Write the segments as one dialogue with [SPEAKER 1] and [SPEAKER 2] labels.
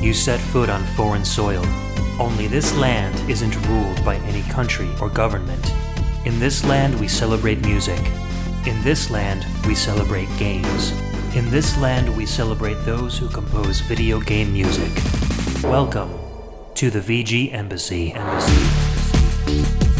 [SPEAKER 1] you set foot on foreign soil. Only this land isn't ruled by any country or government. In this land, we celebrate music. In this land, we celebrate games. In this land, we celebrate those who compose video game music. Welcome to the VG Embassy. Embassy.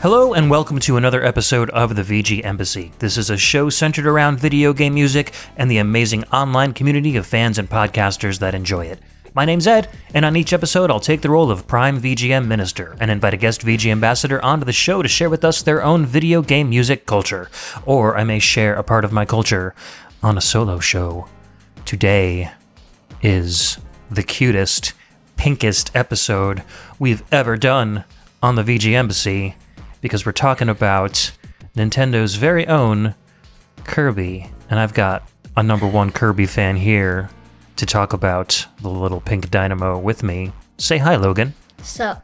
[SPEAKER 1] Hello, and welcome to another episode of the VG Embassy. This is a show centered around video game music and the amazing online community of fans and podcasters that enjoy it. My name's Ed, and on each episode, I'll take the role of Prime VGM Minister and invite a guest VG Ambassador onto the show to share with us their own video game music culture. Or I may share a part of my culture on a solo show. Today, is the cutest, pinkest episode we've ever done on the VG Embassy because we're talking about Nintendo's very own Kirby. And I've got a number one Kirby fan here to talk about the little pink dynamo with me. Say hi, Logan.
[SPEAKER 2] So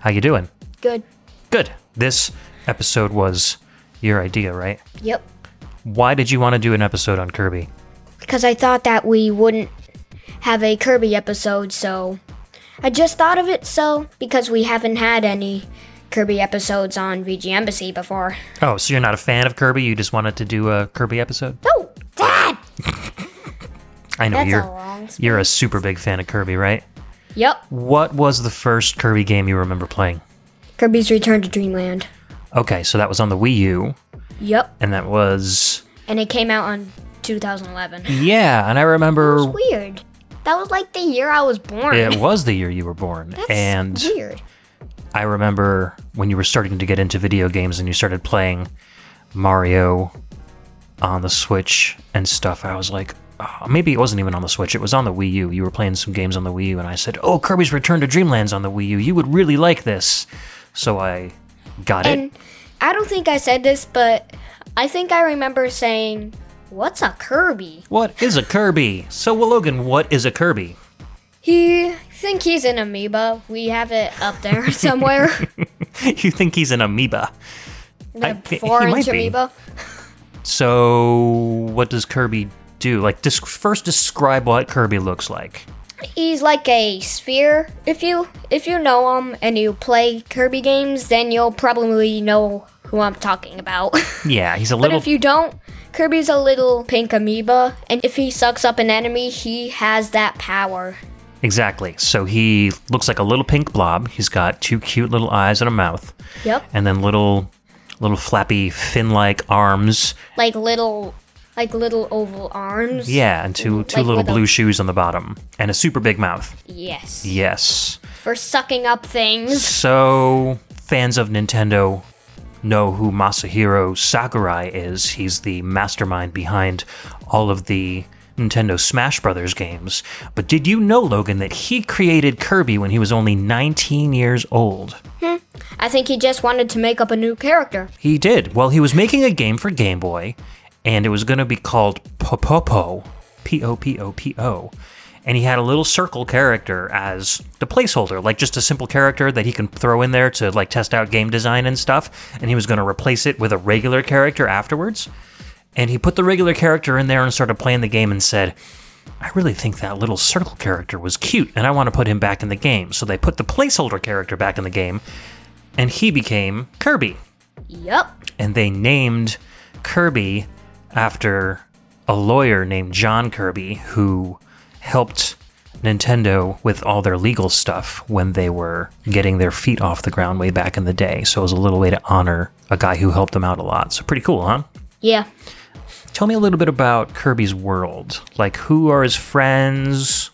[SPEAKER 1] How you doing?
[SPEAKER 2] good.
[SPEAKER 1] Good. This episode was your idea, right?
[SPEAKER 2] Yep.
[SPEAKER 1] Why did you want to do an episode on Kirby?
[SPEAKER 2] Because I thought that we wouldn't have a Kirby episode, so I just thought of it. So because we haven't had any Kirby episodes on VG Embassy before.
[SPEAKER 1] Oh, so you're not a fan of Kirby? You just wanted to do a Kirby episode?
[SPEAKER 2] No, Dad.
[SPEAKER 1] I know
[SPEAKER 2] That's
[SPEAKER 1] you're
[SPEAKER 2] a long. Sp-
[SPEAKER 1] You're a super big fan of Kirby, right?
[SPEAKER 2] yep.
[SPEAKER 1] What was the first Kirby game you remember playing?
[SPEAKER 2] Kirby's Return to Dreamland.
[SPEAKER 1] Okay, so that was on the Wii U,
[SPEAKER 2] Yep.
[SPEAKER 1] and that was
[SPEAKER 2] And it came out on 2011.
[SPEAKER 1] yeah, and I
[SPEAKER 2] It's
[SPEAKER 1] remember
[SPEAKER 2] weird. That was like the year I was born.
[SPEAKER 1] it was the year you were born,
[SPEAKER 2] That's
[SPEAKER 1] and
[SPEAKER 2] weird.
[SPEAKER 1] I remember when you were starting to get into video games and you started playing Mario on the Switch and stuff. I was like, oh, maybe it wasn't even on the Switch. It was on the Wii U. You were playing some games on the Wii U, and I said, "Oh, Kirby's Return to Dreamland's on the Wii U. You would really like this." So I got it.
[SPEAKER 2] And I don't think I said this, but I think I remember saying, "What's a Kirby?"
[SPEAKER 1] What is a Kirby? So, well, Logan, what is a Kirby?
[SPEAKER 2] He think he's an amoeba. We have it up there somewhere.
[SPEAKER 1] you think he's an amoeba. I- he
[SPEAKER 2] the
[SPEAKER 1] might
[SPEAKER 2] four-inch
[SPEAKER 1] be.
[SPEAKER 2] amoeba.
[SPEAKER 1] So, what does Kirby do? Like, dis- first describe what Kirby looks like.
[SPEAKER 2] He's like a sphere. If you if you know him and you play Kirby games, then you'll probably know who I'm talking about.
[SPEAKER 1] Yeah, he's a
[SPEAKER 2] but
[SPEAKER 1] little.
[SPEAKER 2] if you don't, Kirby's a little pink amoeba, and if he sucks up an enemy, he has that power.
[SPEAKER 1] exactly. So, he looks like a little pink blob. He's got two cute little eyes and a mouth,
[SPEAKER 2] Yep.
[SPEAKER 1] and then little, little flappy fin like arms.
[SPEAKER 2] Like little like little oval arms.
[SPEAKER 1] Yeah, and two, two
[SPEAKER 2] like
[SPEAKER 1] little
[SPEAKER 2] with a-
[SPEAKER 1] blue shoes on the bottom, and a super big mouth.
[SPEAKER 2] Yes.
[SPEAKER 1] Yes.
[SPEAKER 2] For sucking up things.
[SPEAKER 1] So, fans of Nintendo know who Masahiro Sakurai is. He's the mastermind behind all of the Nintendo Smash Brothers games. But did you know, Logan, that he created Kirby when he was only 19 years old?
[SPEAKER 2] I think he just wanted to make up a new character.
[SPEAKER 1] He did. Well, he was making a game for Game Boy, and it was going to be called Popopo, P O P O P O. And he had a little circle character as the placeholder, like just a simple character that he can throw in there to like test out game design and stuff. And he was going to replace it with a regular character afterwards. And he put the regular character in there and started playing the game and said, I really think that little circle character was cute and I want to put him back in the game. So they put the placeholder character back in the game and he became Kirby
[SPEAKER 2] Yup.
[SPEAKER 1] and they named Kirby after a lawyer named John Kirby who helped Nintendo with all their legal stuff when they were getting their feet off the ground way back in the day. So it was a little way to honor a guy who helped them out a lot. So pretty cool, huh?
[SPEAKER 2] Yeah.
[SPEAKER 1] Tell me a little bit about Kirby's world. Like, who are his friends?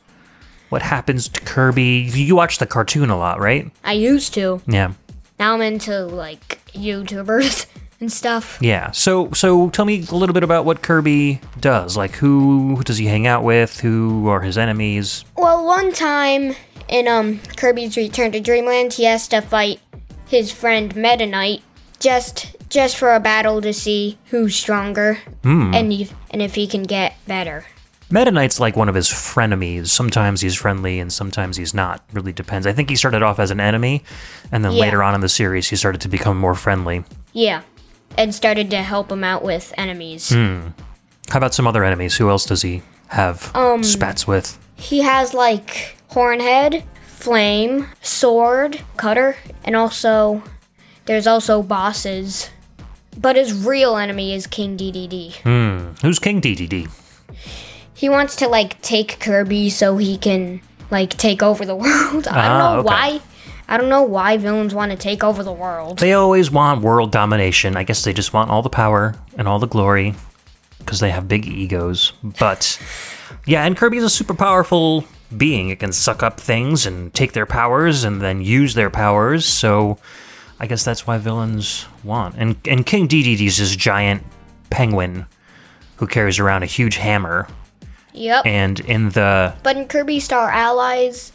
[SPEAKER 1] what happens to Kirby. You watch the cartoon a lot, right?
[SPEAKER 2] I used to.
[SPEAKER 1] Yeah.
[SPEAKER 2] Now I'm into like YouTubers and stuff.
[SPEAKER 1] Yeah. So so tell me a little bit about what Kirby does. Like who does he hang out with? Who are his enemies?
[SPEAKER 2] Well, one time in um Kirby's Return to Dreamland, he has to fight his friend Meta Knight just just for a battle to see who's stronger and if, and if he can get better.
[SPEAKER 1] Meta Knight's like one of his frenemies. Sometimes he's friendly and sometimes he's not. Really depends. I think he started off as an enemy and then
[SPEAKER 2] Yeah.
[SPEAKER 1] later on in the series he started to become more friendly.
[SPEAKER 2] Yeah, and started to help him out with enemies.
[SPEAKER 1] How about some other enemies? Who else does he have spats with?
[SPEAKER 2] He has like Hornhead, Flame, Sword, Cutter, and also there's also bosses. But his real enemy is King DDD.
[SPEAKER 1] Who's King DDD?
[SPEAKER 2] He wants to like take Kirby so he can like take over the world. I don't
[SPEAKER 1] Ah,
[SPEAKER 2] know
[SPEAKER 1] okay.
[SPEAKER 2] why. I don't know why villains want to take over the world.
[SPEAKER 1] They always want world domination. I guess they just want all the power and all the glory because they have big egos. But yeah, and Kirby's a super powerful being. It can suck up things and take their powers and then use their powers. So I guess that's why villains want. And and King DDD's this giant penguin who carries around a huge hammer.
[SPEAKER 2] Yep.
[SPEAKER 1] And in the
[SPEAKER 2] But in Kirby Star Allies,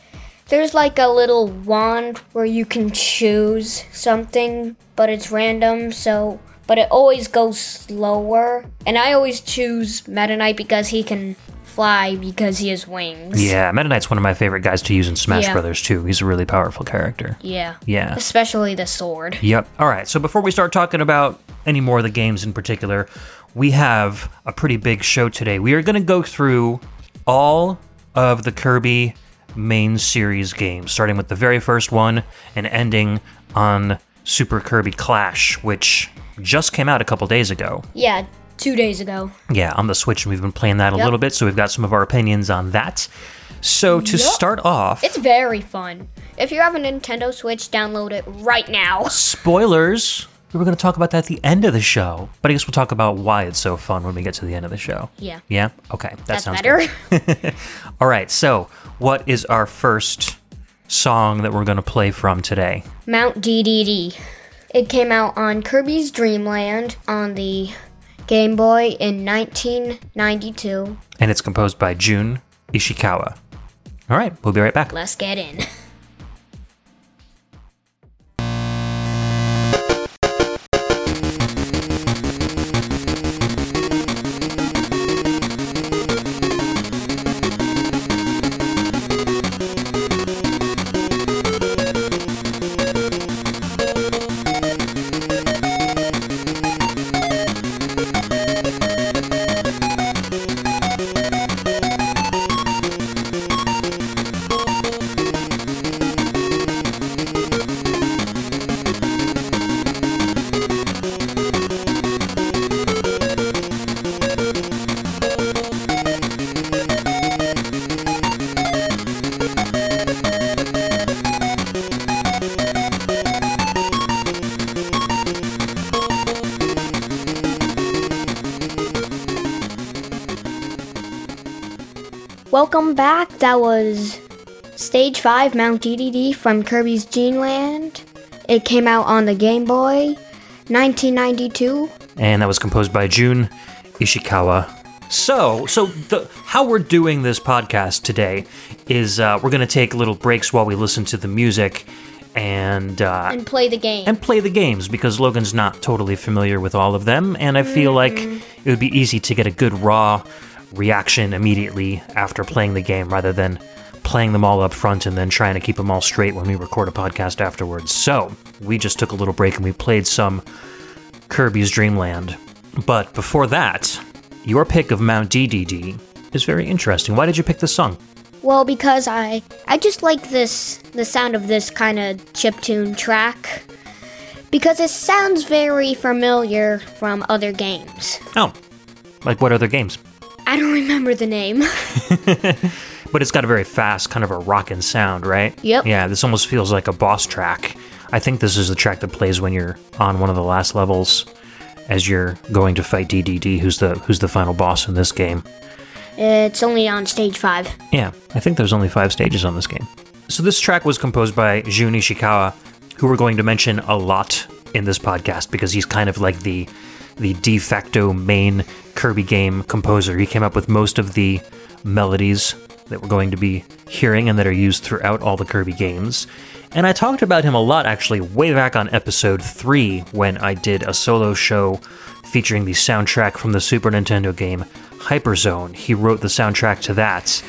[SPEAKER 2] there's like a little wand where you can choose something, but it's random, so but it always goes slower. And I always choose Meta Knight because he can fly because he has wings.
[SPEAKER 1] yeah, Meta Knight's one of my favorite guys to use in Smash
[SPEAKER 2] Yeah.
[SPEAKER 1] Brothers too. He's a really powerful character.
[SPEAKER 2] Yeah.
[SPEAKER 1] Yeah.
[SPEAKER 2] Especially the sword.
[SPEAKER 1] Yep. All right. So before we start talking about any more of the games in particular, we have a pretty big show today. We are going to go through all of the Kirby main series games, starting with the very first one and ending on Super Kirby Clash, which just came out a couple days ago.
[SPEAKER 2] Yeah, 2 days ago.
[SPEAKER 1] Yeah, on the Switch, and we've been playing that a
[SPEAKER 2] Yep.
[SPEAKER 1] little bit, so we've got some of our opinions on that. So to start off,
[SPEAKER 2] It's very fun. If you have a Nintendo Switch, download it right now.
[SPEAKER 1] spoilers. We were going to talk about that at the end of the show, but I guess we'll talk about why it's so fun when we get to the end of the show.
[SPEAKER 2] Yeah.
[SPEAKER 1] Yeah? Okay. That
[SPEAKER 2] That's
[SPEAKER 1] sounds
[SPEAKER 2] better.
[SPEAKER 1] good. All right. So, what is our first song that we're going to play from today?
[SPEAKER 2] Mount DDD. It came out on Kirby's Dream Land on the Game Boy in 1992.
[SPEAKER 1] And it's composed by Jun Ishikawa. All right. We'll be right back.
[SPEAKER 2] Let's get in. Welcome back. That was Stage 5 Mount DDD from Kirby's Dream Land. It came out on the Game Boy 1992.
[SPEAKER 1] and that was composed by June Ishikawa. So, so the how we're doing this podcast today is uh, we're going to take little breaks while we listen to the music and uh,
[SPEAKER 2] And play the game.
[SPEAKER 1] and play the games because Logan's not totally familiar with all of them, and I feel like it would be easy to get a good raw reaction immediately after playing the game rather than playing them all up front and then trying to keep them all straight when we record a podcast afterwards. So we just took a little break and we played some Kirby's Dreamland. But before that, your pick of Mount DDD is very interesting. Why did you pick this song?
[SPEAKER 2] Well, because I I just like this the sound of this kind of chiptune track because it sounds very familiar from other games.
[SPEAKER 1] Oh, like what other games?
[SPEAKER 2] I don't remember the name.
[SPEAKER 1] but it's got a very fast kind of a rockin' sound, right?
[SPEAKER 2] Yep.
[SPEAKER 1] Yeah, this almost feels like a boss track. I think this is the track that plays when you're on one of the last levels as you're going to fight DDD, who's the who's the final boss in this game.
[SPEAKER 2] It's only on stage five.
[SPEAKER 1] Yeah, I think there's only five stages on this game. So this track was composed by Jun Ishikawa, who we're going to mention a lot in this podcast because he's kind of like the the de facto main Kirby game composer. He came up with most of the melodies that we're going to be hearing and that are used throughout all the Kirby games. And I talked about him a lot actually way back on episode 3 when I did a solo show featuring the soundtrack from the Super Nintendo game Hyperzone. He wrote the soundtrack to that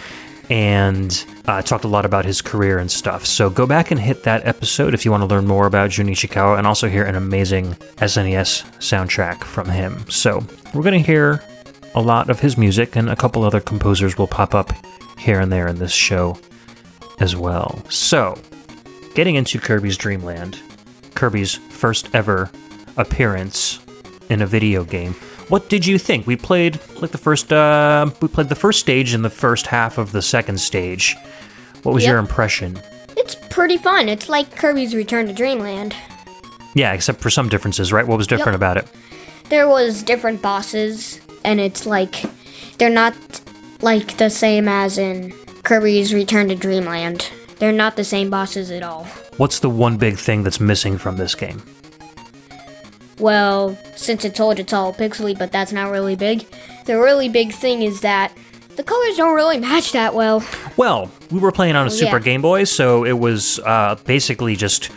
[SPEAKER 1] and uh, talked a lot about his career and stuff. So go back and hit that episode if you want to learn more about Jun Ishikawa and also hear an amazing SNES soundtrack from him. So we're going to hear a lot of his music, and a couple other composers will pop up here and there in this show as well. So, getting into Kirby's Dream Land, Kirby's first ever appearance in a video game. What did you think? We played like the first uh, we played the first stage and the first half of the second stage. What was
[SPEAKER 2] Yep.
[SPEAKER 1] your impression?
[SPEAKER 2] It's pretty fun. It's like Kirby's Return to Dreamland.
[SPEAKER 1] Yeah, except for some differences, right? What was different
[SPEAKER 2] Yep.
[SPEAKER 1] about it?
[SPEAKER 2] There was different bosses, and it's like they're not like the same as in Kirby's Return to Dreamland. They're not the same bosses at all.
[SPEAKER 1] What's the one big thing that's missing from this game?
[SPEAKER 2] Well, since it's old, it's all pixely, but that's not really big. The really big thing is that the colors don't really match that well.
[SPEAKER 1] Well, we were playing on a Super
[SPEAKER 2] yeah.
[SPEAKER 1] Game Boy, so it was uh, basically just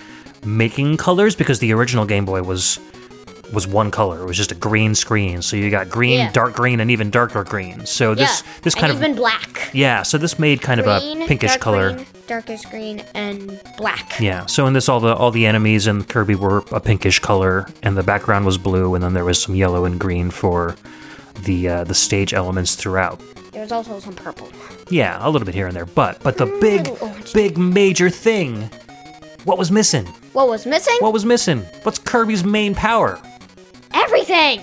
[SPEAKER 1] making colors because the original Game Boy was was one color. It was just a green screen, so you got green,
[SPEAKER 2] Yeah.
[SPEAKER 1] dark green, and even darker green. So this
[SPEAKER 2] yeah,
[SPEAKER 1] this kind
[SPEAKER 2] and
[SPEAKER 1] of
[SPEAKER 2] even black,
[SPEAKER 1] yeah. So this made kind of
[SPEAKER 2] green,
[SPEAKER 1] a pinkish
[SPEAKER 2] dark
[SPEAKER 1] color.
[SPEAKER 2] green, darkest green, and black.
[SPEAKER 1] Yeah. So in this, all the all the enemies and Kirby were a pinkish color, and the background was blue, and then there was some yellow and green for the uh, the stage elements throughout.
[SPEAKER 2] There's also some purple.
[SPEAKER 1] Yeah, a little bit here and there, but but the big
[SPEAKER 2] little orange.
[SPEAKER 1] big major thing. What was missing?
[SPEAKER 2] What was missing?
[SPEAKER 1] What was missing? What's Kirby's main power?
[SPEAKER 2] Everything.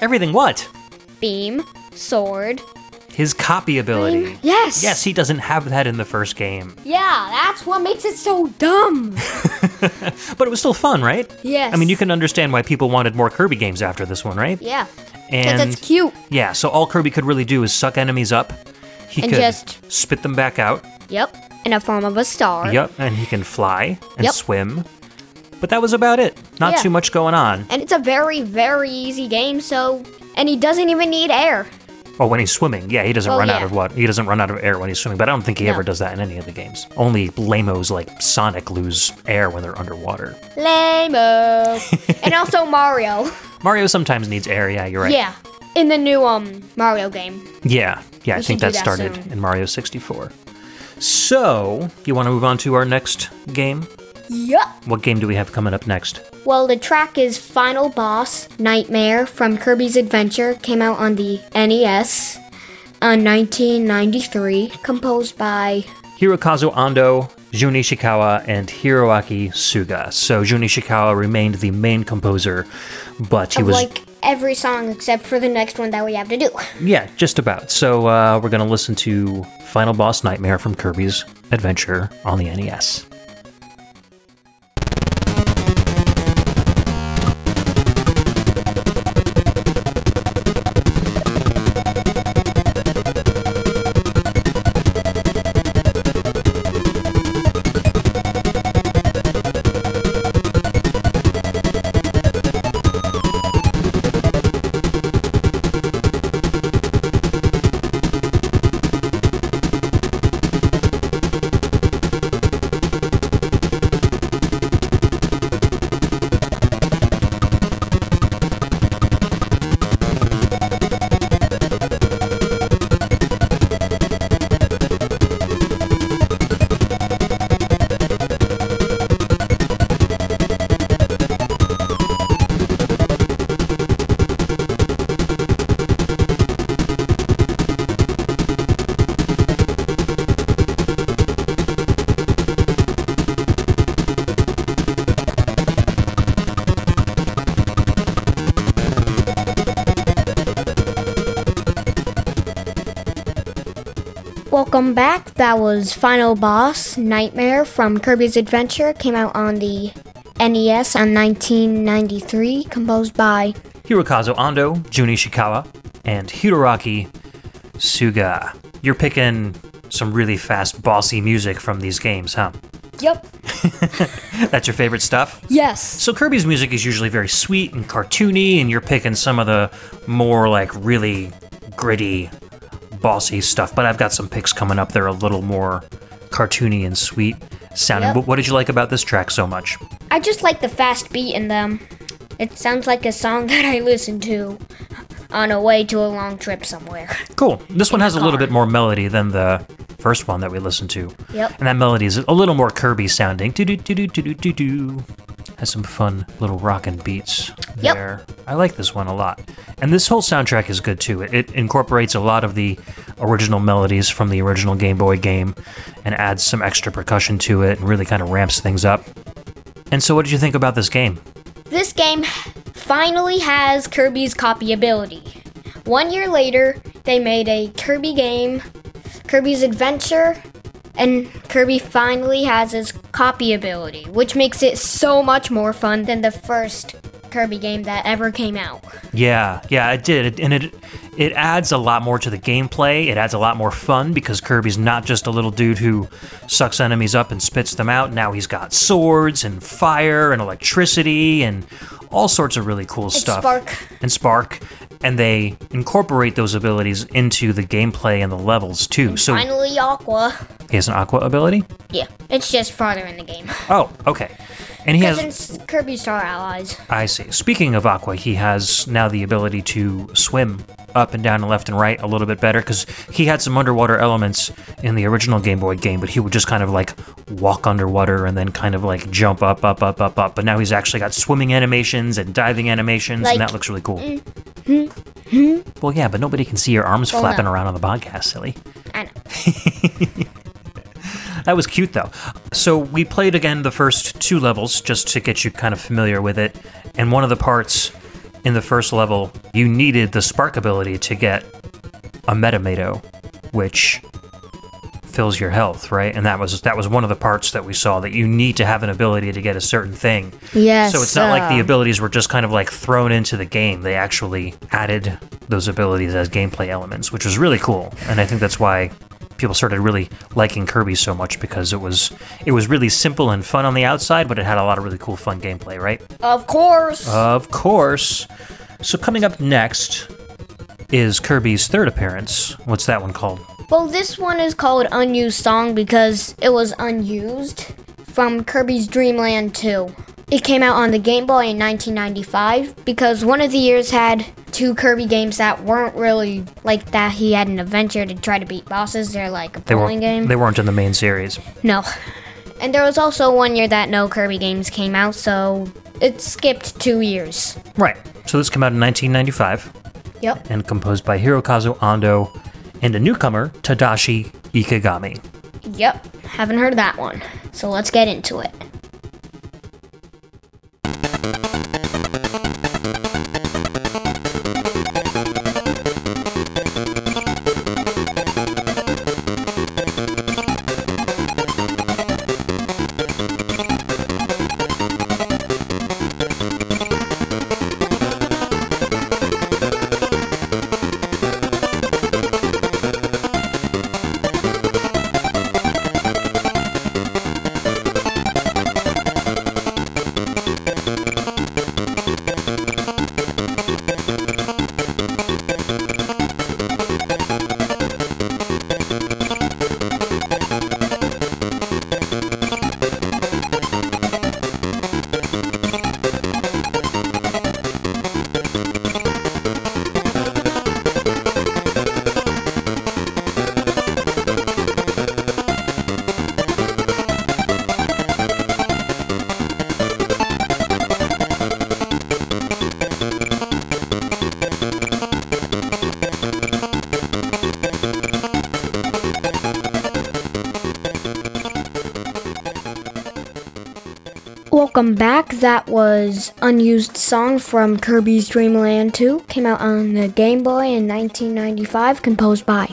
[SPEAKER 1] Everything what?
[SPEAKER 2] Beam, sword.
[SPEAKER 1] His copy ability.
[SPEAKER 2] Yes.
[SPEAKER 1] Yes, he doesn't have that in the first game.
[SPEAKER 2] Yeah, that's what makes it so dumb.
[SPEAKER 1] But it was still fun, right?
[SPEAKER 2] Yes.
[SPEAKER 1] I mean, you can understand why people wanted more Kirby games after this one, right?
[SPEAKER 2] Yeah.
[SPEAKER 1] And
[SPEAKER 2] Because it's cute.
[SPEAKER 1] yeah, so all Kirby could really do is suck enemies up. He
[SPEAKER 2] And
[SPEAKER 1] could
[SPEAKER 2] just-
[SPEAKER 1] spit them back out.
[SPEAKER 2] Yep. In a form of a star.
[SPEAKER 1] Yep, and he can fly and
[SPEAKER 2] Yep.
[SPEAKER 1] swim. But that was about it. Not
[SPEAKER 2] Yeah.
[SPEAKER 1] too much going on.
[SPEAKER 2] And it's a very, very easy game, so. And he doesn't even need air.
[SPEAKER 1] Oh, when he's swimming, yeah, he doesn't
[SPEAKER 2] Oh,
[SPEAKER 1] run out
[SPEAKER 2] yeah.
[SPEAKER 1] of what he doesn't run out of air when he's swimming. But I don't think he
[SPEAKER 2] No.
[SPEAKER 1] ever does that in any of the games. Only lamos like Sonic lose air when they're underwater.
[SPEAKER 2] lame and also Mario.
[SPEAKER 1] Mario sometimes needs air. Yeah, you're right.
[SPEAKER 2] Yeah. In the new um Mario game.
[SPEAKER 1] yeah, yeah. I
[SPEAKER 2] We
[SPEAKER 1] think that
[SPEAKER 2] should do that
[SPEAKER 1] started
[SPEAKER 2] soon.
[SPEAKER 1] in Mario 64. So, you want to move on to our next game?
[SPEAKER 2] Yup.
[SPEAKER 1] What game do we have coming up next?
[SPEAKER 2] Well, the track is Final Boss Nightmare from Kirby's Adventure, came out on the E NES on 1993, uh, composed by
[SPEAKER 1] Hirokazu Ando, Jun Ishikawa, and Hiroaki Suga. So Jun Ishikawa remained the main composer, but he
[SPEAKER 2] of
[SPEAKER 1] was
[SPEAKER 2] like every song except for the next one that we have to do.
[SPEAKER 1] Yeah, just about. So uh, we're going to listen to Final Boss Nightmare from Kirby's Adventure on the E NES.
[SPEAKER 2] Welcome back. That was Final Boss Nightmare from Kirby's Adventure, came out on the NES on 1993, composed by
[SPEAKER 1] Hirokazu Ando, Jun Ishikawa, and Hiroraki Suga. You're picking some really fast, bossy music from these games, huh?
[SPEAKER 2] Yep.
[SPEAKER 1] That's your favorite stuff?
[SPEAKER 2] Yes.
[SPEAKER 1] So Kirby's music is usually very sweet and cartoony, and you're picking some of the more like really gritty, bossy stuff. But I've got some picks coming up that are a little more cartoony and sweet sounding.
[SPEAKER 2] Yep.
[SPEAKER 1] What- What did you like about this track so much?
[SPEAKER 2] I just like the fast beat in them. It sounds like a song that I listen to on a way to a long trip somewhere.
[SPEAKER 1] Cool. This one has a little
[SPEAKER 2] car.
[SPEAKER 1] bit more melody than the first one that we listened to.
[SPEAKER 2] Yep.
[SPEAKER 1] And that melody is a little more Kirby sounding. Do do do do do do do do. Has some fun little rockin' beats
[SPEAKER 2] Yep.
[SPEAKER 1] there. I like this one a lot. And this whole soundtrack is good too. It, it incorporates a lot of the original melodies from the original Game Boy game and adds some extra percussion to it and really kind of ramps things up. And so, what did you think about this game?
[SPEAKER 2] This game finally has Kirby's copy ability. One year later, they made a Kirby game, Kirby's Adventure, and Kirby finally has his copy ability, which makes it so much more fun than the first Kirby game that ever came out.
[SPEAKER 1] Yeah, yeah, it did, It- and it it adds a lot more to the gameplay. It adds a lot more fun because Kirby's not just a little dude who sucks enemies up and spits them out. Now he's got swords and fire and electricity and all sorts of really cool stuff.
[SPEAKER 2] spark.
[SPEAKER 1] and spark, and they incorporate those abilities into the gameplay and the levels too. So
[SPEAKER 2] Finally, Aqua.
[SPEAKER 1] he has an aqua ability.
[SPEAKER 2] Yeah, it's just farther in the game.
[SPEAKER 1] Oh, okay, and he has.
[SPEAKER 2] Since Kirby Star Allies.
[SPEAKER 1] I see. Speaking of Aqua, he has now the ability to swim up and down and left and right a little bit better because he had some underwater elements in the original Game Boy game, but he would just kind of like walk underwater and then kind of like jump up, up, up, up, up. But now he's actually got swimming animations and diving animations,
[SPEAKER 2] Like-
[SPEAKER 1] and that looks really cool. Well, yeah, but nobody can see your arms
[SPEAKER 2] Well,
[SPEAKER 1] flapping
[SPEAKER 2] no.
[SPEAKER 1] around on the podcast, silly.
[SPEAKER 2] I know.
[SPEAKER 1] That was cute though. So we played again the first two levels just to get you kind of familiar with it. And one of the parts in the first level, you needed the spark ability to get a metamato, which fills your health, right? And that was that was one of the parts that we saw that you need to have an ability to get a certain thing.
[SPEAKER 2] Yes. uh,
[SPEAKER 1] So it's not like the abilities were just kind of like thrown into the game. They actually added those abilities as gameplay elements, which was really cool. And I think that's why people started really liking Kirby so much because it was it was really simple and fun on the outside, but it had a lot of really cool fun gameplay, right?
[SPEAKER 2] Of course.
[SPEAKER 1] Of course. So coming up next is Kirby's third appearance. What's that one called?
[SPEAKER 2] Well, this one is called Unused Song because it was unused from Kirby's Dream Land 2. It came out on the Game Boy in 1995 because one of the years had two Kirby games that weren't really like that. He had an adventure to try to beat bosses. They're like a
[SPEAKER 1] They weren't
[SPEAKER 2] bowling game.
[SPEAKER 1] they weren't in the main series.
[SPEAKER 2] no. And there was also one year that no Kirby games came out, so it skipped two years.
[SPEAKER 1] Right. So this came out in 1995.
[SPEAKER 2] Yep.
[SPEAKER 1] and composed by Hirokazu Ando and a newcomer, Tadashi Ikigami.
[SPEAKER 2] Yep. Haven't heard of that one. So let's get into it. Welcome back. That was unused song from Kirby's Dream Land 2. Came out on the Game Boy in 1995, composed by.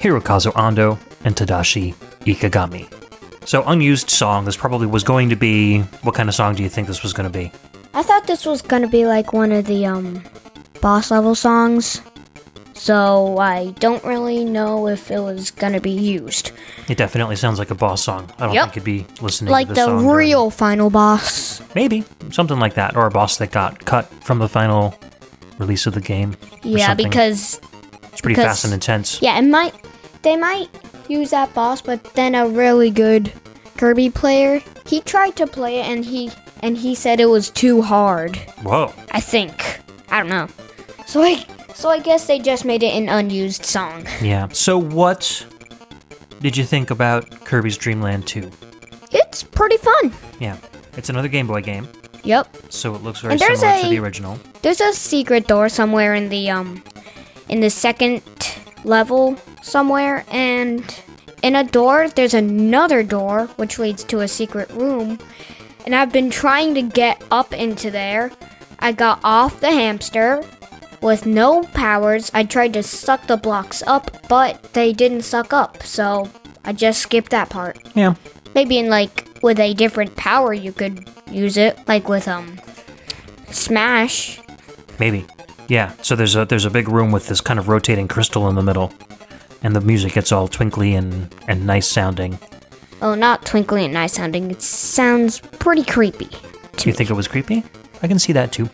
[SPEAKER 1] Hirokazu Ando and Tadashi Ikigami. So, unused song. This probably was going to be. What kind of song do you think this was going to be?
[SPEAKER 2] I thought this was gonna be like one of the um boss level songs, so I don't really know if it was gonna be used.
[SPEAKER 1] It definitely sounds like a boss song. I don't
[SPEAKER 2] Yep.
[SPEAKER 1] think you'd be listening
[SPEAKER 2] Like
[SPEAKER 1] to
[SPEAKER 2] the
[SPEAKER 1] song during-
[SPEAKER 2] real final boss.
[SPEAKER 1] Maybe something like that, or a boss that got cut from the final release of the game. or
[SPEAKER 2] Yeah,
[SPEAKER 1] something.
[SPEAKER 2] because
[SPEAKER 1] it's pretty
[SPEAKER 2] because-
[SPEAKER 1] fast and intense.
[SPEAKER 2] yeah, it might they might use that boss, but then a really good Kirby player, he tried to play it and he and he said it was too hard.
[SPEAKER 1] Whoa,
[SPEAKER 2] I think. I don't know. So I so I guess they just made it an unused song.
[SPEAKER 1] yeah. So what did you think about Kirby's Dream Land 2?
[SPEAKER 2] It's pretty fun.
[SPEAKER 1] Yeah, it's another Game Boy game,
[SPEAKER 2] Yep.
[SPEAKER 1] so it looks very
[SPEAKER 2] And there's
[SPEAKER 1] similar to
[SPEAKER 2] a-
[SPEAKER 1] the original.
[SPEAKER 2] There's a secret door somewhere in the um in the second level somewhere and in a door there's another door which leads to a secret room and I've been trying to get up into there. I got off the hamster with no powers. I tried to suck the blocks up, but they didn't suck up. So I just skipped that part.
[SPEAKER 1] Yeah,
[SPEAKER 2] Maybe in like with a different power you could use it like with um smash
[SPEAKER 1] maybe. Yeah. So there's a there's a big room with this kind of rotating crystal in the middle, and the music gets all twinkly and and nice sounding.
[SPEAKER 2] Oh, not twinkly and nice sounding. It sounds pretty creepy.
[SPEAKER 1] Do you think it was creepy? I can see that too.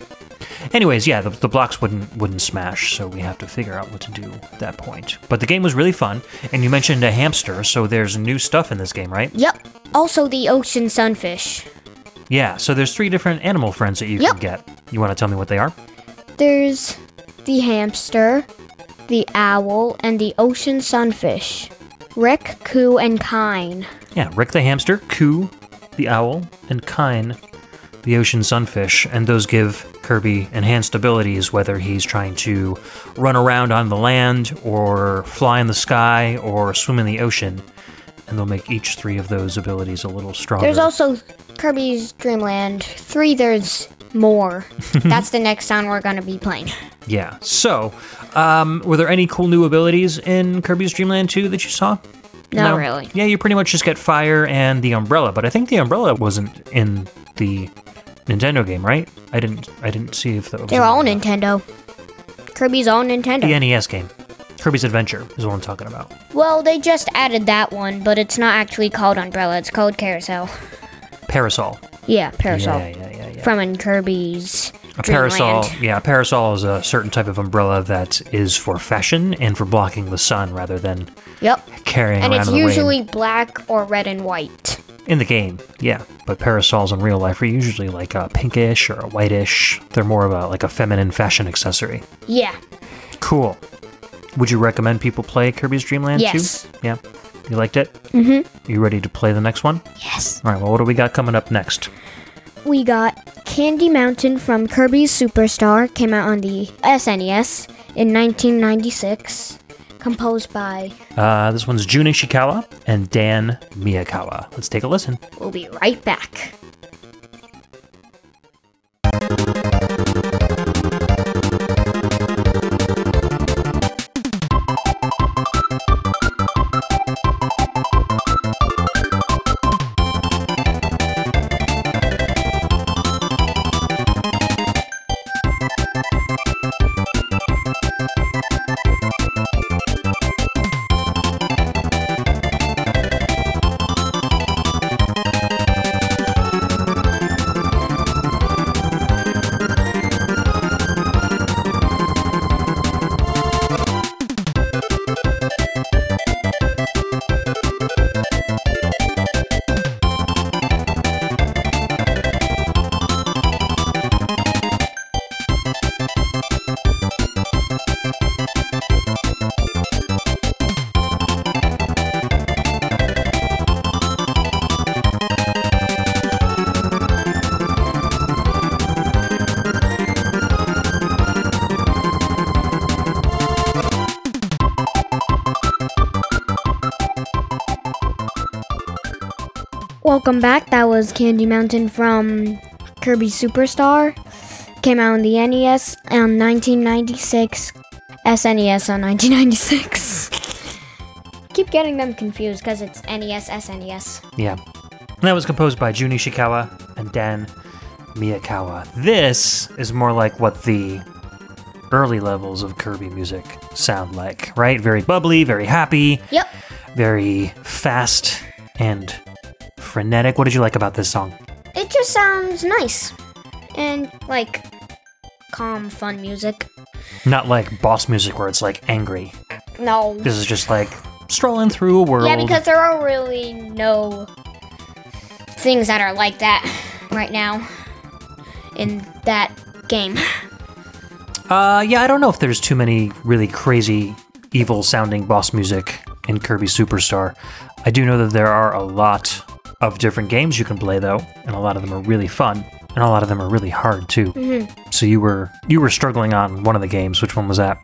[SPEAKER 1] Anyways, yeah, the, the blocks wouldn't wouldn't smash, so we have to figure out what to do at that point. But the game was really fun, and you mentioned a hamster, so there's new stuff in this game, right?
[SPEAKER 2] Yep. Also, the ocean sunfish.
[SPEAKER 1] Yeah, so there's three different animal friends that you can
[SPEAKER 2] Yep.
[SPEAKER 1] get. You want to tell me what they are?
[SPEAKER 2] There's the hamster, the owl, and the ocean sunfish. Rick, Coo, and Kine.
[SPEAKER 1] Yeah, Rick the hamster, Coo the owl, and Kine the ocean sunfish, and those give Kirby enhanced abilities whether he's trying to run around on the land or fly in the sky or swim in the ocean. And they'll make each three of those abilities a little stronger.
[SPEAKER 2] There's also Kirby's Dreamland 3. There's more. That's the next sound we're going to be playing.
[SPEAKER 1] yeah. So, um, were there any cool new abilities in Kirby's Dream Land 2 that you saw?
[SPEAKER 2] Not really.
[SPEAKER 1] Yeah, you pretty much just get fire and the umbrella, but I think the umbrella wasn't in the Nintendo game, right? I didn't I didn't see if that was
[SPEAKER 2] They're
[SPEAKER 1] in
[SPEAKER 2] all
[SPEAKER 1] the-
[SPEAKER 2] Nintendo. Kirby's all Nintendo.
[SPEAKER 1] the NES game. Kirby's Adventure is what I'm talking about.
[SPEAKER 2] Well, they just added that one, but it's not actually called Umbrella. It's called Carousel.
[SPEAKER 1] Parasol.
[SPEAKER 2] Yeah, Parasol.
[SPEAKER 1] Yeah, yeah, yeah, yeah.
[SPEAKER 2] from in Kirby's
[SPEAKER 1] A
[SPEAKER 2] Dreamland.
[SPEAKER 1] parasol, yeah, a parasol is a certain type of umbrella that is for fashion and for blocking the sun rather than
[SPEAKER 2] Yep.
[SPEAKER 1] carrying
[SPEAKER 2] And
[SPEAKER 1] around
[SPEAKER 2] it's
[SPEAKER 1] in the rain.
[SPEAKER 2] usually black or red and white.
[SPEAKER 1] in the game, yeah. But parasols in real life are usually like a pinkish or a whitish. They're more of a like a feminine fashion accessory.
[SPEAKER 2] Yeah.
[SPEAKER 1] Cool. Would you recommend people play Kirby's Dream Land
[SPEAKER 2] Yes.
[SPEAKER 1] 2? Yeah. You liked it? Mm-hmm. You ready to play the next one?
[SPEAKER 2] Yes.
[SPEAKER 1] All right. Well, what do we got coming up next?
[SPEAKER 2] We got Candy Mountain from Kirby's Superstar came out on the SNES in 1996, composed by
[SPEAKER 1] Uh, this one's Jun Ishikawa and Dan Miyakawa. Let's take a listen.
[SPEAKER 2] We'll be right back. Welcome back. That was Candy Mountain from Kirby Superstar. Came out on the NES on 1996, SNES E on 1996. Keep getting them confused because it's E NES, SNES.
[SPEAKER 1] Yeah. And that was composed by Jun Ishikawa and Dan Miyakawa. This is more like what the early levels of Kirby music sound like, right? Very bubbly, very happy,
[SPEAKER 2] Yep.
[SPEAKER 1] very fast and frenetic. What did you like about this song?
[SPEAKER 2] It just sounds nice. And like calm, fun music.
[SPEAKER 1] Not like boss music where it's like angry.
[SPEAKER 2] No.
[SPEAKER 1] This is just like strolling through a world.
[SPEAKER 2] Yeah, because there are really no things that are like that right now in that game.
[SPEAKER 1] Uh, yeah, I don't know if there's too many really crazy, evil sounding boss music in Kirby Superstar. I do know that there are a lot of different games you can play though, and a lot of them are really fun, and a lot of them are really hard too.
[SPEAKER 2] Mm-hmm.
[SPEAKER 1] So you were you were struggling on one of the games. Which one was that?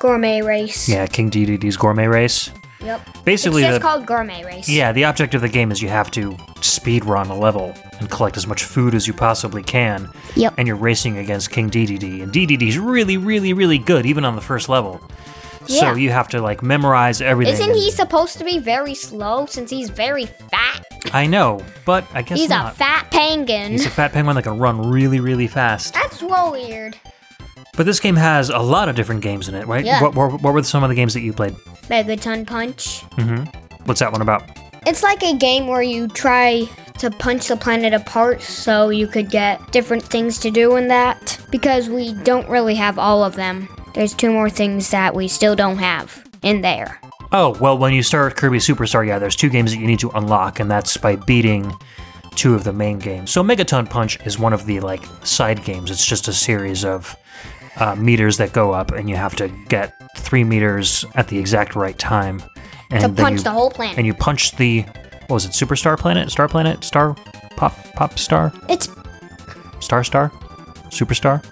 [SPEAKER 2] Gourmet race.
[SPEAKER 1] Yeah, King DDD's Gourmet Race.
[SPEAKER 2] Yep.
[SPEAKER 1] Basically,
[SPEAKER 2] it's just
[SPEAKER 1] the,
[SPEAKER 2] called gourmet race.
[SPEAKER 1] yeah, the object of the game is you have to speed run a level and collect as much food as you possibly can
[SPEAKER 2] Yep.
[SPEAKER 1] and you're racing against King DDD, and DDD's really, really, really good even on the first level.
[SPEAKER 2] Yeah.
[SPEAKER 1] So you have to like memorize everything.
[SPEAKER 2] Isn't he supposed to be very slow since he's very fat?
[SPEAKER 1] I know, but I guess
[SPEAKER 2] he's
[SPEAKER 1] not.
[SPEAKER 2] a fat penguin.
[SPEAKER 1] He's a fat penguin that can run really, really fast.
[SPEAKER 2] That's real weird.
[SPEAKER 1] But this game has a lot of different games in it, right?
[SPEAKER 2] Yeah.
[SPEAKER 1] What, what, what were some of the games that you played?
[SPEAKER 2] Megaton punch.
[SPEAKER 1] What's that one about?
[SPEAKER 2] It's like a game where you try to punch the planet apart so you could get different things to do in that. Because we don't really have all of them. There's two more things that we still don't have in there.
[SPEAKER 1] Oh, well, when you start Kirby Superstar, yeah, there's two games that you need to unlock, and that's by beating two of the main games. So Megaton Punch is one of the like side games. It's just a series of uh, meters that go up, and you have to get three meters at the exact right time. And
[SPEAKER 2] To
[SPEAKER 1] then
[SPEAKER 2] punch
[SPEAKER 1] you-
[SPEAKER 2] the whole planet.
[SPEAKER 1] And you punch the what was it? Superstar Planet, Star Planet, Star Pop Pop Star,
[SPEAKER 2] It's
[SPEAKER 1] Star Star, Superstar,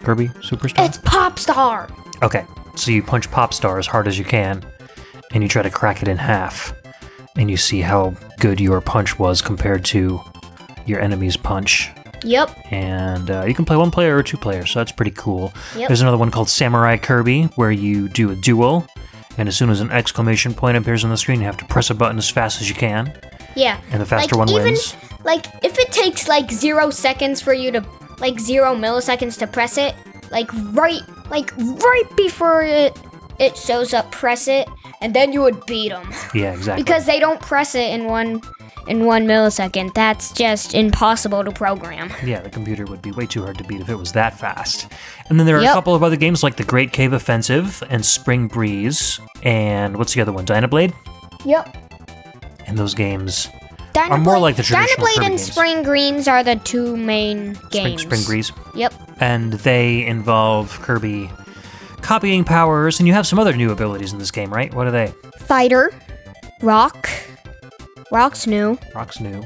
[SPEAKER 1] Kirby Superstar.
[SPEAKER 2] it's Pop Star.
[SPEAKER 1] Okay, so you punch Popstar as hard as you can, and you try to crack it in half, and you see how good your punch was compared to your enemy's punch.
[SPEAKER 2] Yep.
[SPEAKER 1] And uh, you can play one player or two player, so that's pretty cool.
[SPEAKER 2] Yep.
[SPEAKER 1] There's another one called Samurai Kirby, where you do a duel, and as soon as an exclamation point appears on the screen, you have to press a button as fast as you can,
[SPEAKER 2] Yeah.
[SPEAKER 1] and the faster
[SPEAKER 2] like
[SPEAKER 1] one
[SPEAKER 2] even
[SPEAKER 1] wins.
[SPEAKER 2] like if it takes like zero seconds for you to like zero milliseconds to press it, like right like right before it it shows up, press it, and then you would beat them.
[SPEAKER 1] Yeah, exactly.
[SPEAKER 2] because they don't press it in one in one millisecond. That's just impossible to program.
[SPEAKER 1] Yeah, the computer would be way too hard to beat if it was that fast. And then there are a
[SPEAKER 2] Yep.
[SPEAKER 1] couple of other games like The Great Cave Offensive and Spring Breeze, and what's the other one? Dynablade?
[SPEAKER 2] Yep.
[SPEAKER 1] And those games.
[SPEAKER 2] Dynablade,
[SPEAKER 1] Are more like the traditional
[SPEAKER 2] Dynablade
[SPEAKER 1] Kirby
[SPEAKER 2] and
[SPEAKER 1] games.
[SPEAKER 2] Spring Greens are the two main
[SPEAKER 1] Spring,
[SPEAKER 2] games.
[SPEAKER 1] Spring Breeze.
[SPEAKER 2] Yep.
[SPEAKER 1] And they involve Kirby copying powers, and you have some other new abilities in this game, right? What are they?
[SPEAKER 2] Fighter, Rock. Rock's new,
[SPEAKER 1] Rock's new.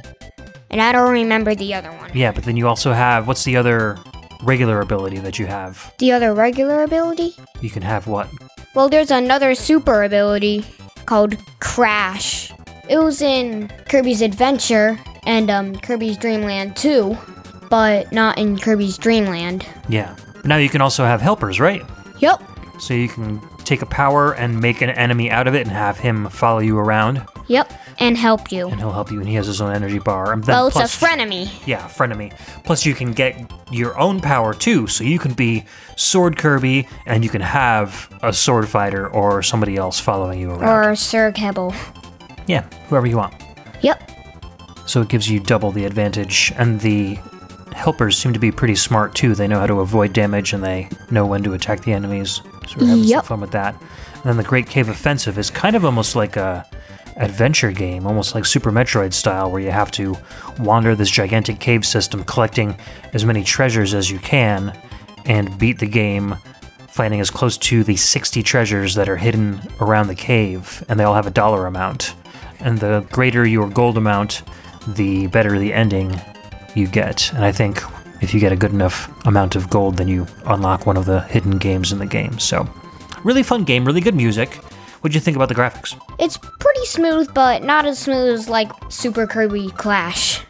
[SPEAKER 2] and I don't remember the other one.
[SPEAKER 1] Yeah, but then you also have what's the other regular ability that you have?
[SPEAKER 2] The other regular ability?
[SPEAKER 1] You can have what?
[SPEAKER 2] Well, there's another super ability called Crash. It was in Kirby's Adventure and um, Kirby's Dream Land 2, but not in Kirby's Dream Land.
[SPEAKER 1] Yeah. But now you can also have helpers, right?
[SPEAKER 2] Yep.
[SPEAKER 1] So you can take a power and make an enemy out of it and have him follow you around.
[SPEAKER 2] Yep. And help you.
[SPEAKER 1] and he'll help you. And he has his own energy bar. And then
[SPEAKER 2] well, it's a
[SPEAKER 1] plus-
[SPEAKER 2] frenemy.
[SPEAKER 1] Yeah, frenemy. Plus, you can get your own power too, so you can be Sword Kirby, and you can have a sword fighter or somebody else following you around.
[SPEAKER 2] Or Sir Kebble.
[SPEAKER 1] yeah, whoever you want.
[SPEAKER 2] Yep.
[SPEAKER 1] So it gives you double the advantage, and the helpers seem to be pretty smart too. They know how to avoid damage, and they know when to attack the enemies. So we're having some
[SPEAKER 2] Yep.
[SPEAKER 1] fun with that. And then the Great Cave Offensive is kind of almost like a adventure game, almost like Super Metroid style, where you have to wander this gigantic cave system, collecting as many treasures as you can, and beat the game. Finding as close to the 60 treasures that are hidden around the cave, and they all have a dollar amount. And the greater your gold amount, the better the ending you get. And I think if you get a good enough amount of gold, then you unlock one of the hidden games in the game. So, really fun game, really good music. What'd you think about the graphics?
[SPEAKER 2] It's pretty smooth, but not as smooth as like Super Kirby Clash.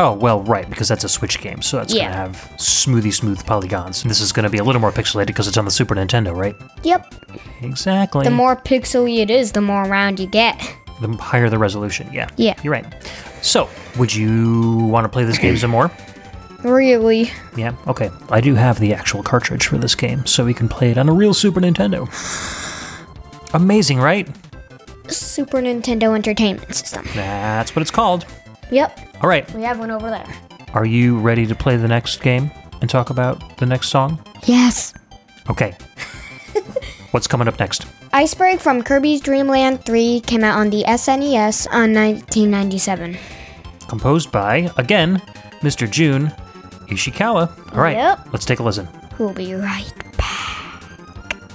[SPEAKER 1] Oh, well, right, because that's a Switch game, so that's going
[SPEAKER 2] Yeah.
[SPEAKER 1] to have smoothy, smooth polygons. And this is going to be a little more pixelated because it's on the Super Nintendo, right?
[SPEAKER 2] Yep.
[SPEAKER 1] Exactly.
[SPEAKER 2] The more pixely it is, the more round you get.
[SPEAKER 1] the higher the resolution, yeah.
[SPEAKER 2] Yeah.
[SPEAKER 1] You're right. So, would you want to play this game some more?
[SPEAKER 2] Really?
[SPEAKER 1] Yeah, okay. I do have the actual cartridge for this game, so we can play it on a real Super Nintendo. Amazing, right?
[SPEAKER 2] Super Nintendo Entertainment System.
[SPEAKER 1] That's what it's called.
[SPEAKER 2] Yep,
[SPEAKER 1] All right,
[SPEAKER 2] we have one over there.
[SPEAKER 1] are you ready to play the next game and talk about the next song?
[SPEAKER 2] Yes.
[SPEAKER 1] Okay. What's coming up next?
[SPEAKER 2] Iceberg from Kirby's Dream Land 3 came out on the SNES on 1997.
[SPEAKER 1] Composed by, again, Mr. June Ishikawa. All right,
[SPEAKER 2] Yep.
[SPEAKER 1] let's take a listen.
[SPEAKER 2] We'll be right back.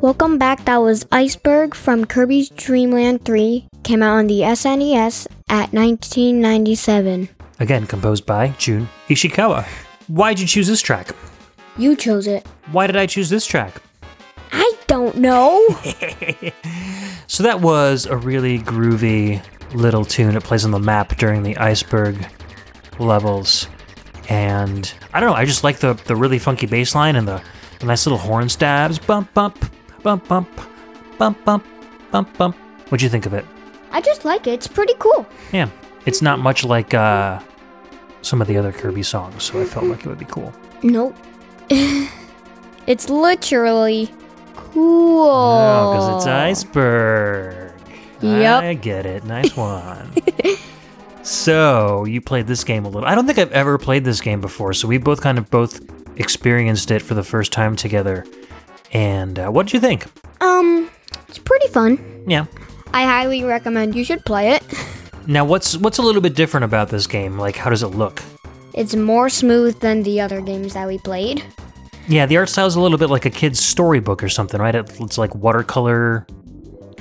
[SPEAKER 2] Welcome back. That was Iceberg from Kirby's Dream Land 3 came out on the SNES at 1997.
[SPEAKER 1] Again, composed by June Ishikawa. Why'd you choose this track?
[SPEAKER 2] You chose it.
[SPEAKER 1] Why did I choose this track?
[SPEAKER 2] I don't know.
[SPEAKER 1] So that was a really groovy little tune. It plays on the map during the iceberg levels. And I don't know, I just like the, the really funky bass line and the, the nice little horn stabs. Bump, bump, bump, bump, bump, bump, bump, bump. What'd you think of it?
[SPEAKER 2] I just like it. It's pretty cool.
[SPEAKER 1] Yeah, it's not much like uh, some of the other Kirby songs, so I felt like it would be cool.
[SPEAKER 2] Nope. it's literally cool.
[SPEAKER 1] No, because Oh, it's iceberg.
[SPEAKER 2] Oh, Yep.
[SPEAKER 1] I get it. Nice one. so you played this game a little. I don't think I've ever played this game before. So we both kind of both experienced it for the first time together. And uh, what did you think?
[SPEAKER 2] Um, it's pretty fun.
[SPEAKER 1] Yeah.
[SPEAKER 2] I highly recommend you should play it.
[SPEAKER 1] Now what's what's a little bit different about this game? Like how does it look?
[SPEAKER 2] It's more smooth than the other games that we played.
[SPEAKER 1] Yeah, the art style is a little bit like a kid's storybook or something, right? It, it's like watercolor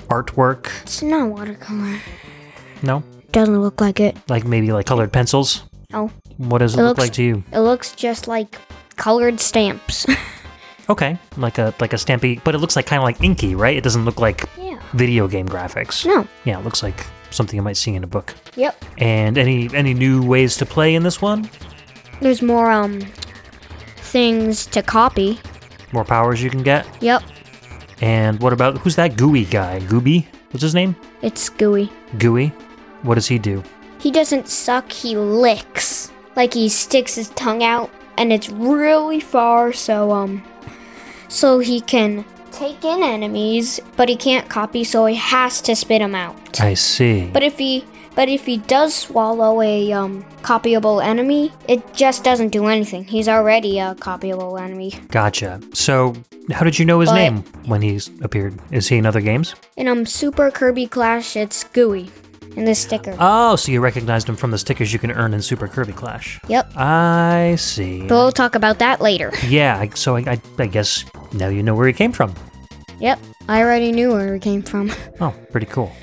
[SPEAKER 1] artwork.
[SPEAKER 2] It's not watercolor.
[SPEAKER 1] No,
[SPEAKER 2] Doesn't look like it.
[SPEAKER 1] like maybe like colored pencils.
[SPEAKER 2] No.
[SPEAKER 1] What does it,
[SPEAKER 2] It
[SPEAKER 1] look
[SPEAKER 2] looks-
[SPEAKER 1] like to you?
[SPEAKER 2] It looks just like colored stamps.
[SPEAKER 1] Okay, like a like a stampy, but it looks like kind of like inky, right? It doesn't look like
[SPEAKER 2] yeah.
[SPEAKER 1] video game graphics.
[SPEAKER 2] No.
[SPEAKER 1] Yeah, it looks like something you might see in a book.
[SPEAKER 2] Yep.
[SPEAKER 1] And any any new ways to play in this one?
[SPEAKER 2] There's more um things to copy.
[SPEAKER 1] More powers you can get.
[SPEAKER 2] Yep.
[SPEAKER 1] And what about who's that gooey guy? Gooby? What's his name?
[SPEAKER 2] It's gooey.
[SPEAKER 1] Gooey. What does he do?
[SPEAKER 2] He doesn't suck, he licks. Like he sticks his tongue out and it's really far so um so he can take in enemies, but he can't copy so he has to spit them out.
[SPEAKER 1] I see.
[SPEAKER 2] But if he but if he does swallow a um copyable enemy, it just doesn't do anything. He's already a copyable enemy.
[SPEAKER 1] gotcha. So how did you know his
[SPEAKER 2] But-
[SPEAKER 1] name when he appeared? Is he in other games?
[SPEAKER 2] In um Super Kirby Clash, it's gooey. And the sticker.
[SPEAKER 1] Oh, so you recognized him from the stickers you can earn in Super Kirby Clash.
[SPEAKER 2] yep.
[SPEAKER 1] I see.
[SPEAKER 2] But we'll talk about that later.
[SPEAKER 1] Yeah, I- so I, I, I guess now you know where he came from.
[SPEAKER 2] Yep. I already knew where it came from.
[SPEAKER 1] Oh, pretty cool.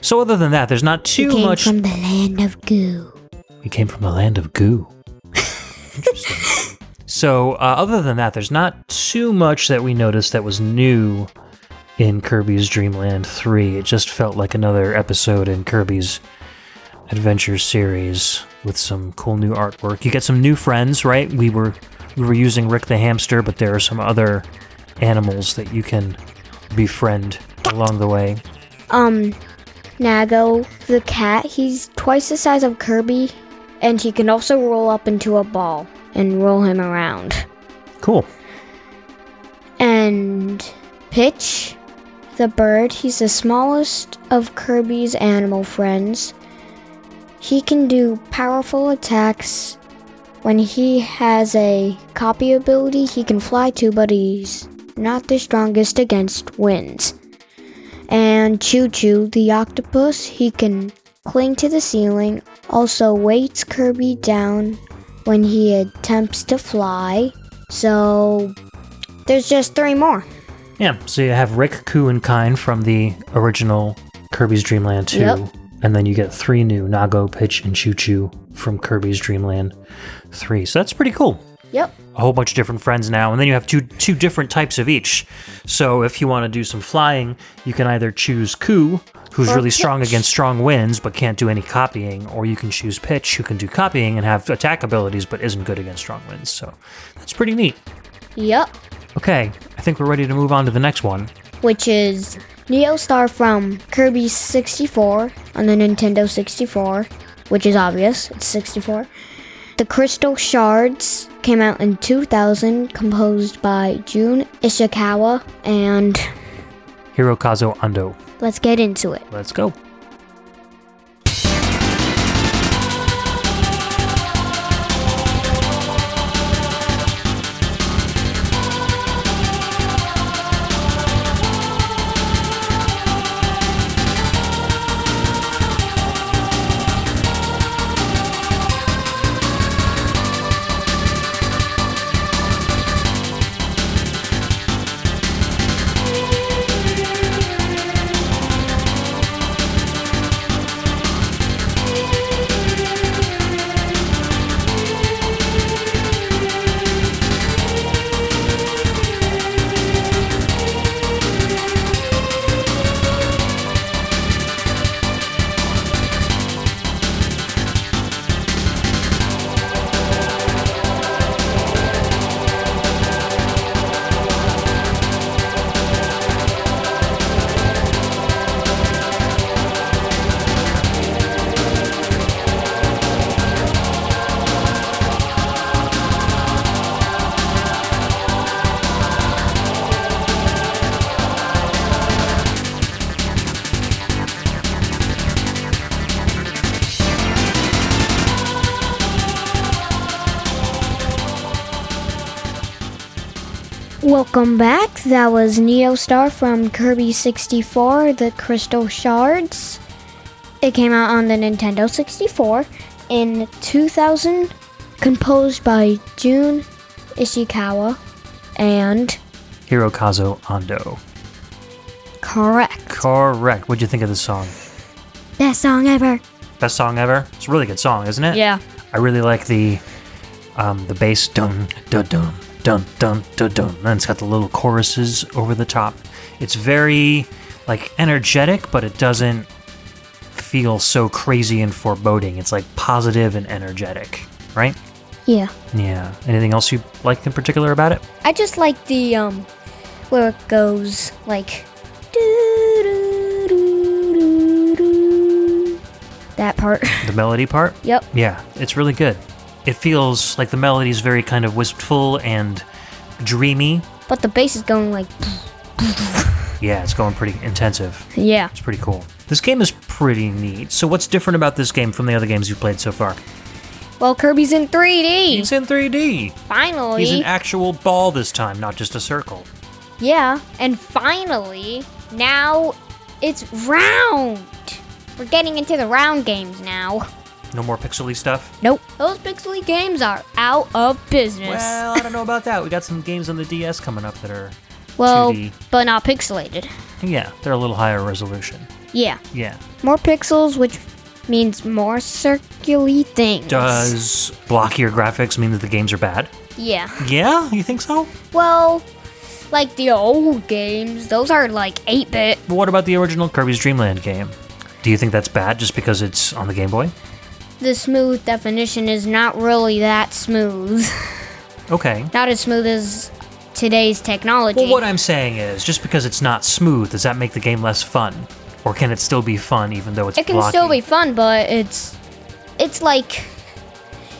[SPEAKER 1] So other than that, there's not too much.
[SPEAKER 2] the land of goo.
[SPEAKER 1] we came from the land of goo. Interesting. so uh, other than that, there's not too much that we noticed that was new in Kirby's Dream Land 3. It just felt like another episode in Kirby's adventure series with some cool new artwork. You get some new friends, right? We were we were using Rick the hamster, but there are some other animals that you can befriend along the way.
[SPEAKER 2] Um, Nago, the cat, he's twice the size of Kirby, and he can also roll up into a ball and roll him around.
[SPEAKER 1] Cool.
[SPEAKER 2] And Pitch, the bird, he's the smallest of Kirby's animal friends. He can do powerful attacks. When he has a copy ability, he can fly too, but he's not the strongest against winds. And Choo Choo, the octopus, he can cling to the ceiling, also weights Kirby down when he attempts to fly. So there's just three more.
[SPEAKER 1] Yeah, so you have Rick, Ku, and Kine from the original Kirby's Dream Land 2.
[SPEAKER 2] Yep.
[SPEAKER 1] And then you get three new Nago, Pitch, and Choo Choo from Kirby's Dream Land 3. So that's pretty cool.
[SPEAKER 2] Yep.
[SPEAKER 1] a whole bunch of different friends now, and then you have two two different types of each. So if you want to do some flying, you can either choose Ku, who's
[SPEAKER 2] Or
[SPEAKER 1] really strong
[SPEAKER 2] Pitch.
[SPEAKER 1] against strong winds but can't do any copying, or you can choose Pitch, who can do copying and have attack abilities but isn't good against strong winds. So that's pretty neat.
[SPEAKER 2] Yep.
[SPEAKER 1] Okay, I think we're ready to move on to the next one.
[SPEAKER 2] Which is Neostar from Kirby 64 on the Nintendo 64, which is obvious, it's 64. The Crystal Shards came out in 2000, composed by Jun Ishikawa, and
[SPEAKER 1] Hirokazu Ando.
[SPEAKER 2] let's get into it.
[SPEAKER 1] Let's go.
[SPEAKER 2] Welcome back. That was Neostar from Kirby 64, The Crystal Shards. It came out on the Nintendo 64 in 2000, composed by Jun Ishikawa and
[SPEAKER 1] Hirokazu Ando.
[SPEAKER 2] correct.
[SPEAKER 1] Correct. What'd you think of this song?
[SPEAKER 2] Best song ever.
[SPEAKER 1] Best song ever. It's a really good song, isn't it?
[SPEAKER 2] Yeah.
[SPEAKER 1] I really like the um, the bass dun dun dun dun dun dun dun, and it's got the little choruses over the top. It's very like energetic, but it doesn't feel so crazy and foreboding. It's like positive and energetic, right?
[SPEAKER 2] Yeah.
[SPEAKER 1] Yeah. Anything else you liked in particular about it?
[SPEAKER 2] I just like the um where it goes like doo doo doo doo doo. That part.
[SPEAKER 1] The melody part?
[SPEAKER 2] yep.
[SPEAKER 1] Yeah, it's really good. It feels like the melody is very kind of wistful and dreamy.
[SPEAKER 2] But the bass is going like
[SPEAKER 1] Yeah, it's going pretty intensive.
[SPEAKER 2] yeah.
[SPEAKER 1] It's pretty cool. This game is pretty neat. So, what's different about this game from the other games you've played so far?
[SPEAKER 2] Well, Kirby's in 3D.
[SPEAKER 1] He's in 3D.
[SPEAKER 2] Finally.
[SPEAKER 1] He's an actual ball this time, not just a circle.
[SPEAKER 2] yeah. And finally, now it's round. We're getting into the round games now.
[SPEAKER 1] No more pixely stuff.
[SPEAKER 2] Nope. Those pixely games are out of business.
[SPEAKER 1] Well, I don't know about that. We got some games on the DS coming up that are,
[SPEAKER 2] Well,
[SPEAKER 1] 2D.
[SPEAKER 2] but not pixelated.
[SPEAKER 1] yeah, they're a little higher resolution.
[SPEAKER 2] Yeah.
[SPEAKER 1] Yeah.
[SPEAKER 2] More pixels, which means more circular things.
[SPEAKER 1] Does blockier graphics mean that the games are bad?
[SPEAKER 2] Yeah.
[SPEAKER 1] Yeah, you think so?
[SPEAKER 2] Well, Like the old games, those are like 8 bit.
[SPEAKER 1] But what about the original Kirby's Dream Land game? Do you think that's bad just because it's on the Game Boy?
[SPEAKER 2] The smooth definition is not really that smooth.
[SPEAKER 1] Okay.
[SPEAKER 2] not as smooth as today's technology.
[SPEAKER 1] Well, what I'm saying is, just because it's not smooth, does that make the game less fun? Or can it still be fun even though it's
[SPEAKER 2] it can
[SPEAKER 1] blocky?
[SPEAKER 2] still be fun, but it's it's like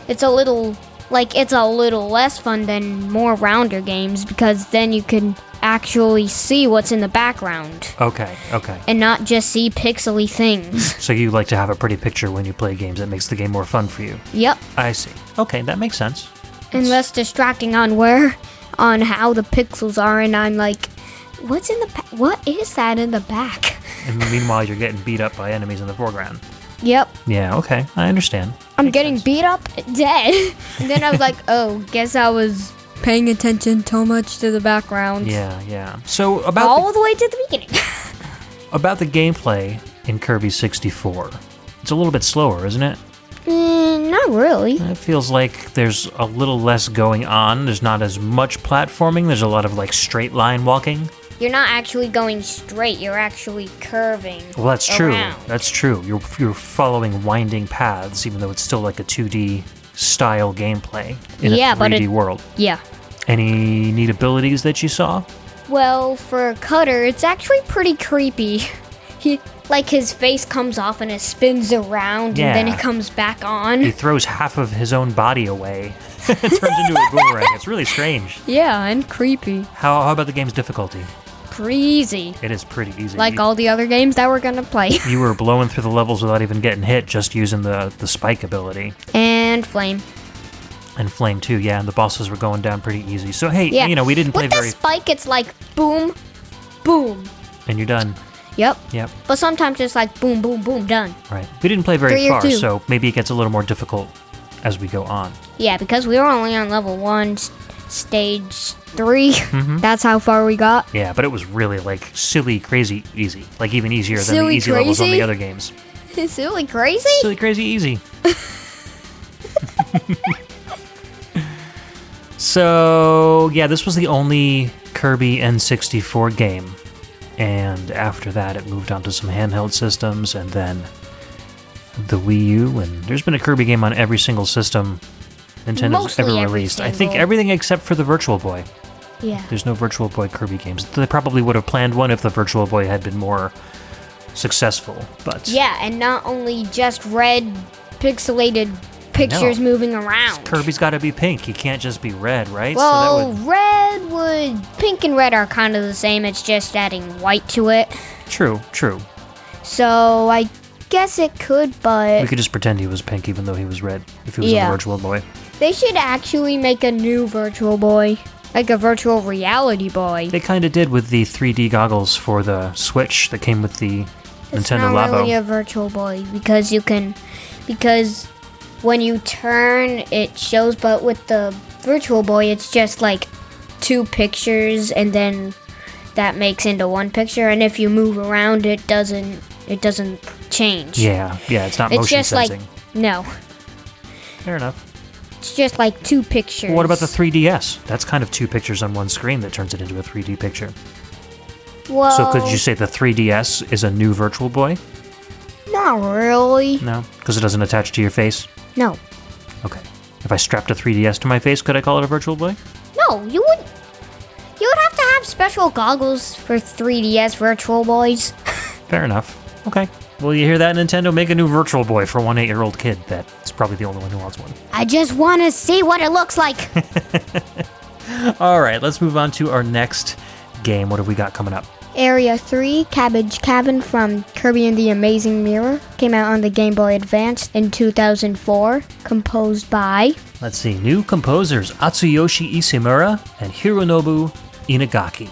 [SPEAKER 2] it's a little like it's a little less fun than more rounder games because then you can actually see what's in the background
[SPEAKER 1] Okay, okay.
[SPEAKER 2] and not just see pixely things.
[SPEAKER 1] So you like to have a pretty picture when you play games. It makes the game more fun for you.
[SPEAKER 2] yep.
[SPEAKER 1] I see. Okay, that makes sense.
[SPEAKER 2] and less distracting on where on how the pixels are and i'm like what's in the ba- what is that in the back
[SPEAKER 1] And meanwhile, you're getting beat up by enemies in the foreground.
[SPEAKER 2] yep
[SPEAKER 1] Yeah, okay. I understand.
[SPEAKER 2] i'm getting beat up dead and then i was like oh guess i was paying attention too much to the background
[SPEAKER 1] Yeah, yeah. So about the-
[SPEAKER 2] all the way to the beginning
[SPEAKER 1] about the gameplay in Kirby 64. It's a little bit slower, isn't it?
[SPEAKER 2] mm, not really
[SPEAKER 1] It feels like there's a little less going on. There's not as much platforming. There's a lot of like straight line walking.
[SPEAKER 2] you're not actually going straight you're actually curving
[SPEAKER 1] Well, that's true.
[SPEAKER 2] around.
[SPEAKER 1] That's true. You're you're following winding paths, even though it's still like a 2D style gameplay in
[SPEAKER 2] Yeah,
[SPEAKER 1] a 3D
[SPEAKER 2] but it-
[SPEAKER 1] world.
[SPEAKER 2] yeah
[SPEAKER 1] Any neat abilities that you saw?
[SPEAKER 2] Well, for Cutter, it's actually pretty creepy. He like his face comes off and it spins around and then
[SPEAKER 1] Yeah.
[SPEAKER 2] it comes back
[SPEAKER 1] He
[SPEAKER 2] on.
[SPEAKER 1] throws half of his own body away. it turns into a boomerang. It's really strange.
[SPEAKER 2] Yeah, and creepy.
[SPEAKER 1] How, how about the game's difficulty?
[SPEAKER 2] Crazy.
[SPEAKER 1] It is pretty easy.
[SPEAKER 2] Like
[SPEAKER 1] You-
[SPEAKER 2] all the other games that we're gonna play.
[SPEAKER 1] You were blowing through the levels without even getting hit, just using the, the spike ability.
[SPEAKER 2] and Flame.
[SPEAKER 1] And Flame too, yeah, and the bosses were going down pretty easy. So hey,
[SPEAKER 2] Yeah.
[SPEAKER 1] you know, we didn't play
[SPEAKER 2] With the
[SPEAKER 1] very
[SPEAKER 2] spike, it's like boom, boom.
[SPEAKER 1] and you're done.
[SPEAKER 2] Yep.
[SPEAKER 1] Yep.
[SPEAKER 2] But sometimes it's like boom, boom, boom, done.
[SPEAKER 1] Right. We didn't play very
[SPEAKER 2] Three or
[SPEAKER 1] far,
[SPEAKER 2] two.
[SPEAKER 1] so maybe it gets a little more difficult as we go on.
[SPEAKER 2] Yeah, because we were only on level one, s- stage 3
[SPEAKER 1] Mm-hmm.
[SPEAKER 2] That's how far we got.
[SPEAKER 1] Yeah, but it was really like silly, crazy, easy. Like even easier than the
[SPEAKER 2] Silly
[SPEAKER 1] easy levels on the
[SPEAKER 2] crazy?
[SPEAKER 1] other games.
[SPEAKER 2] Silly crazy.
[SPEAKER 1] Silly, crazy, easy. so, yeah, this was the only Kirby N64 game. And after that, it moved on to some handheld systems and then the Wii U. And there's been a Kirby game on every single system Nintendo's
[SPEAKER 2] Mostly
[SPEAKER 1] ever
[SPEAKER 2] every
[SPEAKER 1] released. I think
[SPEAKER 2] single.
[SPEAKER 1] everything except for the Virtual Boy.
[SPEAKER 2] yeah.
[SPEAKER 1] There's no Virtual Boy Kirby games. They probably would have planned one if the Virtual Boy had been more successful. But
[SPEAKER 2] Yeah, and not only just red pixelated pictures moving around.
[SPEAKER 1] Kirby's got to be pink. He can't just be red, right? so
[SPEAKER 2] well,
[SPEAKER 1] that
[SPEAKER 2] red would pink and red are kind of the same. It's just adding white to it.
[SPEAKER 1] would true, true.
[SPEAKER 2] So I guess it could,
[SPEAKER 1] We
[SPEAKER 2] but
[SPEAKER 1] could just pretend he was pink, even though he was red, if he was
[SPEAKER 2] Yeah.
[SPEAKER 1] a virtual boy.
[SPEAKER 2] they should actually make a new Virtual Boy, like a Virtual Reality Boy.
[SPEAKER 1] They kind of did with the 3D goggles for the Switch that came with the
[SPEAKER 2] It's
[SPEAKER 1] Nintendo
[SPEAKER 2] not
[SPEAKER 1] Labo.
[SPEAKER 2] really a Virtual Boy because you can, because when you turn it shows, but with the Virtual Boy it's just like two pictures and then that makes into one picture, and if you move around it doesn't it doesn't change.
[SPEAKER 1] yeah, yeah, it's not
[SPEAKER 2] it's
[SPEAKER 1] motion
[SPEAKER 2] just
[SPEAKER 1] sensing.
[SPEAKER 2] like no,
[SPEAKER 1] Fair enough.
[SPEAKER 2] it's just like two pictures.
[SPEAKER 1] Well, what about the 3DS? That's kind of two pictures on one screen that turns it into a 3D picture.
[SPEAKER 2] well,
[SPEAKER 1] So could you say the 3DS is a new Virtual Boy?
[SPEAKER 2] Not really.
[SPEAKER 1] No, because it doesn't attach to your face.
[SPEAKER 2] No,
[SPEAKER 1] Okay. If I strapped a 3DS to my face, could I call it a Virtual Boy?
[SPEAKER 2] no, you would. You would have to have special goggles for 3DS Virtual Boys.
[SPEAKER 1] Fair enough. Okay. Well, you hear that, Nintendo? Make a new Virtual Boy for one eight-year-old kid. That's probably the only one who wants one.
[SPEAKER 2] I just want to see what it looks like.
[SPEAKER 1] All right, let's move on to our next game. What have we got coming up?
[SPEAKER 3] Area 3 Cabbage Cabin from Kirby and the Amazing Mirror came out on the Game Boy Advance in 2004, composed by
[SPEAKER 1] Let's see. New composers Atsuyoshi Isimura and Hironobu Inagaki.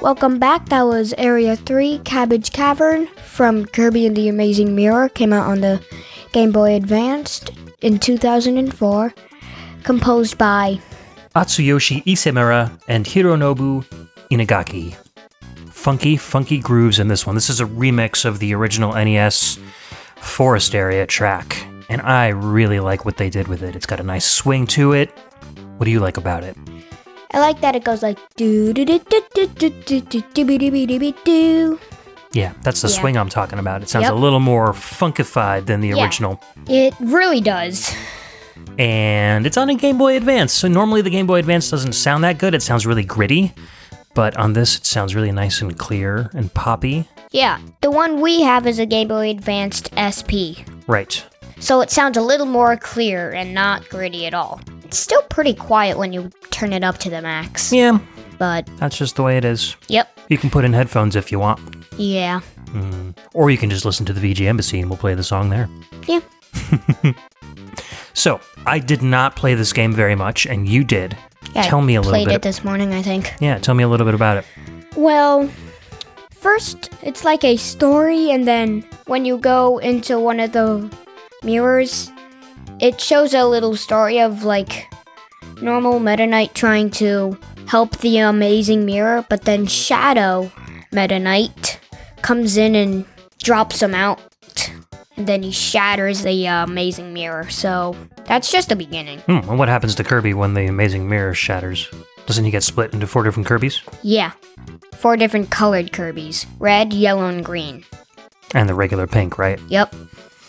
[SPEAKER 3] Welcome back. That was Area 3 Cabbage Cavern from Kirby and the Amazing Mirror. Came out on the Game Boy Advanced in 2004. Composed by.
[SPEAKER 1] Atsuyoshi Isemura and Hironobu Inagaki. Funky, funky grooves in this one. This is a remix of the original NES Forest Area track, and I really like what they did with it. It's got a nice swing to it. What do you like about it?
[SPEAKER 3] I like that it goes like. doo doo doo doo doo doo doo doo doo doo doo doo doo.
[SPEAKER 1] Yeah, that's the
[SPEAKER 2] Yeah.
[SPEAKER 1] swing I'm talking about. It sounds
[SPEAKER 2] Yep.
[SPEAKER 1] a little more funkified than the
[SPEAKER 2] Yeah.
[SPEAKER 1] original.
[SPEAKER 2] It really does.
[SPEAKER 1] And it's on a Game Boy Advance. So normally the Game Boy Advance doesn't sound that good. It sounds really gritty. But on this, it sounds really nice and clear and poppy.
[SPEAKER 2] Yeah,
[SPEAKER 3] The one we have is a Game Boy Advanced SP.
[SPEAKER 1] Right.
[SPEAKER 2] so it sounds a little more clear and not gritty at all.
[SPEAKER 3] It's still pretty quiet when you turn it up to the max.
[SPEAKER 1] Yeah,
[SPEAKER 3] But,
[SPEAKER 1] that's just the way it is.
[SPEAKER 3] yep.
[SPEAKER 1] You can put in headphones if you want.
[SPEAKER 3] Yeah.
[SPEAKER 1] Or you can just listen to the VG Embassy and we'll play the song there.
[SPEAKER 3] Yeah.
[SPEAKER 1] So, I did not play this game very much, and you did.
[SPEAKER 3] Yeah, I
[SPEAKER 1] tell me a little
[SPEAKER 3] played
[SPEAKER 1] bit.
[SPEAKER 3] it this morning, I think.
[SPEAKER 1] yeah, tell me a little bit about it.
[SPEAKER 3] Well, first it's like a story, and then when you go into one of the mirrors,
[SPEAKER 2] It shows a little story of like normal Meta Knight trying to help the amazing mirror, but then Shadow Meta Knight comes in and drops him out. And then he shatters the uh, amazing mirror. So that's just the beginning.
[SPEAKER 1] Hmm, and what happens to Kirby when the amazing mirror shatters? Doesn't he get split into four different Kirbys?
[SPEAKER 2] Yeah. Four different colored Kirby's red, yellow, and green.
[SPEAKER 1] And the regular pink, right?
[SPEAKER 2] Yep.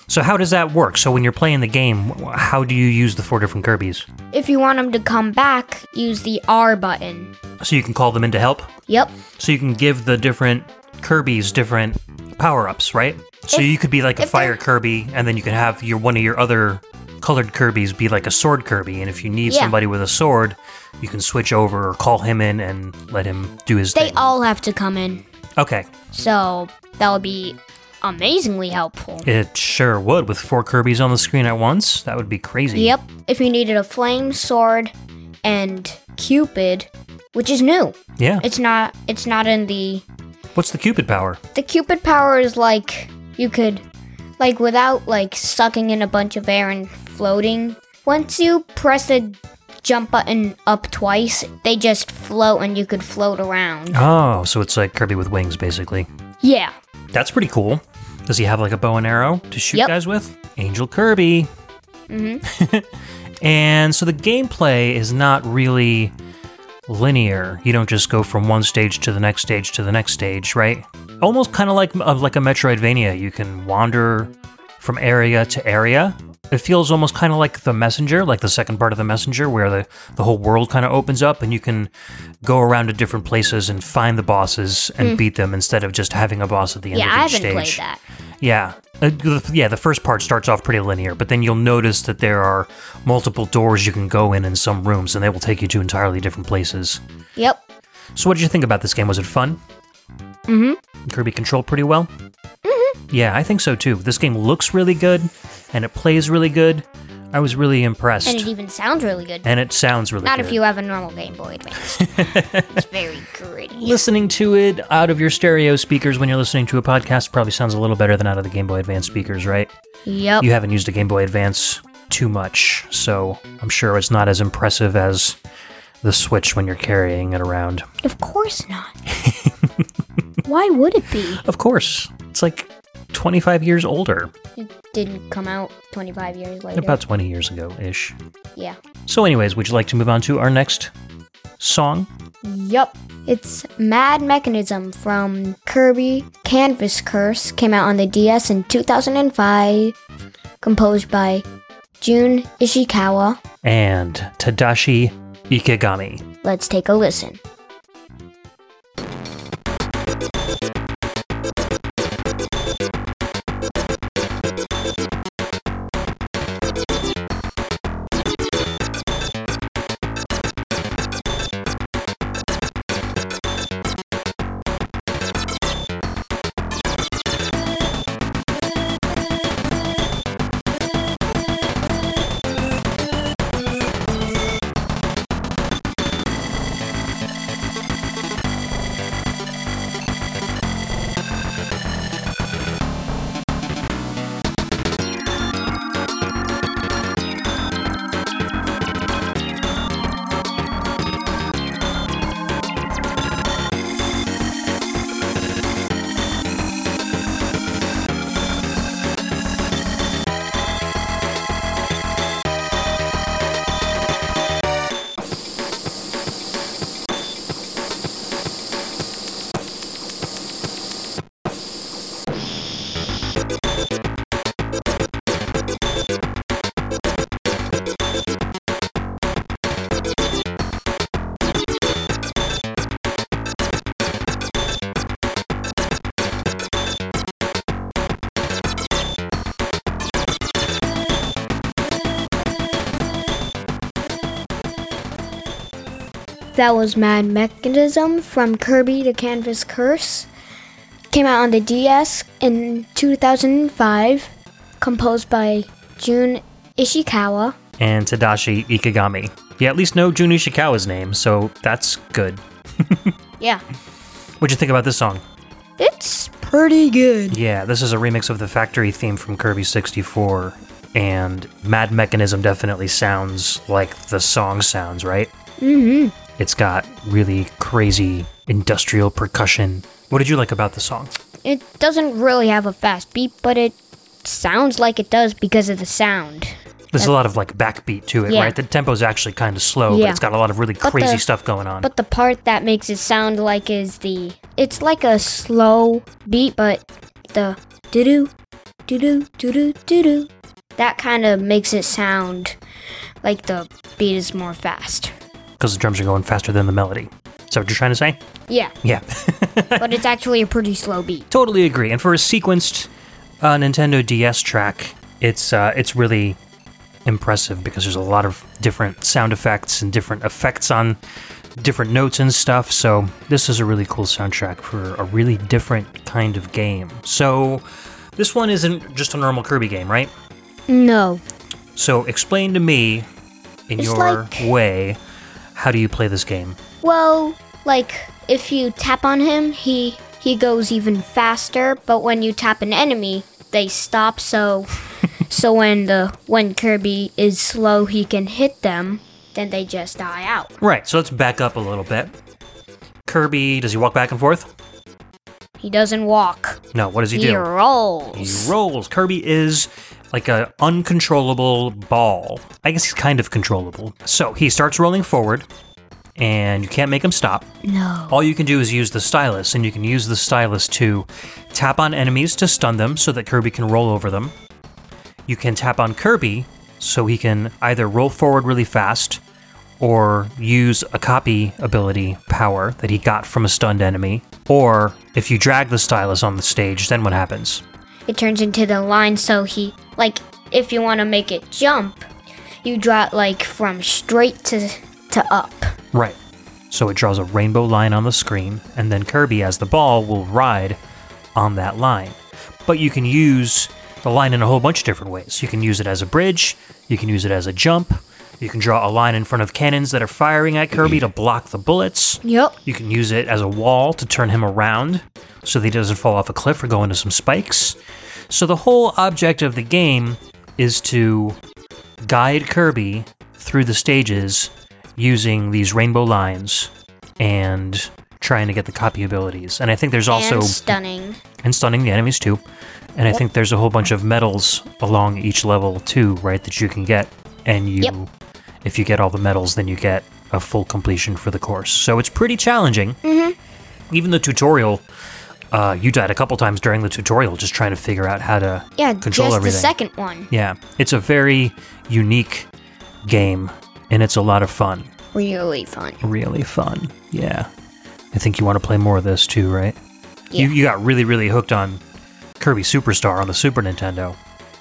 [SPEAKER 1] So, how does that work? So, when you're playing the game, wh- how do you use the four different Kirbys?
[SPEAKER 2] If you want them to come back, use the R button.
[SPEAKER 1] So, you can call them in to help?
[SPEAKER 2] Yep.
[SPEAKER 1] So, you can give the different Kirbys different power ups, right? So,
[SPEAKER 2] If-
[SPEAKER 1] you could be like a
[SPEAKER 2] if they're-
[SPEAKER 1] fire Kirby, and then you can have your one of your other colored Kirbys be like a sword Kirby. And if you need
[SPEAKER 2] Yeah.
[SPEAKER 1] somebody with a sword, you can switch over or call him in and let him do his
[SPEAKER 2] They
[SPEAKER 1] thing.
[SPEAKER 2] all have to come in.
[SPEAKER 1] okay.
[SPEAKER 2] So that would be amazingly helpful.
[SPEAKER 1] It sure would with four Kirby's on the screen at once. That would be crazy.
[SPEAKER 2] Yep. If you needed a flame sword and Cupid, which is new.
[SPEAKER 1] Yeah.
[SPEAKER 2] It's not it's not in the
[SPEAKER 1] What's the Cupid power?
[SPEAKER 2] the Cupid power is like you could like without like sucking in a bunch of air and floating. Once you press the jump button up twice, they just float and you could float around.
[SPEAKER 1] Oh, so it's like Kirby with wings, basically.
[SPEAKER 2] Yeah.
[SPEAKER 1] That's pretty cool. Does he have like a bow and arrow to shoot
[SPEAKER 2] Yep.
[SPEAKER 1] guys with? Angel Kirby. Mm-hmm. and so the gameplay is not really linear. You don't just go from one stage to the next stage to the next stage, right? Almost kind of like of like a Metroidvania. You can wander from area to area. It feels almost kind of like the messenger, like the second part of the messenger, where the, the whole world kind of opens up and you can go around to different places and find the bosses and beat them instead of just having a boss at the end
[SPEAKER 2] Hmm. Yeah,
[SPEAKER 1] of each
[SPEAKER 2] I haven't
[SPEAKER 1] stage.
[SPEAKER 2] played that.
[SPEAKER 1] Yeah. Uh, the- Yeah, the first part starts off pretty linear, but then you'll notice that there are multiple doors you can go in in some rooms, and they will take you to entirely different places.
[SPEAKER 2] Yep.
[SPEAKER 1] So, what did you think about this game? Was it fun? Mm-hmm. Kirby controlled pretty well. Mm-hmm. Yeah, I think so too. This game looks really good, and it plays really good. I was really impressed,
[SPEAKER 2] And it even sounds really good.
[SPEAKER 1] And it sounds really
[SPEAKER 2] Not
[SPEAKER 1] good.
[SPEAKER 2] if you have a normal Game Boy Advance. it's very gritty.
[SPEAKER 1] listening to it out of your stereo speakers when you're listening to a podcast probably sounds a little better than out of the Game Boy Advance speakers, right?
[SPEAKER 2] Yep.
[SPEAKER 1] you haven't used a Game Boy Advance too much, so I'm sure it's not as impressive as the Switch when you're carrying it around.
[SPEAKER 2] Of course not.
[SPEAKER 4] Why would it be?
[SPEAKER 1] Of course. It's like 25 years older,
[SPEAKER 2] It didn't come out 25 years later.
[SPEAKER 1] about 20 years ago ish.
[SPEAKER 2] yeah.
[SPEAKER 1] So, anyways, would you like to move on to our next song?
[SPEAKER 3] Yup. It's Mad Mechanism from Kirby Canvas Curse. Came out on the DS in 2005. Composed by Jun Ishikawa.
[SPEAKER 1] And Tadashi Ikegami.
[SPEAKER 3] Let's take a listen. That was Mad Mechanism from Kirby the Canvas Curse. Came out on the DS in 2005. Composed by Jun Ishikawa.
[SPEAKER 1] And Tadashi Ikegami. You at least know Jun Ishikawa's name, so that's good.
[SPEAKER 2] Yeah.
[SPEAKER 1] What'd you think about this song?
[SPEAKER 3] It's pretty good.
[SPEAKER 1] Yeah, this is a remix of the factory theme from Kirby 64, and Mad Mechanism definitely sounds like the song sounds, right? Mm-hmm. It's got really crazy industrial percussion. What did you like about the song?
[SPEAKER 2] It doesn't really have a fast beat, but it sounds like it does because of the sound.
[SPEAKER 1] There's a lot of like backbeat to it,
[SPEAKER 2] Yeah.
[SPEAKER 1] right? The tempo's actually kind of slow, but
[SPEAKER 2] Yeah.
[SPEAKER 1] it's got a lot of really
[SPEAKER 2] But
[SPEAKER 1] crazy
[SPEAKER 2] the-
[SPEAKER 1] stuff going on.
[SPEAKER 2] But the part that makes it sound like is the it's like a slow beat, but the doo doo doo doo doo doo doo doo that kind of makes it sound like the beat is more fast.
[SPEAKER 1] Because the drums are going faster than the melody. Is that what you're trying to say?
[SPEAKER 2] Yeah,
[SPEAKER 1] Yeah.
[SPEAKER 2] but it's actually a pretty slow beat.
[SPEAKER 1] totally agree. And for a sequenced uh, Nintendo DS track, it's uh, it's really impressive because there's a lot of different sound effects and different effects on different notes and stuff. So this is a really cool soundtrack for a really different kind of game. So this one isn't just a normal Kirby game, right?
[SPEAKER 3] No.
[SPEAKER 1] So explain to me in
[SPEAKER 2] It's
[SPEAKER 1] your
[SPEAKER 2] like-
[SPEAKER 1] way how do you play this game?
[SPEAKER 2] Well, like if you tap on him, he he goes even faster, but when you tap an enemy, they stop so so when the when Kirby is slow, he can hit them, then they just die out.
[SPEAKER 1] Right, so let's back up a little bit. Kirby, does he walk back and forth?
[SPEAKER 2] He doesn't walk.
[SPEAKER 1] No, what does he
[SPEAKER 2] He
[SPEAKER 1] do? He
[SPEAKER 2] rolls.
[SPEAKER 1] rolls. Kirby is like a uncontrollable ball. I guess he's kind of controllable. So he starts rolling forward, and you can't make him stop.
[SPEAKER 3] No.
[SPEAKER 1] All you can do is use the stylus, and you can use the stylus to tap on enemies to stun them so that Kirby can roll over them. You can tap on Kirby so he can either roll forward really fast or use a copy ability power that he got from a stunned enemy. Or if you drag the stylus on the stage, then what happens?
[SPEAKER 2] It turns into the line so he like if you want to make it jump, you draw it like from straight to to up.
[SPEAKER 1] Right. So it draws a rainbow line on the screen, and then Kirby, as the ball, will ride on that line. But you can use the line in a whole bunch of different ways. You can use it as a bridge, you can use it as a jump, you can draw a line in front of cannons that are firing at Kirby to block the bullets.
[SPEAKER 3] Yup.
[SPEAKER 1] You can use it as a wall to turn him around so that he doesn't fall off a cliff or go into some spikes. So the whole object of the game is to guide Kirby through the stages using these rainbow lines and trying to get the copy abilities. And I think there's also
[SPEAKER 2] and stunning.
[SPEAKER 1] and stunning the enemies too. And I think there's a whole bunch of medals along each level too, right? That you can get, and you,
[SPEAKER 2] Yep.
[SPEAKER 1] if you get all the medals, then you get a full completion for the course. So it's pretty challenging. Mm-hmm. Even the tutorial, uh, you died a couple times during the tutorial just trying to figure out how to
[SPEAKER 2] Yeah,
[SPEAKER 1] control
[SPEAKER 2] just
[SPEAKER 1] everything.
[SPEAKER 2] the second one
[SPEAKER 1] Yeah, it's a very unique game, and it's a lot of fun.
[SPEAKER 2] really fun.
[SPEAKER 1] Really fun. Yeah, I think you want to play more of this too, right?
[SPEAKER 2] Yeah.
[SPEAKER 1] You, you got really, really hooked on Kirby Superstar on the Super Nintendo.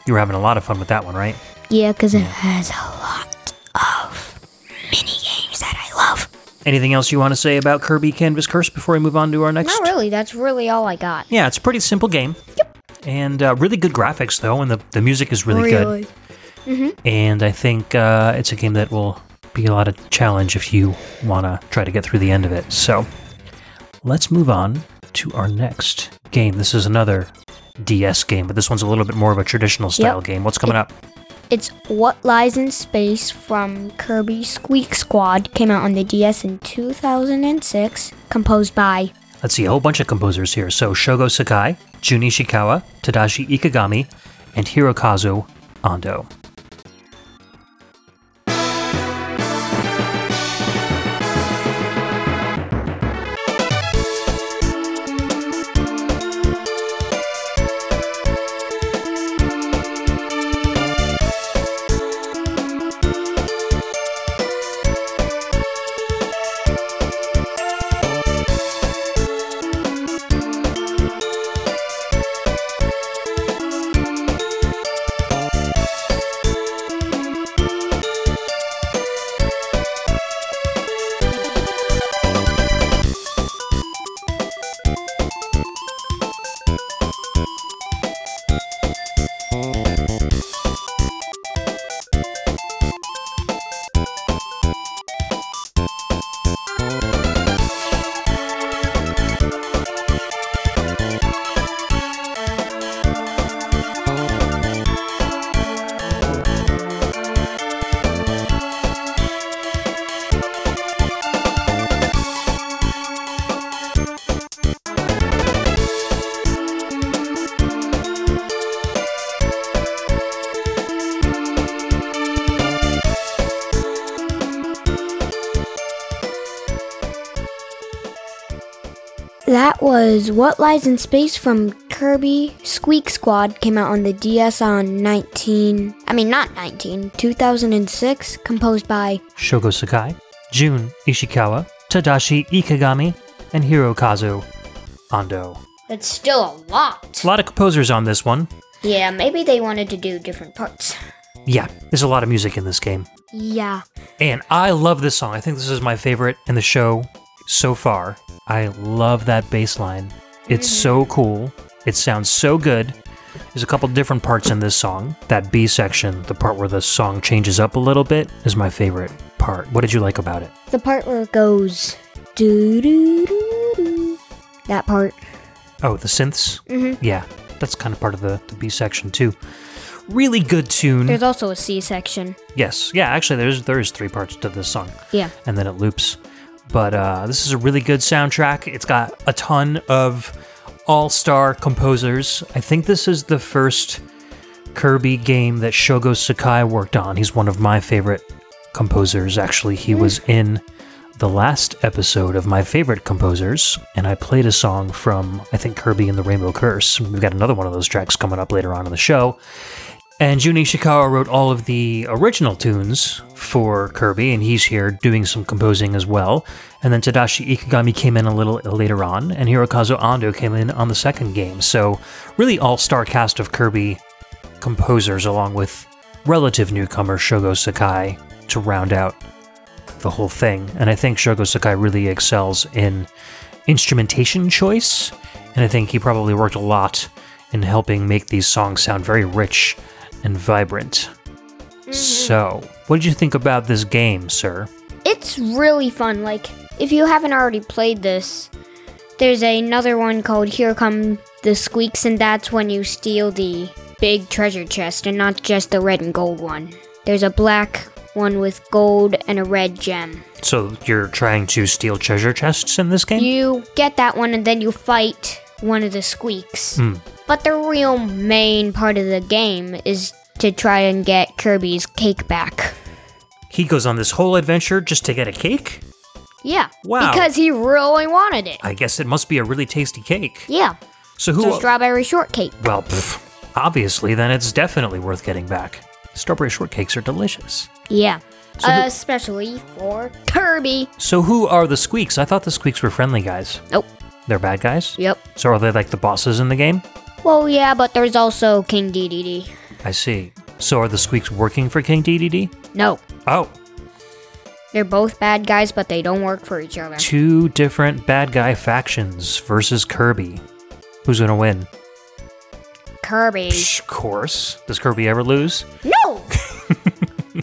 [SPEAKER 1] You were having a lot of fun with that one, right?
[SPEAKER 2] Yeah, because it has a lot of mini games that I love.
[SPEAKER 1] Anything else you want to say about Kirby Canvas Curse before we move on to our next?
[SPEAKER 2] Not really. That's really all I got.
[SPEAKER 1] Yeah, it's a pretty simple game. Yep. And uh, really good graphics though, and the, the music is really, good. And I think uh, it's a game that will be a lot of challenge if you want to try to get through the end of it. So let's move on to our next game. This is another DS game, but this one's a little bit more of a traditional style
[SPEAKER 2] Yep.
[SPEAKER 1] game. What's coming up?
[SPEAKER 2] It's What Lies in Space from Kirby Squeak Squad. Came out on the DS in 2006. Composed by.
[SPEAKER 1] Let's see, a whole bunch of composers here. So Shogo Sakai, Jun Ishikawa, Tadashi Ikigami, and Hirokazu Ando.
[SPEAKER 2] That was What Lies in Space from Kirby Squeak Squad. Came out on the DS on 19. I mean, not 19, 2006. Composed by.
[SPEAKER 1] Shogo Sakai, Jun Ishikawa, Tadashi Ikigami, and Hirokazu Ando.
[SPEAKER 5] That's still a lot.
[SPEAKER 1] A lot of composers on this one.
[SPEAKER 5] Yeah, maybe they wanted to do different parts.
[SPEAKER 1] Yeah, there's a lot of music in this game.
[SPEAKER 2] Yeah.
[SPEAKER 1] And I love this song. I think this is my favorite in the show so far. I love that bass line. It's so cool. It sounds so good. There's a couple different parts in this song. That B section, the part where the song changes up a little bit, is my favorite part. What did you like about it?
[SPEAKER 2] The part where it goes. Doo doo doo doo. That part.
[SPEAKER 1] Oh, the synths? Mm-hmm. Yeah, that's kind of part of the, the B section too. Really good tune.
[SPEAKER 2] There's also a C section.
[SPEAKER 1] yes, yeah, actually, there's there is three parts to this song,
[SPEAKER 2] Yeah.
[SPEAKER 1] and then it loops. But uh, this is a really good soundtrack. It's got a ton of all star composers. I think this is the first Kirby game that Shogo Sakai worked on. He's one of my favorite composers. Actually, he was in the last episode of my favorite composers, and I played a song from, I think, Kirby and the Rainbow Curse. We've got another one of those tracks coming up later on in the show. And Jun Ishikawa wrote all of the original tunes for Kirby, and he's here doing some composing as well. And then Tadashi Ikigami came in a little later on, and Hirokazu Ando came in on the second game. So, really, all star cast of Kirby composers, along with relative newcomer Shogo Sakai, to round out the whole thing. And I think Shogo Sakai really excels in instrumentation choice, and I think he probably worked a lot in helping make these songs sound very rich and vibrant. So, what did you think about this game, sir?
[SPEAKER 2] It's really fun. Like, if you haven't already played this, there's another one called Here Come the Squeaks, and that's when you steal the big treasure chest and not just the red and gold one. There's a black one with gold and a red gem.
[SPEAKER 1] So you're trying to steal treasure chests in this game?
[SPEAKER 2] You get that one and then you fight one of the squeaks.
[SPEAKER 1] Hmm.
[SPEAKER 2] But the real main part of the game is to try and get Kirby's cake back.
[SPEAKER 1] He goes on this whole adventure just to get a cake?
[SPEAKER 2] Yeah.
[SPEAKER 1] Wow.
[SPEAKER 2] Because he really wanted it.
[SPEAKER 1] I guess it must be a really tasty cake.
[SPEAKER 2] Yeah.
[SPEAKER 1] So who?
[SPEAKER 2] So strawberry shortcake.
[SPEAKER 1] well, pff, obviously, then it's definitely worth getting back. Strawberry shortcakes are delicious.
[SPEAKER 2] Yeah.
[SPEAKER 1] So who-
[SPEAKER 2] Especially for Kirby.
[SPEAKER 1] So who are the squeaks? I thought the squeaks were friendly guys.
[SPEAKER 2] Nope.
[SPEAKER 1] They're bad guys?
[SPEAKER 2] Yep.
[SPEAKER 1] So are they like the bosses in the game?
[SPEAKER 2] Well, yeah, but there's also King DDD.
[SPEAKER 1] I see. So are the squeaks working for King DDD?
[SPEAKER 2] No.
[SPEAKER 1] Oh,
[SPEAKER 2] They're both bad guys, but they don't work for each other.
[SPEAKER 1] two different bad guy factions versus Kirby. Who's gonna win?
[SPEAKER 2] Kirby.
[SPEAKER 1] Psh, of course. Does Kirby ever lose?
[SPEAKER 2] No.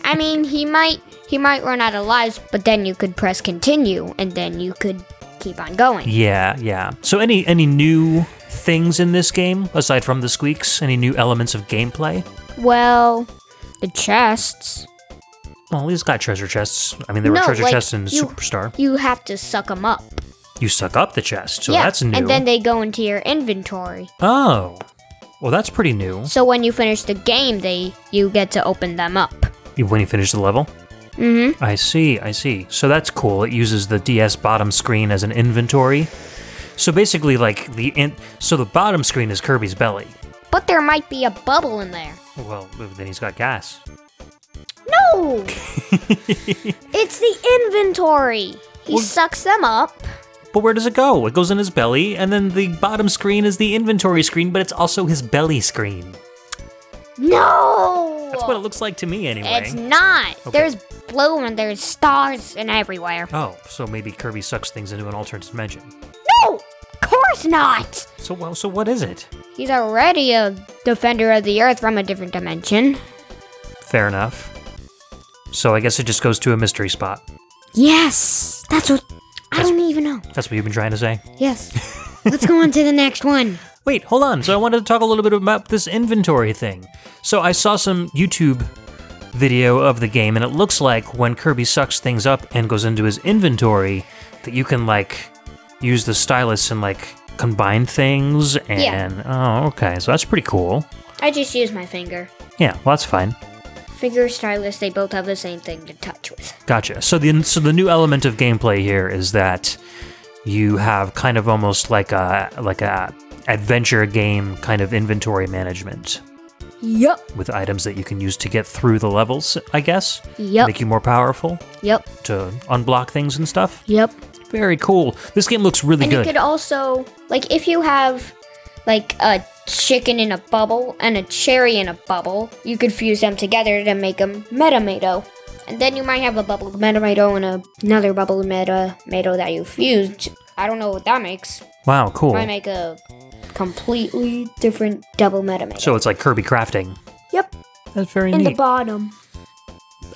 [SPEAKER 2] I mean, he might he might run out of lives, but then you could press continue, and then you could keep on going.
[SPEAKER 1] Yeah, yeah. So any any new things in this game aside from the squeaks? Any new elements of gameplay?
[SPEAKER 2] Well, the chests.
[SPEAKER 1] Well, he's got treasure chests. I mean, there
[SPEAKER 2] No,
[SPEAKER 1] were treasure
[SPEAKER 2] like,
[SPEAKER 1] chests in
[SPEAKER 2] you-
[SPEAKER 1] Superstar.
[SPEAKER 2] You have to suck them up.
[SPEAKER 1] You suck up the chest, so
[SPEAKER 2] yeah,
[SPEAKER 1] that's new.
[SPEAKER 2] and then they go into your inventory.
[SPEAKER 1] oh, well, that's pretty new.
[SPEAKER 2] So when you finish the game, they you get to open them up.
[SPEAKER 1] You- When you finish the level,
[SPEAKER 2] Mm-hmm.
[SPEAKER 1] I see, I see. So that's cool. It uses the DS bottom screen as an inventory. So basically, like the in- so the bottom screen is Kirby's belly.
[SPEAKER 2] But there might be a bubble in there.
[SPEAKER 1] Well, then he's got gas.
[SPEAKER 2] No. it's the inventory. He
[SPEAKER 1] Well-
[SPEAKER 2] sucks them up.
[SPEAKER 1] But where does it go? It goes in his belly, and then the bottom screen is the inventory screen, but it's also his belly screen.
[SPEAKER 2] No.
[SPEAKER 1] That's what it looks like to me, anyway.
[SPEAKER 2] It's not.
[SPEAKER 1] Okay.
[SPEAKER 2] There's blue and there's stars and everywhere.
[SPEAKER 1] oh, so maybe Kirby sucks things into an alternate dimension.
[SPEAKER 2] No, of course not.
[SPEAKER 1] So, well, so what is it?
[SPEAKER 2] He's already a defender of the earth from a different dimension.
[SPEAKER 1] Fair enough. So I guess it just goes to a mystery spot.
[SPEAKER 2] Yes, that's what. I don't even know.
[SPEAKER 1] That's what you've been trying to say.
[SPEAKER 2] Yes. Let's go on to the next one.
[SPEAKER 1] Wait, hold on. So I wanted to talk a little bit about this inventory thing. So I saw some YouTube video of the game, and it looks like when Kirby sucks things up and goes into his inventory, that you can like use the stylus and like combine things. And oh, okay, so that's pretty cool.
[SPEAKER 2] I just used my finger.
[SPEAKER 1] Yeah, well, that's fine.
[SPEAKER 2] Finger stylus, they both have the same thing to touch with.
[SPEAKER 1] Gotcha. So the so the new element of gameplay here is that you have kind of almost like a like a adventure game kind of inventory management.
[SPEAKER 2] Yup.
[SPEAKER 1] with items that you can use to get through the levels, I guess.
[SPEAKER 2] Yep.
[SPEAKER 1] Make you more powerful
[SPEAKER 2] Yep.
[SPEAKER 1] to unblock things and stuff.
[SPEAKER 2] Yep.
[SPEAKER 1] Very cool. This game looks really
[SPEAKER 2] And you
[SPEAKER 1] good.
[SPEAKER 2] could also, like, if you have, like, a chicken in a bubble and a cherry in a bubble, you could fuse them together to make a metamato. And then you might have a bubble metamato and a, another bubble metamato that you fused. I don't know what that makes.
[SPEAKER 1] wow, cool.
[SPEAKER 2] Might make a completely different double metamato.
[SPEAKER 1] So it's like Kirby crafting.
[SPEAKER 2] yep,
[SPEAKER 1] That's very
[SPEAKER 2] in the
[SPEAKER 1] neat.
[SPEAKER 2] bottom.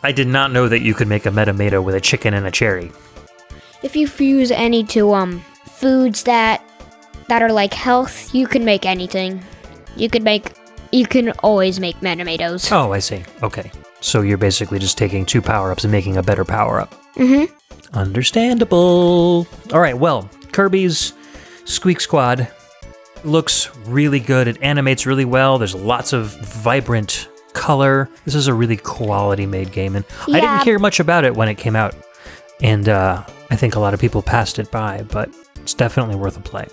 [SPEAKER 1] I did not know that you could make a metamato with a chicken and a cherry.
[SPEAKER 2] If you fuse any two um foods that that are like health, you can make anything. You could make you can always make metamatos.
[SPEAKER 1] Oh, I see. Okay. So you're basically just taking two power ups and making a better power up.
[SPEAKER 2] Mm-hmm.
[SPEAKER 1] Understandable. All right, well, Kirby's Squeak Squad looks really good. It animates really well. There's lots of vibrant color. This is a really quality made game, and I didn't
[SPEAKER 2] Yeah.
[SPEAKER 1] hear much about it when it came out. And uh, I think a lot of people passed it by, but it's definitely worth a play.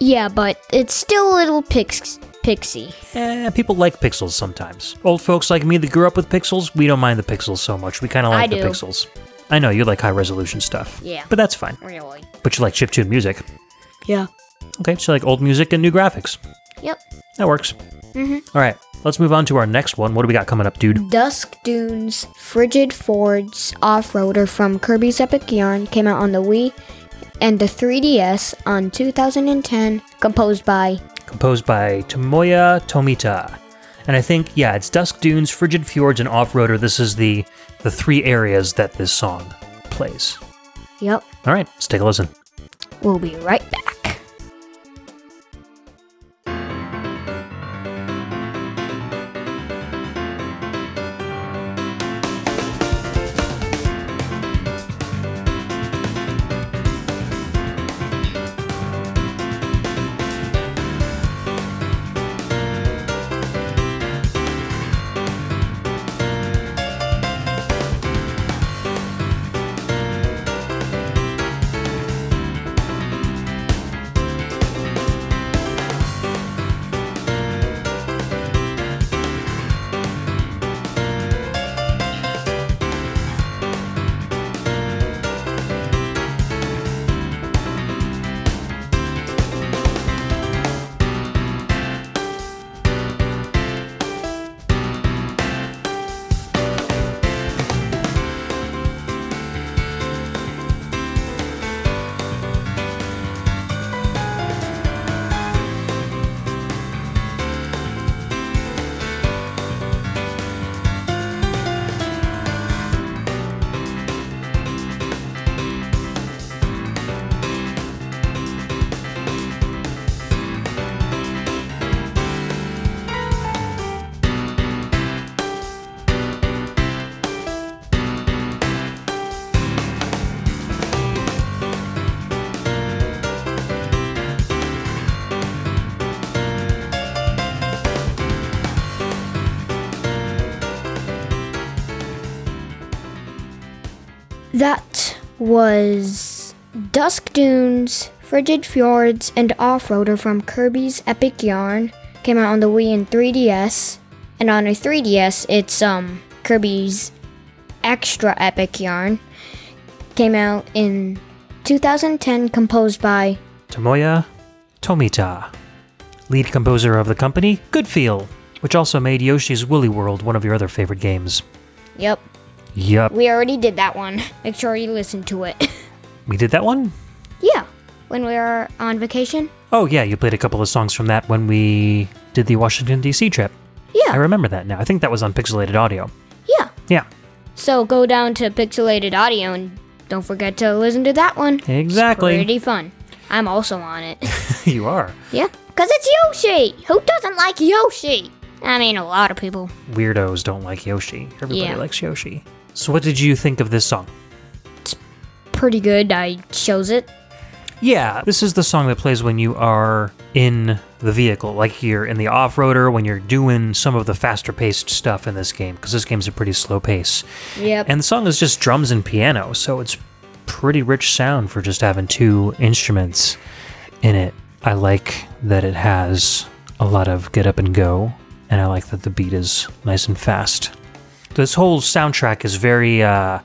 [SPEAKER 2] Yeah, but it's still a little pix- pixie.
[SPEAKER 1] Eh, people like pixels sometimes. Old folks like me that grew up with pixels, we don't mind the pixels so much. We kind of
[SPEAKER 2] I
[SPEAKER 1] like the
[SPEAKER 2] do.
[SPEAKER 1] pixels. I know you like high resolution stuff.
[SPEAKER 2] Yeah.
[SPEAKER 1] But that's fine.
[SPEAKER 2] Really?
[SPEAKER 1] But you like chiptune music.
[SPEAKER 2] Yeah.
[SPEAKER 1] Okay, so like old music and new graphics.
[SPEAKER 2] Yep.
[SPEAKER 1] That works.
[SPEAKER 2] Mhm.
[SPEAKER 1] All right, let's move on to our next one. What do we got coming up, dude?
[SPEAKER 2] Dusk Dunes Frigid Fords Off Roader from Kirby's Epic Yarn came out on the Wii and the 3DS on 2010, composed by.
[SPEAKER 1] Composed by Tomoya Tomita. And I think, yeah, it's Dusk Dunes, Frigid Fjords, and Off-Roader. This is the the three areas that this song plays.
[SPEAKER 2] Yep.
[SPEAKER 1] All right, let's take a listen.
[SPEAKER 2] We'll be right back. That was Dusk Dunes, Frigid Fjords, and Off Roader from Kirby's Epic Yarn. Came out on the Wii and 3DS. And on a 3DS, it's um Kirby's Extra Epic Yarn. Came out in 2010, composed by
[SPEAKER 1] Tomoya Tomita, lead composer of the company Good Feel, which also made Yoshi's Woolly World one of your other favorite games.
[SPEAKER 2] Yep.
[SPEAKER 1] Yup.
[SPEAKER 2] We already did that one. Make sure you listen to it.
[SPEAKER 1] We did that one?
[SPEAKER 2] yeah. When we were on vacation?
[SPEAKER 1] Oh, yeah, you played a couple of songs from that when we did the Washington, D.C. trip. I
[SPEAKER 2] Yeah.
[SPEAKER 1] remember that now. I think that was on Pixelated Audio.
[SPEAKER 2] Yeah.
[SPEAKER 1] Yeah,
[SPEAKER 2] So go down to Pixelated Audio and don't forget to listen to that one. It's
[SPEAKER 1] Exactly.
[SPEAKER 2] pretty fun. I'm also on it.
[SPEAKER 1] you are.
[SPEAKER 2] yeah. Because it's Yoshi! Who doesn't like Yoshi? I mean, a lot of people.
[SPEAKER 1] Weirdos don't like Yoshi. Everybody
[SPEAKER 2] Yeah.
[SPEAKER 1] likes Yoshi. So, what did you think of this song?
[SPEAKER 2] Pretty good. I chose it.
[SPEAKER 1] Yeah, this is the song that plays when you are in the vehicle, like you're in the off roader, when you're doing some of the faster paced stuff in this game, because this game's a pretty slow pace.
[SPEAKER 2] Yep.
[SPEAKER 1] And the song is just drums and piano, so it's pretty rich sound for just having two instruments in it. I like that it has a lot of get up and go, and I like that the beat is nice and fast. This whole soundtrack is very uh,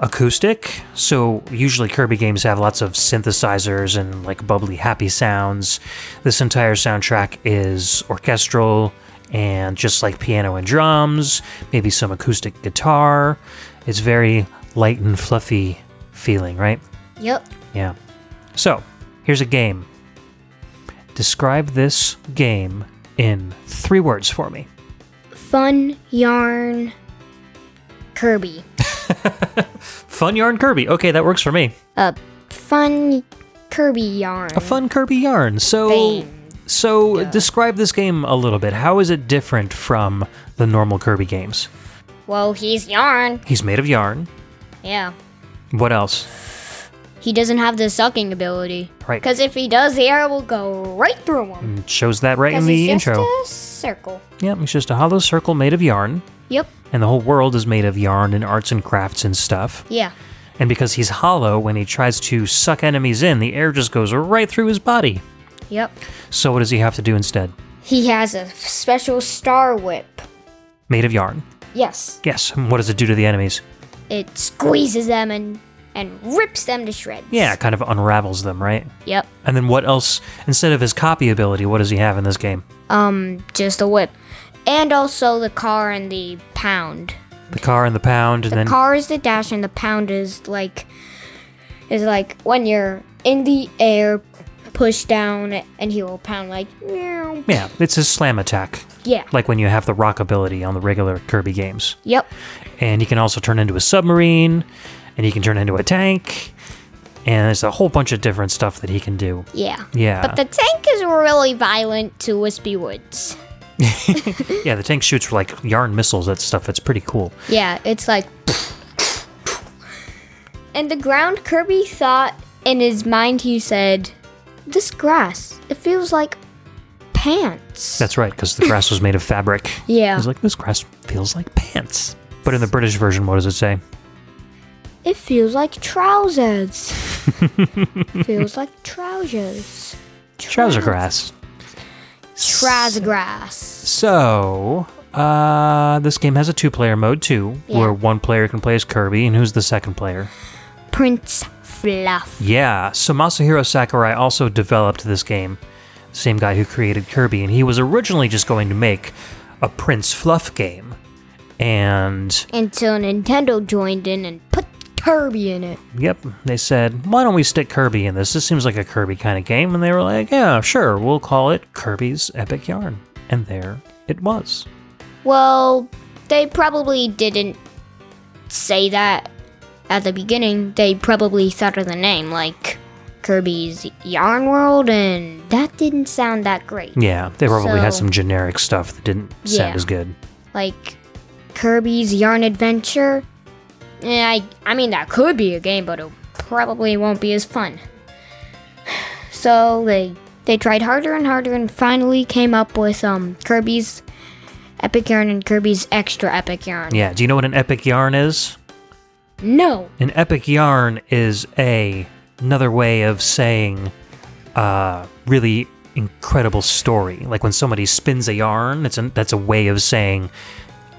[SPEAKER 1] acoustic, so usually Kirby games have lots of synthesizers and like bubbly, happy sounds. This entire soundtrack is orchestral and just like piano and drums, maybe some acoustic guitar. It's very light and fluffy feeling, right?
[SPEAKER 2] yep.
[SPEAKER 1] Yeah. So, here's a game. Describe this game in three words for me.
[SPEAKER 2] Fun yarn. Kirby.
[SPEAKER 1] Fun yarn Kirby. Okay, that works for me.
[SPEAKER 2] A fun Kirby yarn.
[SPEAKER 1] A fun Kirby yarn. So,
[SPEAKER 2] Thing.
[SPEAKER 1] so describe this game a little bit. How is it different from the normal Kirby games?
[SPEAKER 2] Well, he's yarn.
[SPEAKER 1] He's made of yarn.
[SPEAKER 2] Yeah.
[SPEAKER 1] What else?
[SPEAKER 2] He doesn't have the sucking ability.
[SPEAKER 1] Right.
[SPEAKER 2] Because if he does, the arrow will go right through him.
[SPEAKER 1] It shows that right in
[SPEAKER 2] Because
[SPEAKER 1] the
[SPEAKER 2] it's just
[SPEAKER 1] intro.
[SPEAKER 2] a circle.
[SPEAKER 1] Yeah, it's just a hollow circle made of yarn,
[SPEAKER 2] Yep.
[SPEAKER 1] and the whole world is made of yarn and arts and crafts and stuff.
[SPEAKER 2] Yeah.
[SPEAKER 1] And because he's hollow, when he tries to suck enemies in, the air just goes right through his body.
[SPEAKER 2] Yep.
[SPEAKER 1] So, what does he have to do instead?
[SPEAKER 2] He has a special star whip.
[SPEAKER 1] Made of yarn.
[SPEAKER 2] Yes.
[SPEAKER 1] Yes. And what does it do to the enemies?
[SPEAKER 2] It squeezes them and and rips them to shreds.
[SPEAKER 1] Yeah, it kind of unravels them, right?
[SPEAKER 2] Yep.
[SPEAKER 1] And then what else? Instead of his copy ability, what does he have in this game?
[SPEAKER 2] Um, just a whip. And also the car and the pound.
[SPEAKER 1] The car and the pound, and
[SPEAKER 2] The
[SPEAKER 1] then
[SPEAKER 2] car is the dash and the pound is like is like when you're in the air, push down and he will pound like meow.
[SPEAKER 1] yeah, it's his slam attack,
[SPEAKER 2] Yeah.
[SPEAKER 1] like when you have the rock ability on the regular Kirby games.
[SPEAKER 2] Yep.
[SPEAKER 1] and he can also turn into a submarine and he can turn into a tank and there's a whole bunch of different stuff that he can do
[SPEAKER 2] Yeah.
[SPEAKER 1] yeah
[SPEAKER 2] But the tank is really violent to Wispy Woods.
[SPEAKER 1] yeah the tank shoots like yarn missiles at stuff it's pretty cool
[SPEAKER 2] Yeah, it's like. and the ground Kirby thought in his mind, he said, This grass, it feels like pants.
[SPEAKER 1] that's right because the grass was made of fabric
[SPEAKER 2] Yeah.
[SPEAKER 1] he's like this grass feels like pants but in the british version what does it say
[SPEAKER 2] It feels like trousers. feels like trousers.
[SPEAKER 1] trouser grass
[SPEAKER 2] Trouser grass.
[SPEAKER 1] so uh this game has a two-player mode too
[SPEAKER 2] Yeah.
[SPEAKER 1] where one player can play as kirby and who's the second player
[SPEAKER 2] Prince Fluff.
[SPEAKER 1] Yeah, so Masahiro Sakurai also developed this game, the same guy who created Kirby, and he was originally just going to make a Prince Fluff game. And,
[SPEAKER 2] Until Nintendo joined in and put Kirby in it.
[SPEAKER 1] yep, they said, why don't we stick Kirby in this? This seems like a Kirby kind of game. And they were like, yeah, sure, we'll call it Kirby's Epic Yarn. And there it was.
[SPEAKER 2] Well, they probably didn't say that at the beginning. They probably thought of the name, like Kirby's Yarn World, and that didn't sound that great.
[SPEAKER 1] Yeah, they probably had
[SPEAKER 2] So-
[SPEAKER 1] some generic stuff that didn't sound
[SPEAKER 2] Yeah.
[SPEAKER 1] as good.
[SPEAKER 2] Like Kirby's Yarn Adventure. Yeah, I, I mean, that could be a game, but it probably won't be as fun. So they they tried harder and harder and finally came up with um Kirby's Epic Yarn and Kirby's Extra Epic Yarn.
[SPEAKER 1] Yeah, do you know what an Epic Yarn is?
[SPEAKER 3] No.
[SPEAKER 1] An epic yarn is a another way of saying uh, really incredible story. Like when somebody spins a yarn, it's an, that's a way of saying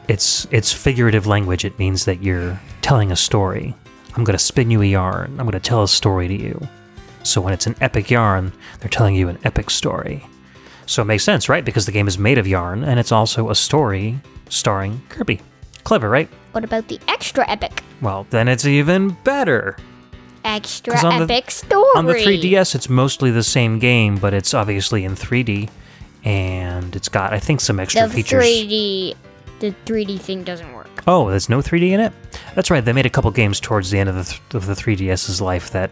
[SPEAKER 1] it's it's figurative language. It means that you're telling a story. I'm gonna spin you a yarn. I'm gonna tell a story to you. So when it's an epic yarn, they're telling you an epic story. So it makes sense, right? Because the game is made of yarn, and it's also a story starring Kirby. Clever, right?
[SPEAKER 3] What about the extra epic?
[SPEAKER 1] Well, then it's even better.
[SPEAKER 3] Extra
[SPEAKER 1] 'Cause on the-
[SPEAKER 3] epic story.
[SPEAKER 1] On the 3DS, it's mostly the same game, but it's obviously in 3D, and it's got, I think, some extra
[SPEAKER 3] the
[SPEAKER 1] features.
[SPEAKER 3] 3D, the 3D thing doesn't work.
[SPEAKER 1] Oh, there's no 3D in it. That's right. They made a couple games towards the end of the th- of the 3DS's life that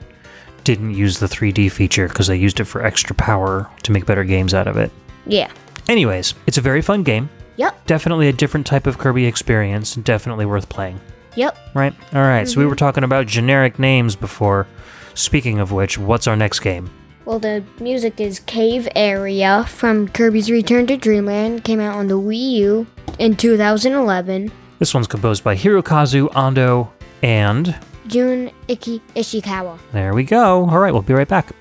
[SPEAKER 1] didn't use the 3D feature because they used it for extra power to make better games out of it.
[SPEAKER 3] Yeah.
[SPEAKER 1] Anyways, it's a very fun game.
[SPEAKER 3] Yep.
[SPEAKER 1] Definitely a different type of Kirby experience. and Definitely worth playing.
[SPEAKER 3] Yep.
[SPEAKER 1] Right. All right, So we were talking about generic names before. Speaking of which, what's our next game?
[SPEAKER 3] Well, the music is Cave Area from Kirby's Return to Dreamland. Came out on the Wii U in 2011.
[SPEAKER 1] This one's composed by Hirokazu Ando and
[SPEAKER 3] Jun Iki Ishikawa.
[SPEAKER 1] there we go. All right, we'll be right back.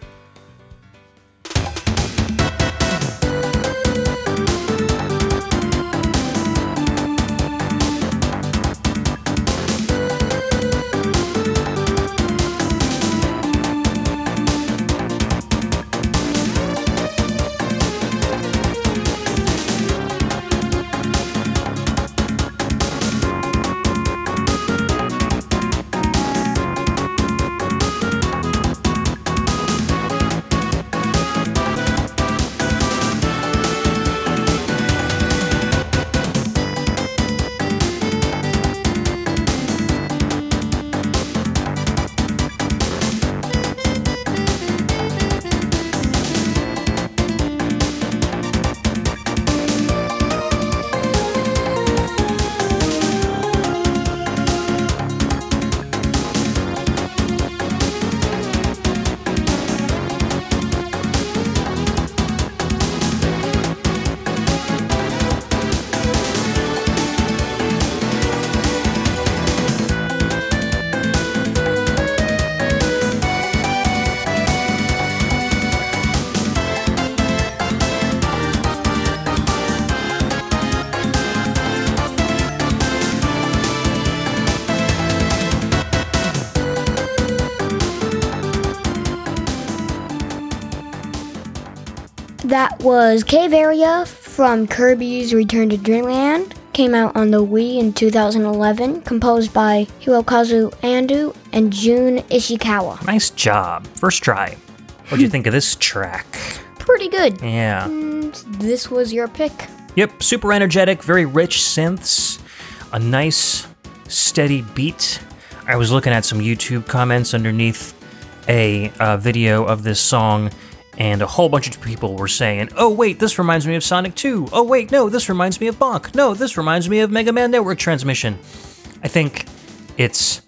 [SPEAKER 3] That was Cave Area from Kirby's Return to Dreamland. Came out on the Wii in 2011, composed by Hirokazu Ando and Jun Ishikawa.
[SPEAKER 1] Nice job. First try. What'd you think of this track?
[SPEAKER 3] Pretty good.
[SPEAKER 1] Yeah.
[SPEAKER 3] And this was your pick.
[SPEAKER 1] Yep, super energetic, very rich synths, a nice steady beat. I was looking at some YouTube comments underneath a uh, video of this song, and a whole bunch of people were saying, Oh, wait, this reminds me of Sonic 2. Oh, wait, no, this reminds me of Bonk. No, this reminds me of Mega Man Network Transmission. I think it's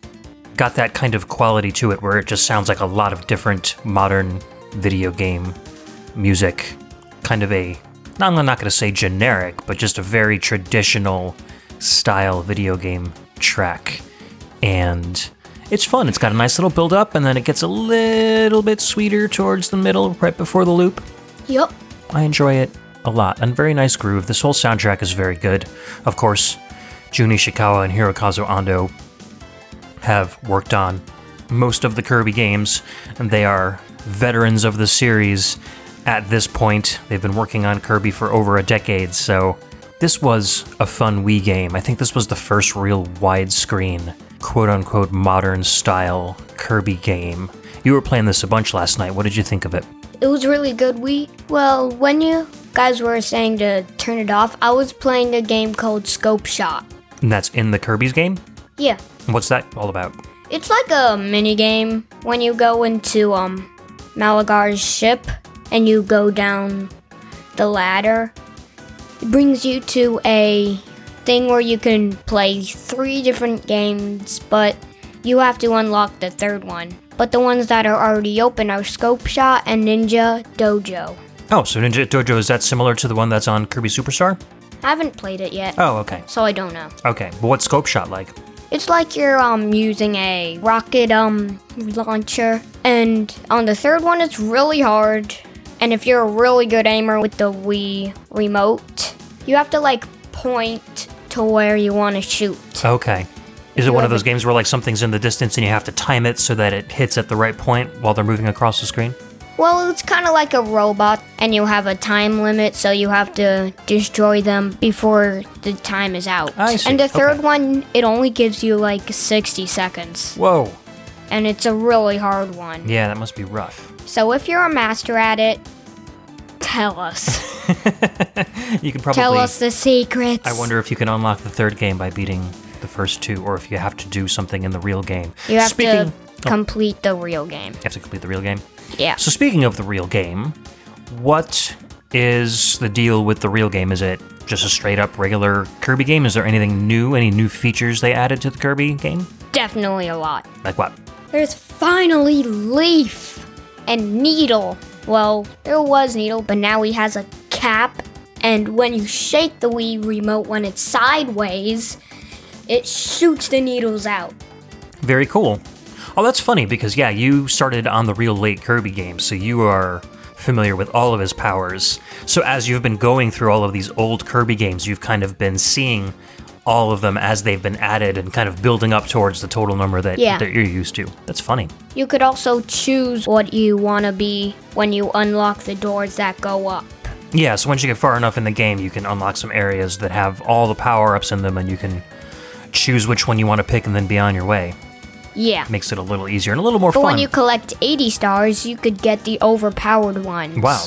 [SPEAKER 1] got that kind of quality to it where it just sounds like a lot of different modern video game music. Kind of a, not- I'm not going to say generic, but just a very traditional style video game track. And it's fun. It's got a nice little build up, and then it gets a little bit sweeter towards the middle, right before the loop.
[SPEAKER 3] Yup.
[SPEAKER 1] I enjoy it a lot and very nice groove. This whole soundtrack is very good. Of course, Jun Ishikawa and Hirokazu Ando have worked on most of the Kirby games, and they are veterans of the series at this point. They've been working on Kirby for over a decade, so this was a fun Wii game. I think this was the first real widescreen, quote unquote, modern style Kirby game. You were playing this a bunch last night. What did you think of it?
[SPEAKER 2] It was really good. We well, when you guys were saying to turn it off, I was playing a game called Scope Shot.
[SPEAKER 1] And that's in the Kirby's game?
[SPEAKER 2] Yeah,
[SPEAKER 1] What's that all about?
[SPEAKER 2] it's like a mini game when you go into um Malagar's ship and you go down the ladder. It brings you to a thing where you can play three different games, but you have to unlock the third one. But the ones that are already open are Scope Shot and Ninja Dojo.
[SPEAKER 1] Oh, so Ninja Dojo is that similar to the one that's on Kirby Superstar?
[SPEAKER 2] I haven't played it yet,
[SPEAKER 1] Oh, okay.
[SPEAKER 2] so I don't know.
[SPEAKER 1] Okay. But what's Scope Shot like?
[SPEAKER 2] It's like you're um using a rocket um launcher. And on the third one it's really hard. And if you're a really good aimer with the Wii remote, you have to like point to where you want to shoot.
[SPEAKER 1] Okay. Is it one of
[SPEAKER 2] have
[SPEAKER 1] those games where like something's in the distance and you have to time it so that it hits at the right point while they're moving across the screen?
[SPEAKER 2] Well, it's kind of like a robot and you have a time limit so you have to destroy them before the time is out.
[SPEAKER 1] I see.
[SPEAKER 2] And the third
[SPEAKER 1] Okay.
[SPEAKER 2] one it only gives you like 60 seconds
[SPEAKER 1] Whoa.
[SPEAKER 2] and it's a really hard one.
[SPEAKER 1] Yeah, that must be rough.
[SPEAKER 2] So if you're a master at it, tell us.
[SPEAKER 1] You can probably
[SPEAKER 2] tell us the secrets.
[SPEAKER 1] I wonder if you can unlock the third game by beating the first two or if you have to do something in the real game.
[SPEAKER 2] You have
[SPEAKER 1] Speaking
[SPEAKER 2] to complete the real game.
[SPEAKER 1] You have to complete the real game.
[SPEAKER 2] Yeah.
[SPEAKER 1] So speaking of the real game, what is the deal with the real game? Is it just a straight up regular Kirby game? Is there anything new? Any new features they added to the Kirby game?
[SPEAKER 2] Definitely a lot.
[SPEAKER 1] Like what?
[SPEAKER 2] There's finally Leaf and Needle. Well, there was Needle, but now he has a cap. And when you shake the Wii remote when it's sideways, it shoots the needles out.
[SPEAKER 1] Very cool. Oh, that's funny because yeah, you started on the real late Kirby game, so you are familiar with all of his powers. So as you've been going through all of these old Kirby games, you've kind of been seeing all of them as they've been added and kind of building up towards the total number that,
[SPEAKER 2] Yeah.
[SPEAKER 1] that you're used to. That's funny.
[SPEAKER 2] You could also choose what you want to be when you unlock the doors that go up.
[SPEAKER 1] Yeah, so once you get far enough in the game, you can unlock some areas that have all the power ups in them, and you can choose which one you want to pick and then be on your way.
[SPEAKER 2] Yeah.
[SPEAKER 1] Makes it a little easier and a little more
[SPEAKER 2] But
[SPEAKER 1] fun.
[SPEAKER 2] when you collect 80 stars, you could get the overpowered ones.
[SPEAKER 1] Wow,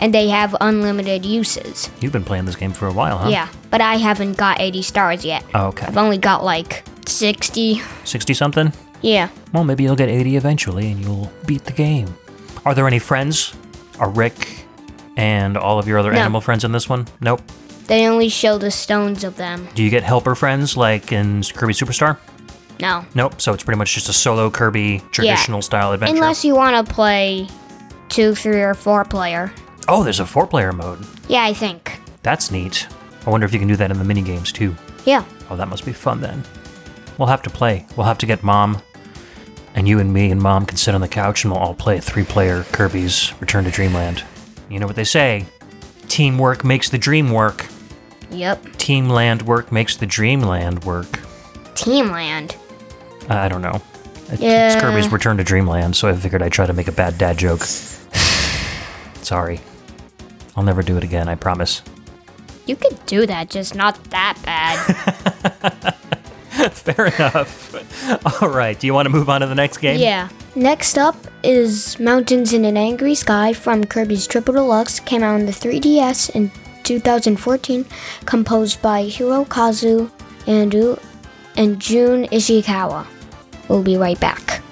[SPEAKER 2] And they have unlimited uses.
[SPEAKER 1] you've been playing this game for a while, huh? Oh,
[SPEAKER 2] Yeah, but I haven't got 80 stars yet.
[SPEAKER 1] Okay.
[SPEAKER 2] I've only got like 60.
[SPEAKER 1] 60 something?
[SPEAKER 2] Yeah.
[SPEAKER 1] Well, maybe you'll get 80 eventually and you'll beat the game. Are there any friends? Are Rick and all of your other
[SPEAKER 2] No.
[SPEAKER 1] animal friends in this one? Nope.
[SPEAKER 2] They only show the stones of them.
[SPEAKER 1] Do you get helper friends like in Kirby Superstar?
[SPEAKER 2] No.
[SPEAKER 1] Nope. So it's pretty much just a solo Kirby traditional style adventure.
[SPEAKER 2] Unless you want to play two, three, or four player.
[SPEAKER 1] oh, there's a four player mode.
[SPEAKER 2] Yeah, I think.
[SPEAKER 1] That's neat. I wonder if you can do that in the mini games too.
[SPEAKER 2] Yeah.
[SPEAKER 1] Oh, that must be fun then. We'll have to play. We'll have to get mom, and you and me and mom can sit on the couch and we'll all play three player Kirby's Return to Dreamland. You know what they say teamwork makes the dream work,
[SPEAKER 2] Yep.
[SPEAKER 1] team land work makes the dreamland work.
[SPEAKER 2] Teamland.
[SPEAKER 1] Uh, I don't know. It's,
[SPEAKER 2] Yeah.
[SPEAKER 1] it's Kirby's Return to Dreamland, so I figured I'd try to make a bad dad joke. Sorry. I'll never do it again, I promise.
[SPEAKER 2] You could do that, just not that bad.
[SPEAKER 1] Fair enough. All right, do you want to move on to the next game?
[SPEAKER 2] yeah.
[SPEAKER 3] Next up is Mountains in an Angry Sky from Kirby's Triple Deluxe, came out on the 3DS in 2014, composed by Hirokazu Ando and Jun Ishikawa. We'll be right back.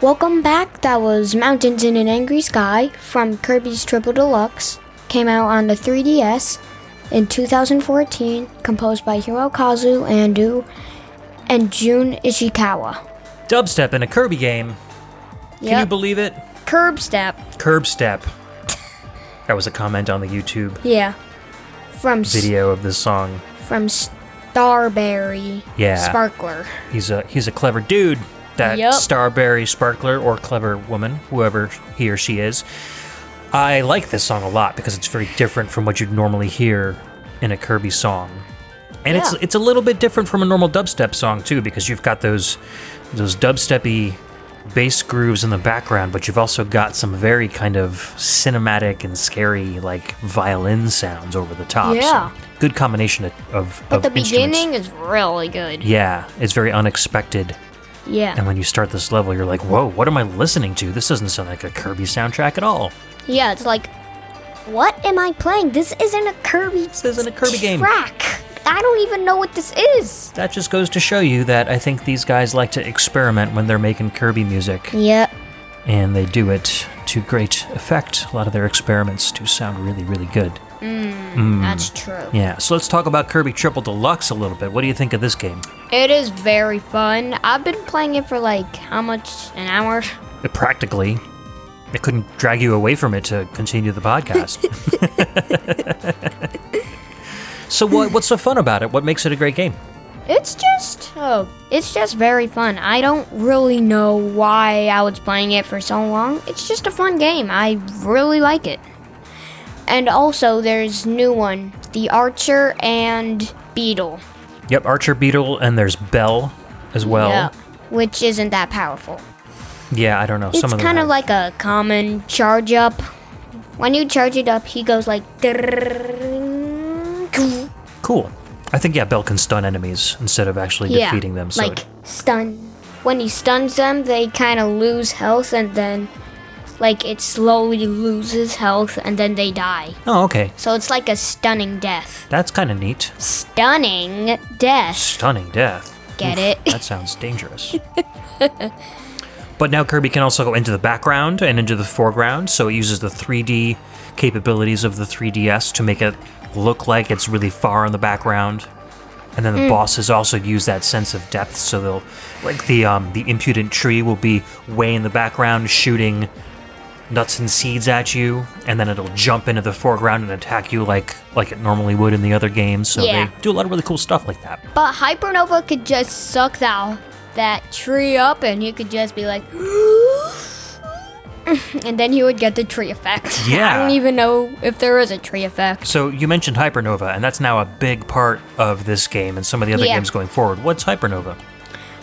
[SPEAKER 3] Welcome back. That was Mountains in an Angry Sky from Kirby's Triple Deluxe. Came out on the 3DS in 2014, composed by Hirokazu Ando and Jun Ishikawa.
[SPEAKER 1] Dubstep in a Kirby game. Can you
[SPEAKER 3] Yep.
[SPEAKER 1] believe it?
[SPEAKER 2] Curb step.
[SPEAKER 1] Curb step. That was a comment on the YouTube
[SPEAKER 3] yeah. From s-
[SPEAKER 1] video of this song.
[SPEAKER 3] from Starberry.
[SPEAKER 1] Yeah.
[SPEAKER 3] Sparkler.
[SPEAKER 1] He's a he's a clever dude. That
[SPEAKER 2] Yup.
[SPEAKER 1] Starberry Sparkler or clever woman, whoever he or she is. I like this song a lot because it's very different from what you'd normally hear in a Kirby song. And it's
[SPEAKER 2] Yeah.
[SPEAKER 1] it's a little bit different from a normal dubstep song too because you've got those those dubsteppy bass grooves in the background, but you've also got some very kind of cinematic and scary like violin sounds over the top. So
[SPEAKER 2] Yeah.
[SPEAKER 1] good combination of of,
[SPEAKER 2] But
[SPEAKER 1] of
[SPEAKER 2] the
[SPEAKER 1] instruments.
[SPEAKER 2] beginning is really good.
[SPEAKER 1] Yeah, it's very unexpected. And
[SPEAKER 2] Yeah.
[SPEAKER 1] when you start this level, you're like, whoa, what am I listening to? This doesn't sound like a Kirby soundtrack at all.
[SPEAKER 2] Yeah, it's like
[SPEAKER 3] What am I playing? This isn't a Kirby
[SPEAKER 1] This isn't a Kirby game.
[SPEAKER 3] track.
[SPEAKER 2] I don't even know what this is.
[SPEAKER 1] That just goes to show you that I think these guys like to experiment when they're making Kirby music,
[SPEAKER 3] Yep.
[SPEAKER 1] and they do it to great effect. A lot of their experiments do sound really, really good. Hmm.
[SPEAKER 2] That's true.
[SPEAKER 1] Yeah, so let's talk about Kirby Triple Deluxe a little bit. What do you think of this game?
[SPEAKER 2] It is very fun. I've been playing it for like how much? An hour?
[SPEAKER 1] Uh, Practically, I couldn't drag you away from it to continue the podcast. so, what, what's so fun about it? What makes it a great game?
[SPEAKER 2] It's just oh, it's just very fun. I don't really know why I was playing it for so long. It's just a fun game. I really like it. And also there's new one, the Archer and Beetle.
[SPEAKER 1] Yep, Archer Beetle, and there's Bell as well.
[SPEAKER 2] Yeah, which isn't that powerful.
[SPEAKER 1] Yeah, I don't know. some
[SPEAKER 2] it's
[SPEAKER 1] of them
[SPEAKER 2] kind of
[SPEAKER 1] have-
[SPEAKER 2] like a common charge up. When you charge it up, he goes like yeah,
[SPEAKER 1] cool. I think yeah, Bell can stun enemies instead of actually defeating them. So
[SPEAKER 2] like
[SPEAKER 1] it-
[SPEAKER 2] stun. When he stuns them, they kind of lose health, and then like it slowly loses health, and then they die.
[SPEAKER 1] oh, okay,
[SPEAKER 2] So it's like a stunning death.
[SPEAKER 1] that's kind of neat.
[SPEAKER 2] Stunning death.
[SPEAKER 1] Stunning death.
[SPEAKER 2] Get it?
[SPEAKER 1] That sounds dangerous. but now Kirby can also go into the background and into the foreground, so it uses the 3D capabilities of the 3DS to make it look like it's really far in the background. And
[SPEAKER 2] Hmm.
[SPEAKER 1] then the bosses also use that sense of depth, so they'll like the um, the impudent tree will be way in the background shooting nuts and seeds at you, and then it'll jump into the foreground and attack you like like it normally would in the other games. So
[SPEAKER 2] Yeah.
[SPEAKER 1] they do a lot of really cool stuff like that.
[SPEAKER 2] But Hypernova could just suck that that tree up, and he could just be like, and then he would get the tree effect. I
[SPEAKER 1] Yeah.
[SPEAKER 2] don't even know if there is a tree effect.
[SPEAKER 1] So you mentioned Hypernova, and that's now a big part of this game and some of the other
[SPEAKER 2] Yeah.
[SPEAKER 1] games going forward. What's Hypernova?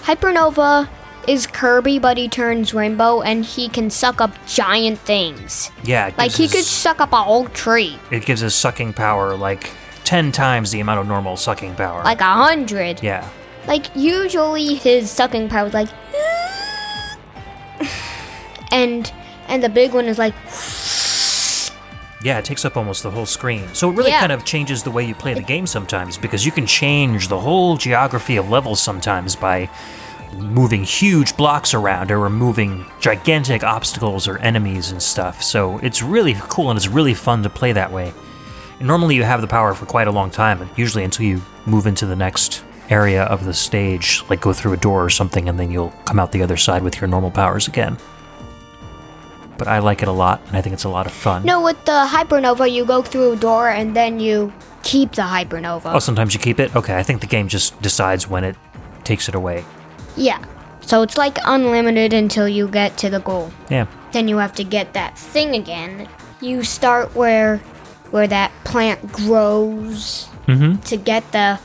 [SPEAKER 2] Hypernova is Kirby, but he turns rainbow, and he can suck up giant things.
[SPEAKER 1] Yeah, it
[SPEAKER 2] Like
[SPEAKER 1] gives
[SPEAKER 2] he could
[SPEAKER 1] us-
[SPEAKER 2] suck up a whole tree,
[SPEAKER 1] it gives us sucking power like ten times the amount of normal sucking power.
[SPEAKER 2] like a hundred.
[SPEAKER 1] yeah,
[SPEAKER 2] Like usually his sucking power is like, and and the big one is like,
[SPEAKER 1] yeah, it takes up almost the whole screen. So it really
[SPEAKER 2] Yeah.
[SPEAKER 1] kind of changes the way you play the game sometimes because you can change the whole geography of levels sometimes by moving huge blocks around or removing gigantic obstacles or enemies and stuff. So it's really cool and it's really fun to play that way. And normally you have the power for quite a long time, usually until you move into the next area of the stage, like go through a door or something, and then you'll come out the other side with your normal powers again. But I like it a lot, and I think it's a lot of fun.
[SPEAKER 2] No, with the hypernova, you go through a door and then you keep the hypernova.
[SPEAKER 1] Oh, sometimes you keep it? Okay, I think the game just decides when it takes it away.
[SPEAKER 2] Yeah. So it's like unlimited until you get to the goal.
[SPEAKER 1] Yeah.
[SPEAKER 2] Then you have to get that thing again. You start where where that plant grows
[SPEAKER 1] Mm-hmm.
[SPEAKER 2] to get the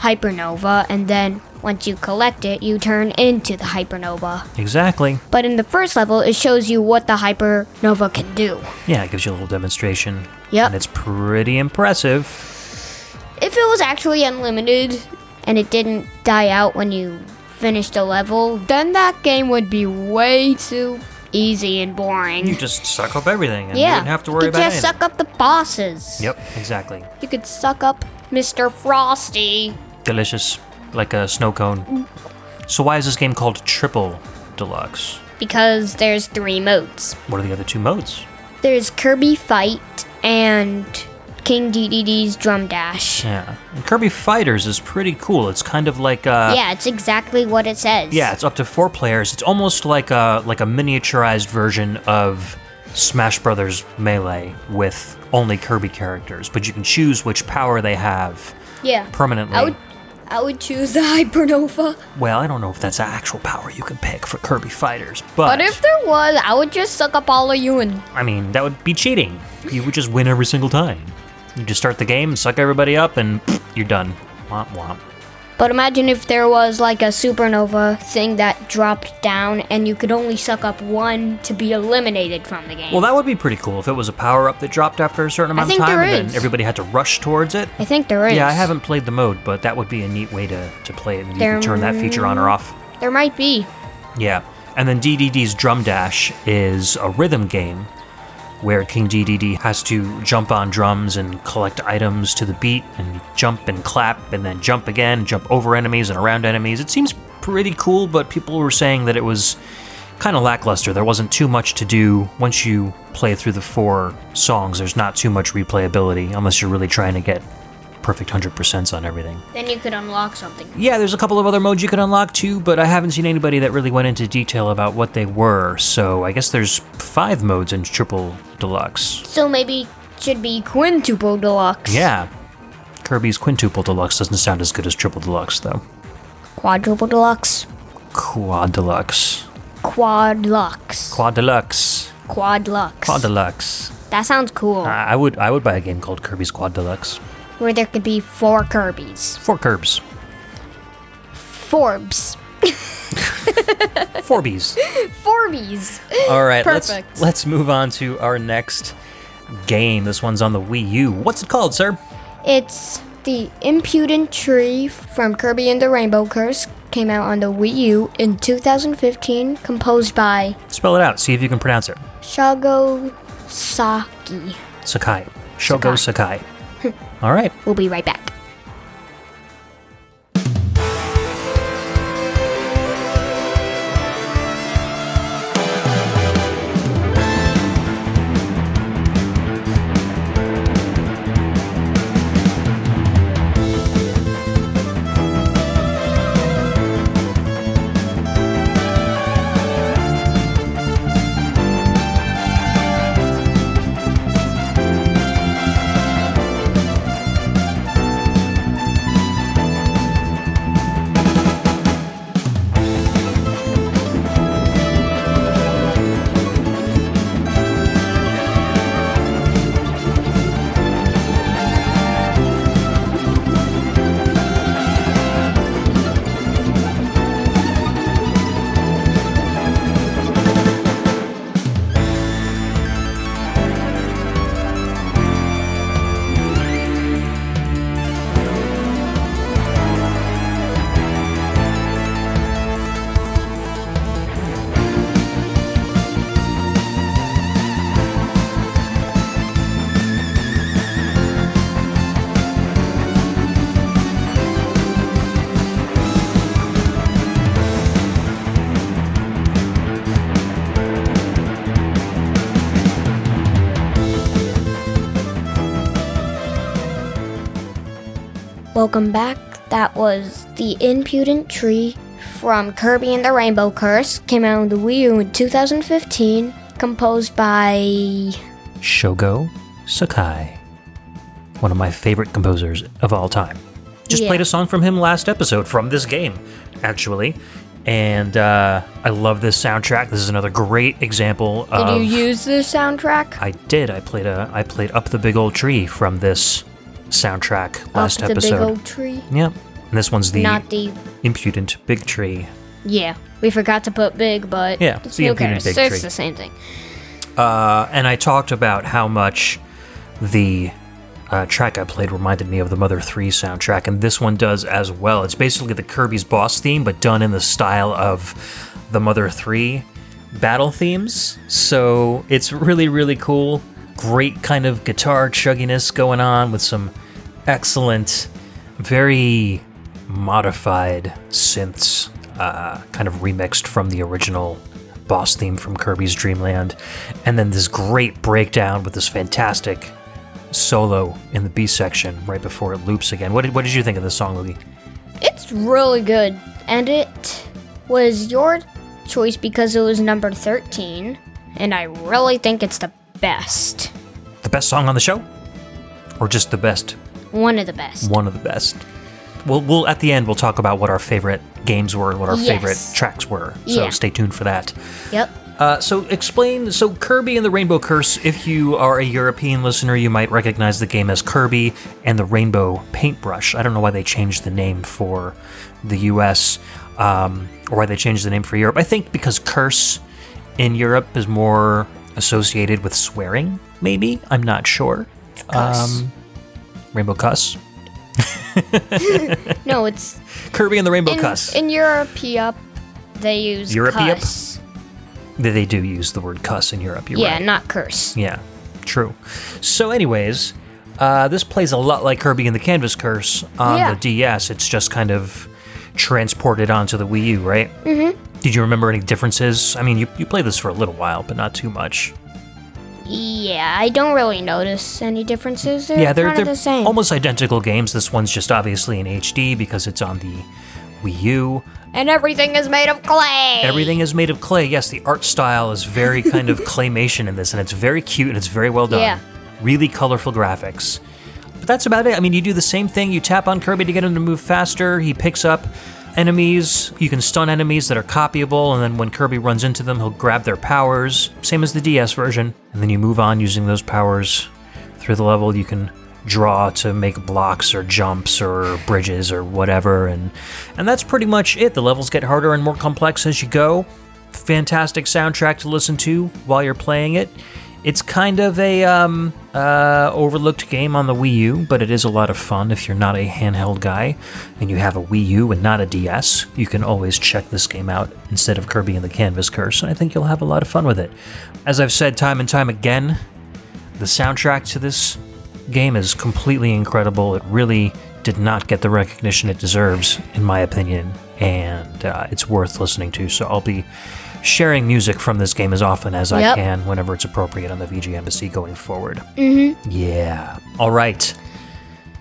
[SPEAKER 2] hypernova and then once you collect it, you turn into the hypernova.
[SPEAKER 1] Exactly.
[SPEAKER 2] But in the first level, it shows you what the hypernova can do.
[SPEAKER 1] Yeah, it gives you a little demonstration.
[SPEAKER 2] Yep.
[SPEAKER 1] And it's pretty impressive.
[SPEAKER 2] If it was actually unlimited and it didn't die out when you finished a level, then that game would be way too easy and boring.
[SPEAKER 1] You just suck up everything and you
[SPEAKER 2] yeah,
[SPEAKER 1] didn't have to worry
[SPEAKER 2] you could
[SPEAKER 1] about
[SPEAKER 2] just
[SPEAKER 1] it.
[SPEAKER 2] suck up the bosses.
[SPEAKER 1] Yep, exactly.
[SPEAKER 2] You could suck up Mr. Frosty.
[SPEAKER 1] Delicious, like a snow cone. So why is this game called Triple Deluxe?
[SPEAKER 2] because there's three modes.
[SPEAKER 1] What are the other two modes?
[SPEAKER 2] There's Kirby Fight and King DDD's Drum Dash.
[SPEAKER 1] Yeah. And Kirby Fighters is pretty cool. It's kind of like uh
[SPEAKER 2] yeah, it's exactly what it says.
[SPEAKER 1] yeah, it's up to 4 players. It's almost like a like a miniaturized version of Smash Brothers Melee with only Kirby characters, but you can choose which power they have
[SPEAKER 2] Yeah.
[SPEAKER 1] permanently.
[SPEAKER 2] I would I would choose the Hypernova.
[SPEAKER 1] Well, I don't know if that's an actual power you can pick for Kirby Fighters, but,
[SPEAKER 2] But if there was, I would just suck up all of you and
[SPEAKER 1] I mean, that would be cheating. You would just win every single time. You just start the game, suck everybody up, and pfft, you're done. Womp womp.
[SPEAKER 2] But imagine if there was like a supernova thing that dropped down and you could only suck up one to be eliminated from the game.
[SPEAKER 1] Well, that would be pretty cool if it was a power up that dropped after a certain amount
[SPEAKER 2] think
[SPEAKER 1] of time
[SPEAKER 2] there
[SPEAKER 1] and
[SPEAKER 2] is.
[SPEAKER 1] then everybody had to rush towards it.
[SPEAKER 2] I think there is.
[SPEAKER 1] Yeah, I haven't played the mode, but that would be a neat way to, to play it and you
[SPEAKER 2] There-
[SPEAKER 1] can turn that feature on or off.
[SPEAKER 2] There might be.
[SPEAKER 1] Yeah. And then DDD's Drum Dash is a rhythm game where King DDD has to jump on drums and collect items to the beat and jump and clap and then jump again, jump over enemies and around enemies. It seems pretty cool, but people were saying that it was kind of lackluster. There wasn't too much to do once you play through the four songs. There's not too much replayability unless you're really trying to get perfect 100% on everything.
[SPEAKER 2] Then you could unlock something.
[SPEAKER 1] Yeah, there's a couple of other modes you can unlock too, but I haven't seen anybody that really went into detail about what they were, so I guess there's five modes in Triple Deluxe.
[SPEAKER 2] So maybe it should be quintuple deluxe.
[SPEAKER 1] Yeah. Kirby's Quintuple Deluxe doesn't sound as good as Triple Deluxe, though.
[SPEAKER 2] Quadruple deluxe.
[SPEAKER 1] Quad Deluxe.
[SPEAKER 2] Quad lux.
[SPEAKER 1] Quad Deluxe.
[SPEAKER 2] Quad lux.
[SPEAKER 1] Quad Deluxe.
[SPEAKER 2] that sounds cool.
[SPEAKER 1] I I would I would buy a game called Kirby's Quad Deluxe.
[SPEAKER 2] where there could be four Kirby's.
[SPEAKER 1] Four Curbs.
[SPEAKER 2] Forbes.
[SPEAKER 1] Four Bs.
[SPEAKER 2] Forbies.
[SPEAKER 1] All right, let's
[SPEAKER 2] Perfect.
[SPEAKER 1] let's move on to our next game. This one's on the Wii U. What's it called, sir?
[SPEAKER 2] It's the impudent tree from Kirby and the Rainbow Curse came out on the Wii U in 2015, composed by
[SPEAKER 1] Spell it out. See if you can pronounce it.
[SPEAKER 2] Shago Saki.
[SPEAKER 1] Sakai. Shogo Sakai. All right.
[SPEAKER 2] We'll be right back. Welcome back. That was The Impudent Tree from Kirby and the Rainbow Curse. Came out on the Wii U in 2015. Composed by.
[SPEAKER 1] Shogo Sakai. One of my favorite composers of all time. Just
[SPEAKER 2] Yeah.
[SPEAKER 1] played a song from him last episode from this game, actually. And uh, I love this soundtrack. This is another great example
[SPEAKER 2] Did
[SPEAKER 1] of.
[SPEAKER 2] you use this soundtrack?
[SPEAKER 1] I did. I played a. I played up the big old tree from this soundtrack last
[SPEAKER 2] Off the
[SPEAKER 1] episode.
[SPEAKER 2] big old tree?
[SPEAKER 1] Yep. And this one's the
[SPEAKER 2] Not the.
[SPEAKER 1] impudent big tree.
[SPEAKER 2] Yeah. We forgot to put big, but.
[SPEAKER 1] Yeah, it's the
[SPEAKER 2] who
[SPEAKER 1] impudent
[SPEAKER 2] cares?
[SPEAKER 1] big tree.
[SPEAKER 2] It's the same thing.
[SPEAKER 1] Uh, and I talked about how much the uh, track I played reminded me of the Mother 3 soundtrack, and this one does as well. It's basically the Kirby's boss theme, but done in the style of the Mother 3 battle themes. So it's really, really cool. Great kind of guitar chugginess going on with some excellent, very modified synths, uh, kind of remixed from the original boss theme from Kirby's Dream Land, and then this great breakdown with this fantastic solo in the B section right before it loops again. What did, what did you think of this song, Luigi?
[SPEAKER 2] It's really good. And it was your choice because it was number 13. And I really think it's the best.
[SPEAKER 1] The best song on the show, or just the best
[SPEAKER 2] One of the best.
[SPEAKER 1] one of the best. We'll, we'll at the end we'll talk about what our favorite games were and what our
[SPEAKER 2] Yes.
[SPEAKER 1] favorite tracks were. So
[SPEAKER 2] Yeah.
[SPEAKER 1] stay tuned for that.
[SPEAKER 2] Yep.
[SPEAKER 1] Uh, so explain. So Kirby and the Rainbow Curse. If you are a European listener, you might recognize the game as Kirby and the Rainbow Paintbrush. I don't know why they changed the name for the U.S. Um, or why they changed the name for Europe. I think because curse in Europe is more associated with swearing. Maybe I'm not sure. Um,
[SPEAKER 2] Cuss.
[SPEAKER 1] Rainbow Cuss.
[SPEAKER 2] no, it's
[SPEAKER 1] Kirby and the Rainbow
[SPEAKER 2] in,
[SPEAKER 1] Cuss.
[SPEAKER 2] in Europe. Yup, they use
[SPEAKER 1] Europe, yup?
[SPEAKER 2] cuss.
[SPEAKER 1] They- they do use the word cuss in Europe. You're
[SPEAKER 2] Yeah,
[SPEAKER 1] right.
[SPEAKER 2] not curse.
[SPEAKER 1] Yeah, true. So, anyways, uh, this plays a lot like Kirby and the Canvas Curse on
[SPEAKER 2] Yeah.
[SPEAKER 1] the DS. It's just kind of transported onto the Wii U, right? Mm-hmm. Did you remember any differences? I mean, you, you played this for a little while, but not too much.
[SPEAKER 2] Yeah, I don't really notice any differences. They're
[SPEAKER 1] yeah, they're,
[SPEAKER 2] kind
[SPEAKER 1] they're
[SPEAKER 2] of the same.
[SPEAKER 1] almost identical games. This one's just obviously in HD because it's on the Wii U.
[SPEAKER 2] and everything is made of clay.
[SPEAKER 1] Everything is made of clay. Yes, the art style is very kind of claymation in this, and it's very cute and it's very well done.
[SPEAKER 2] Yeah.
[SPEAKER 1] Really colorful graphics. But that's about it. I mean, you do the same thing. You tap on Kirby to get him to move faster. He picks up enemies. You can stun enemies that are copyable, and then when Kirby runs into them, he'll grab their powers, same as the DS version. And then you move on using those powers through the level. You can draw to make blocks or jumps or bridges or whatever and and that's pretty much it. The levels get harder and more complex as you go. Fantastic soundtrack to listen to while you're playing it. It's kind of a um, uh, overlooked game on the Wii U, but it is a lot of fun if you're not a handheld guy and you have a Wii U and not a DS. You can always check this game out instead of Kirby and the Canvas Curse, and I think you'll have a lot of fun with it. As I've said time and time again, the soundtrack to this game is completely incredible. It really did not get the recognition it deserves, in my opinion, and uh, it's worth listening to. So I'll be sharing music from this game as often as I
[SPEAKER 2] Yep.
[SPEAKER 1] can whenever it's appropriate on the VG Embassy going forward. Yeah. All right.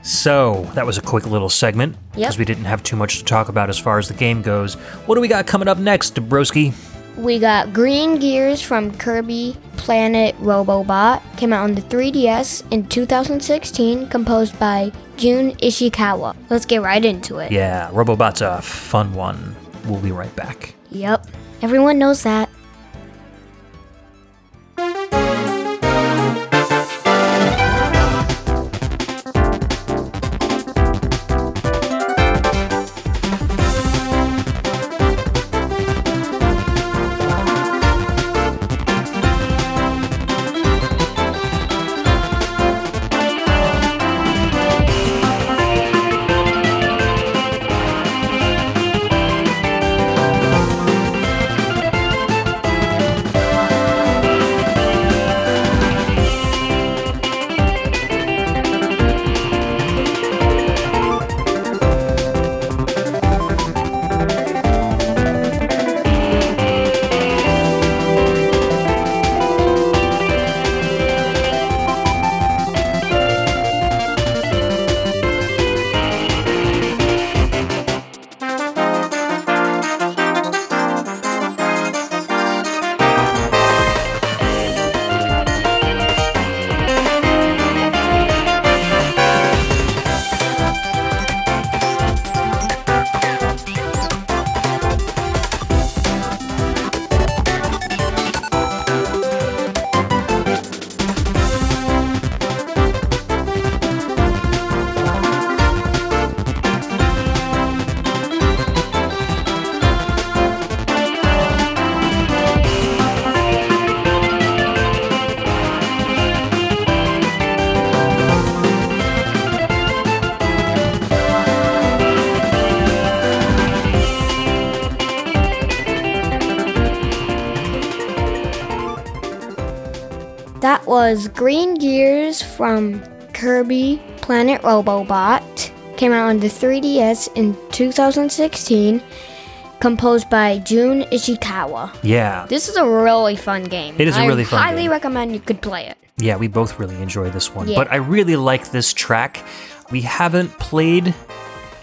[SPEAKER 1] So that was a quick little segment because we didn't have too much to talk about as far as the game goes. What do we got coming up next, Dabrowski?
[SPEAKER 3] We got Green Gears from Kirby Planet Robobot. Came out on the 3DS in 2016, composed by Jun Ishikawa.
[SPEAKER 2] Let's get right into it.
[SPEAKER 1] Yeah, Robobot's a fun one. We'll be right back.
[SPEAKER 3] Yep, everyone knows that. That was Green Gears from Kirby Planet Robobot. Came out on the 3DS in 2016
[SPEAKER 2] composed by Jun Ishikawa.
[SPEAKER 1] Yeah.
[SPEAKER 2] This is a really fun game.
[SPEAKER 1] It is a
[SPEAKER 2] I
[SPEAKER 1] really fun
[SPEAKER 2] highly
[SPEAKER 1] game.
[SPEAKER 2] recommend you could play it.
[SPEAKER 1] Yeah, we both really enjoy this one.
[SPEAKER 2] Yeah.
[SPEAKER 1] But I really like this track. We haven't played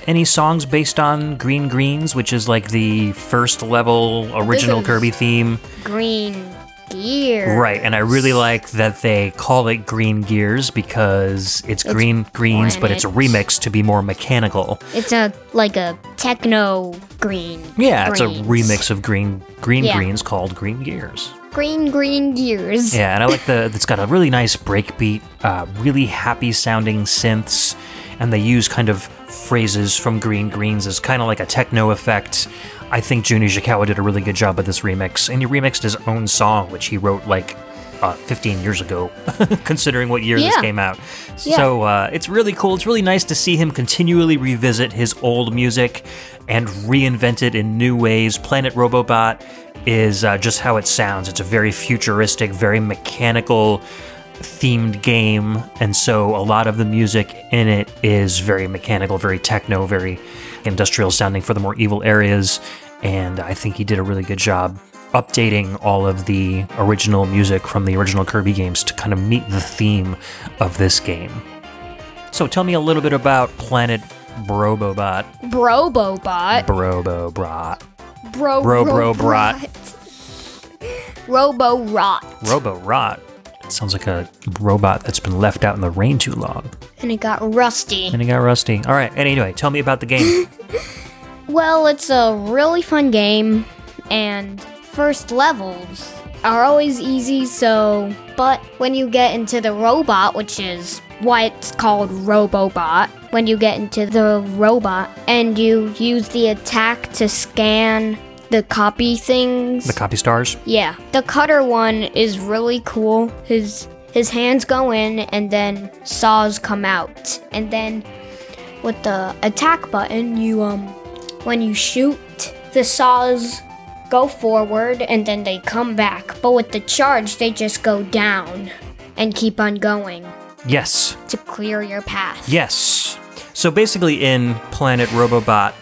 [SPEAKER 1] any songs based on Green Greens, which is like the first level original
[SPEAKER 2] is-
[SPEAKER 1] Kirby theme.
[SPEAKER 2] Green Gear.
[SPEAKER 1] Right, and I really like that they call it Green Gears because it's, green greens, but it's remixed to be more mechanical.
[SPEAKER 2] It's a like a techno green.
[SPEAKER 1] Yeah, it's a
[SPEAKER 2] Greens.
[SPEAKER 1] remix of Green Green
[SPEAKER 2] Yeah.
[SPEAKER 1] Greens called Green Gears.
[SPEAKER 2] Green Green Gears.
[SPEAKER 1] Yeah, and I like the it's got a really nice breakbeat, uh, really happy sounding synths, and they use kind of phrases from Green Greens as kind of like a techno effect. I think Juni Shikawa did a really good job with this remix, and he remixed his own song, which he wrote like uh, 15 years ago, considering what year this
[SPEAKER 2] Yeah.
[SPEAKER 1] came out. So uh, it's really cool. It's really nice to see him continually revisit his old music and reinvent it in new ways. Planet Robobot is uh, just how it sounds. It's a very futuristic, very mechanical themed game. And so a lot of the music in it is very mechanical, very techno, very industrial sounding for the more evil areas. And I think he did a really good job updating all of the original music from the original Kirby games to kind of meet the theme of this game. So tell me a little bit about Planet Brobobot.
[SPEAKER 2] Brobobot.
[SPEAKER 1] Brobobot.
[SPEAKER 2] Bro
[SPEAKER 1] Bro- bro-
[SPEAKER 2] Robrot. Robo Rot.
[SPEAKER 1] Roborot. It sounds like a robot that's been left out in the rain too long.
[SPEAKER 2] And it got rusty.
[SPEAKER 1] And it got rusty. All right. And anyway, tell me about the game.
[SPEAKER 2] Well, it's a really fun game, and first levels are always easy, so. But when you get into the robot, which is why it's called Robobot, when you get into the robot and you use the attack to scan the copy things.
[SPEAKER 1] the copy stars.
[SPEAKER 2] Yeah, the cutter one is really cool. His his hands go in and then saws come out. And then with the attack button, you um when you shoot, the saws go forward and then they come back. But with the charge, they just go down and keep on going
[SPEAKER 1] Yes.
[SPEAKER 2] to clear your path.
[SPEAKER 1] Yes. So basically, in Planet Robobot,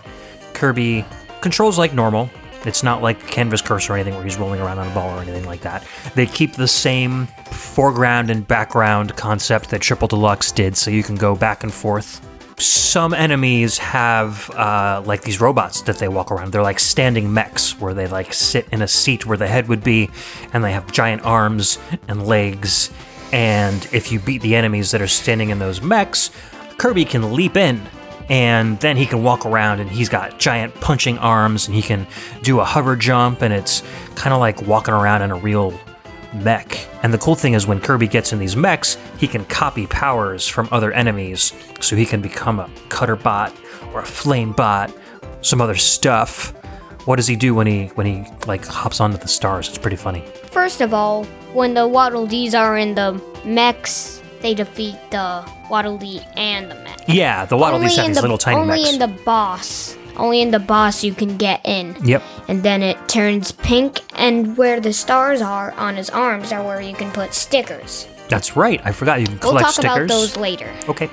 [SPEAKER 1] Kirby controls like normal. It's not like Canvas Curse or anything where he's rolling around on a ball or anything like that. They keep the same foreground and background concept that Triple Deluxe did, so you can go back and forth. Some enemies have uh, like these robots that they walk around. They're like standing mechs where they like sit in a seat where the head would be, and they have giant arms and legs. And if you beat the enemies that are standing in those mechs, Kirby can leap in and then he can walk around and he's got giant punching arms and he can do a hover jump and it's kind of like walking around in a real mech. And the cool thing is when Kirby gets in these mechs, he can copy powers from other enemies so he can become a cutter bot or a flame bot, some other stuff. What does he do when he when he like hops onto the stars? It's pretty funny.
[SPEAKER 2] First of all, when the Waddle Dees are in the mechs, they defeat the Waddle Dee and the mech.
[SPEAKER 1] Yeah, the Waddle Dee
[SPEAKER 2] only
[SPEAKER 1] sent
[SPEAKER 2] in
[SPEAKER 1] these
[SPEAKER 2] the,
[SPEAKER 1] little tiny
[SPEAKER 2] only
[SPEAKER 1] mechs.
[SPEAKER 2] in the boss only in the boss you can get in
[SPEAKER 1] yep.
[SPEAKER 2] and then it turns pink and where the stars are on his arms are where you can put stickers
[SPEAKER 1] That's right. I forgot you can
[SPEAKER 2] we'll
[SPEAKER 1] collect
[SPEAKER 2] talk
[SPEAKER 1] stickers.
[SPEAKER 2] about those later
[SPEAKER 1] Okay.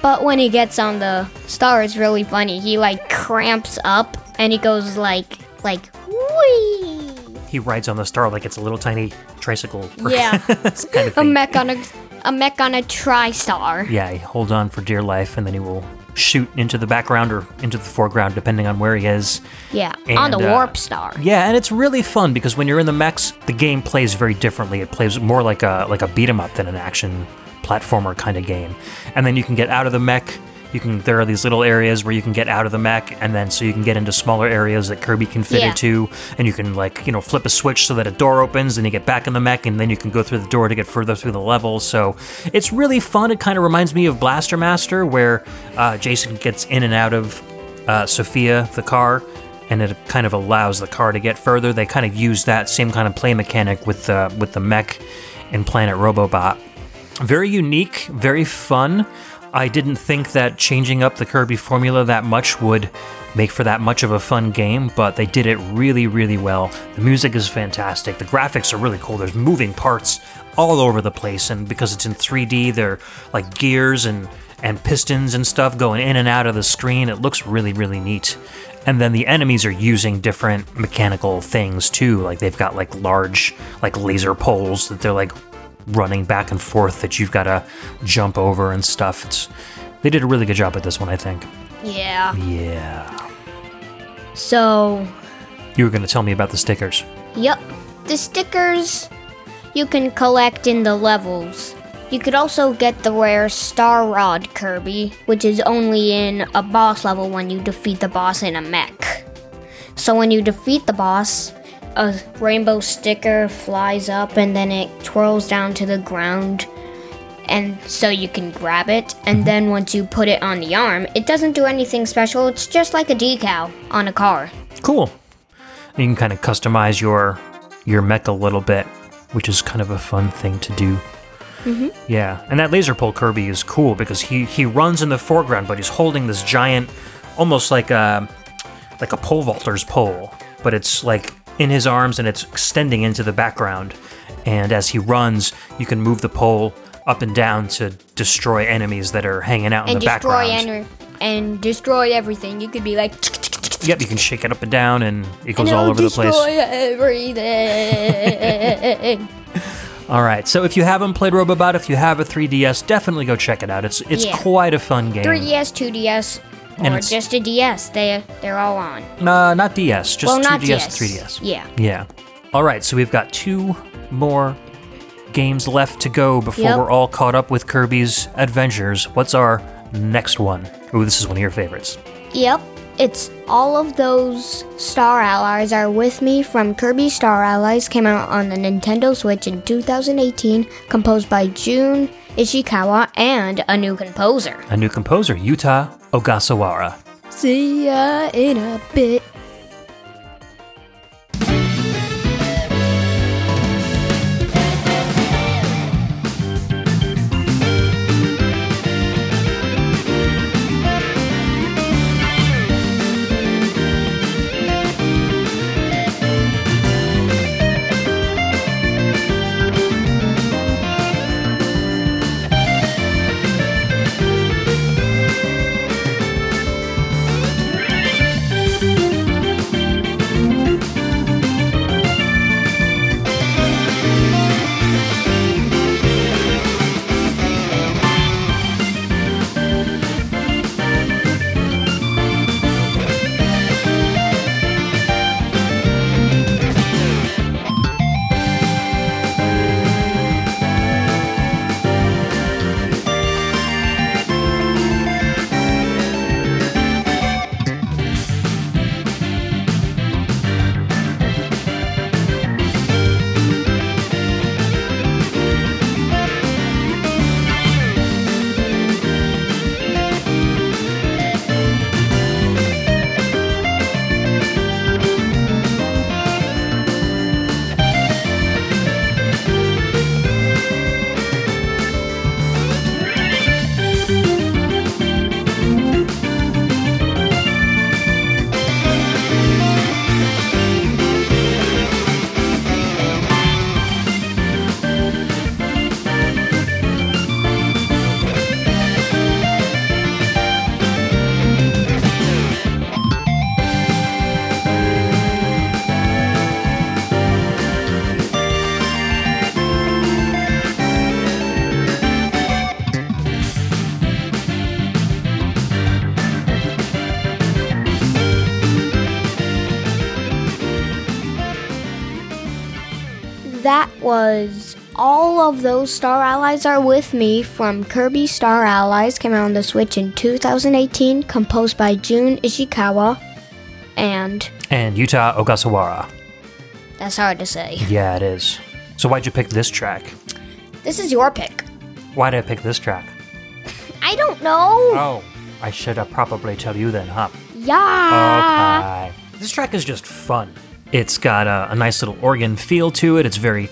[SPEAKER 2] but when he gets on the star it's really funny he like cramps up and he goes like like wee
[SPEAKER 1] he rides on the star like it's a little tiny tricycle. or-
[SPEAKER 2] Yeah.
[SPEAKER 1] it's kind of
[SPEAKER 2] a
[SPEAKER 1] thing.
[SPEAKER 2] mech on a a mech on a tri-star
[SPEAKER 1] yeah, he holds on for dear life, and then he will shoot into the background or into the foreground, depending on where he is.
[SPEAKER 2] yeah on the
[SPEAKER 1] And, uh,
[SPEAKER 2] warp star
[SPEAKER 1] Yeah, and it's really fun because when you're in the mechs, the game plays very differently. It plays more like a like a beat 'em up than an action platformer kind of game. And then you can get out of the mech. You can there are these little areas where you can get out of the mech, and then so you can get into smaller areas that Kirby can fit
[SPEAKER 2] Yeah.
[SPEAKER 1] into, and you can like you know flip a switch so that a door opens, and you get back in the mech, and then you can go through the door to get further through the level. So it's really fun. It kind of reminds me of Blaster Master, where uh, Jason gets in and out of uh, Sophia the car, and it kind of allows the car to get further. They kind of use that same kind of play mechanic with the with the mech in Planet Robobot. Very unique, very fun. I didn't think that changing up the Kirby formula that much would make for that much of a fun game, but they did it really, really well. The music is fantastic. The graphics are really cool. There's moving parts all over the place, and because it's in 3D, they're like gears and and pistons and stuff going in and out of the screen. It looks really, really neat. And then the enemies are using different mechanical things too. Like they've got like large like laser poles that they're like running back and forth that you've got to jump over and stuff. It's they did a really good job at this one, I think.
[SPEAKER 2] Yeah.
[SPEAKER 1] Yeah.
[SPEAKER 2] So,
[SPEAKER 1] You were going to tell me about the stickers.
[SPEAKER 2] yep. The stickers you can collect in the levels. You could also get the rare Star Rod Kirby, which is only in a boss level when you defeat the boss in a mech. So when you defeat the boss, a rainbow sticker flies up and then it twirls down to the ground. And so you can grab it, and then once you put it on the arm, it doesn't do anything special. It's just like a decal on a car.
[SPEAKER 1] Cool. You can kind of customize your your mech a little bit, which is kind of a fun thing to do.
[SPEAKER 2] Mm-hmm.
[SPEAKER 1] Yeah, and that laser pole Kirby is cool because he he runs in the foreground, but he's holding this giant, almost like a like a pole vaulter's pole, but it's like in his arms and it's extending into the background. And as he runs, you can move the pole up and down to destroy enemies that are hanging out in
[SPEAKER 2] and
[SPEAKER 1] the
[SPEAKER 2] destroy
[SPEAKER 1] background.
[SPEAKER 2] ener- and destroy everything. You could be like
[SPEAKER 1] Yep, you can shake it up and down, and it goes all over the place.
[SPEAKER 2] Destroy everything.
[SPEAKER 1] All right. So if you haven't played Robobot, if you have a 3DS, definitely go check it out. It's it's
[SPEAKER 2] Yeah.
[SPEAKER 1] quite a fun game.
[SPEAKER 2] 3DS, 2DS,
[SPEAKER 1] And
[SPEAKER 2] or
[SPEAKER 1] it's-
[SPEAKER 2] just a DS. They they're all on.
[SPEAKER 1] Uh, not DS, just
[SPEAKER 2] well, not
[SPEAKER 1] 2DS,
[SPEAKER 2] DS.
[SPEAKER 1] 3DS.
[SPEAKER 2] Yeah.
[SPEAKER 1] Yeah. All right. So we've got two more games left to go before
[SPEAKER 2] Yep.
[SPEAKER 1] we're all caught up with Kirby's adventures. What's our next one? Ooh, this is one of your favorites.
[SPEAKER 3] Yep, it's all of those Star Allies are with me from Kirby Star Allies came out on the Nintendo Switch in 2018, composed by Jun Ishikawa and
[SPEAKER 2] A new composer.
[SPEAKER 1] A new composer, Yuta Ogasawara.
[SPEAKER 3] See ya in a bit. That was all of those Star Allies are with me from Kirby Star Allies came out on the Switch in 2018, composed by Jun Ishikawa and
[SPEAKER 1] And Yuta Ogasawara.
[SPEAKER 2] That's hard to say.
[SPEAKER 1] Yeah, it is. So why'd you pick this track?
[SPEAKER 2] This is your pick.
[SPEAKER 1] Why'd I pick this track?
[SPEAKER 2] I don't know.
[SPEAKER 1] Oh, I should uh, probably tell you then, huh?
[SPEAKER 2] Yeah.
[SPEAKER 1] Okay. This track is just fun. It's got a, a nice little organ feel to it. It's very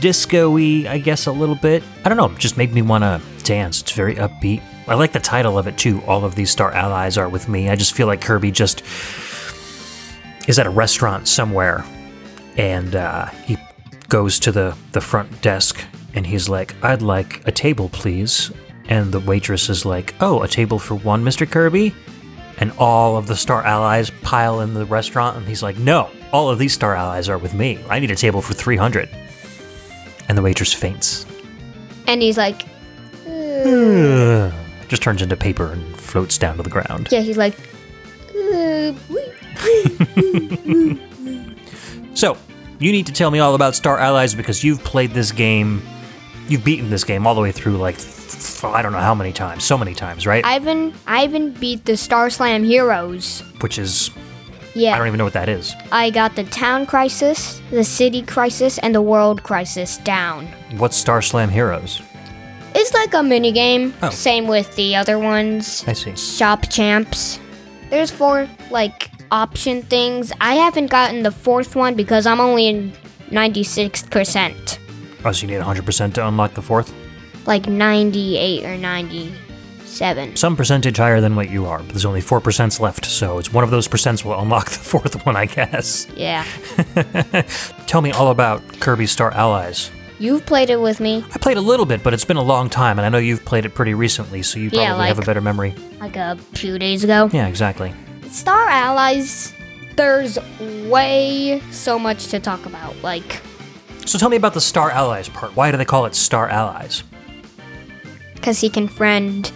[SPEAKER 1] disco-y, I guess, a little bit. I don't know. it Just made me want to dance. It's very upbeat. I like the title of it too. All of these star allies are with me. I just feel like Kirby just is at a restaurant somewhere, and uh, he goes to the the front desk and he's like, "I'd like a table, please." and the waitress is like, "Oh, a table for one, Mr. Kirby," and all of the star allies pile in the restaurant, and he's like, "No, all of these star allies are with me. I need a table for 300." And the waitress faints.
[SPEAKER 2] And he's like,
[SPEAKER 1] Just turns into paper and floats down to the ground.
[SPEAKER 2] yeah, he's like, "Uh,
[SPEAKER 1] So, you need to tell me all about Star Allies because you've played this game, you've beaten this game all the way through like f- I don't know how many times, so many times, right?
[SPEAKER 2] Ivan, Ivan beat the Star Slam Heroes.
[SPEAKER 1] Which is I don't
[SPEAKER 2] Yeah,
[SPEAKER 1] even know what that is.
[SPEAKER 2] I got the town crisis, the city crisis, and the world crisis down.
[SPEAKER 1] What's Star Slam Heroes?
[SPEAKER 2] It's like a mini game.
[SPEAKER 1] Oh.
[SPEAKER 2] Same with the other ones.
[SPEAKER 1] I see.
[SPEAKER 2] Shop champs. There's four like option things. I haven't gotten the fourth one because I'm only in 96%.
[SPEAKER 1] Oh, so you need 100% to unlock the fourth.
[SPEAKER 2] Like 98 or 97.
[SPEAKER 1] Some percentage higher than what you are, but there's only 4% left, so it's one of those percents will unlock the fourth one, I guess.
[SPEAKER 2] Yeah.
[SPEAKER 1] Tell me all about Kirby Star Allies.
[SPEAKER 2] You've played it with me
[SPEAKER 1] I played a little bit, but it's been a long time, and I know you've played it pretty recently, so you probably
[SPEAKER 2] Yeah,
[SPEAKER 1] have a
[SPEAKER 2] like-
[SPEAKER 1] better memory.
[SPEAKER 2] like a few days ago.
[SPEAKER 1] Yeah, exactly.
[SPEAKER 2] Star Allies, there's way so much to talk about. Like,
[SPEAKER 1] So tell me about the Star Allies part. Why do they call it Star Allies?
[SPEAKER 2] because he can friend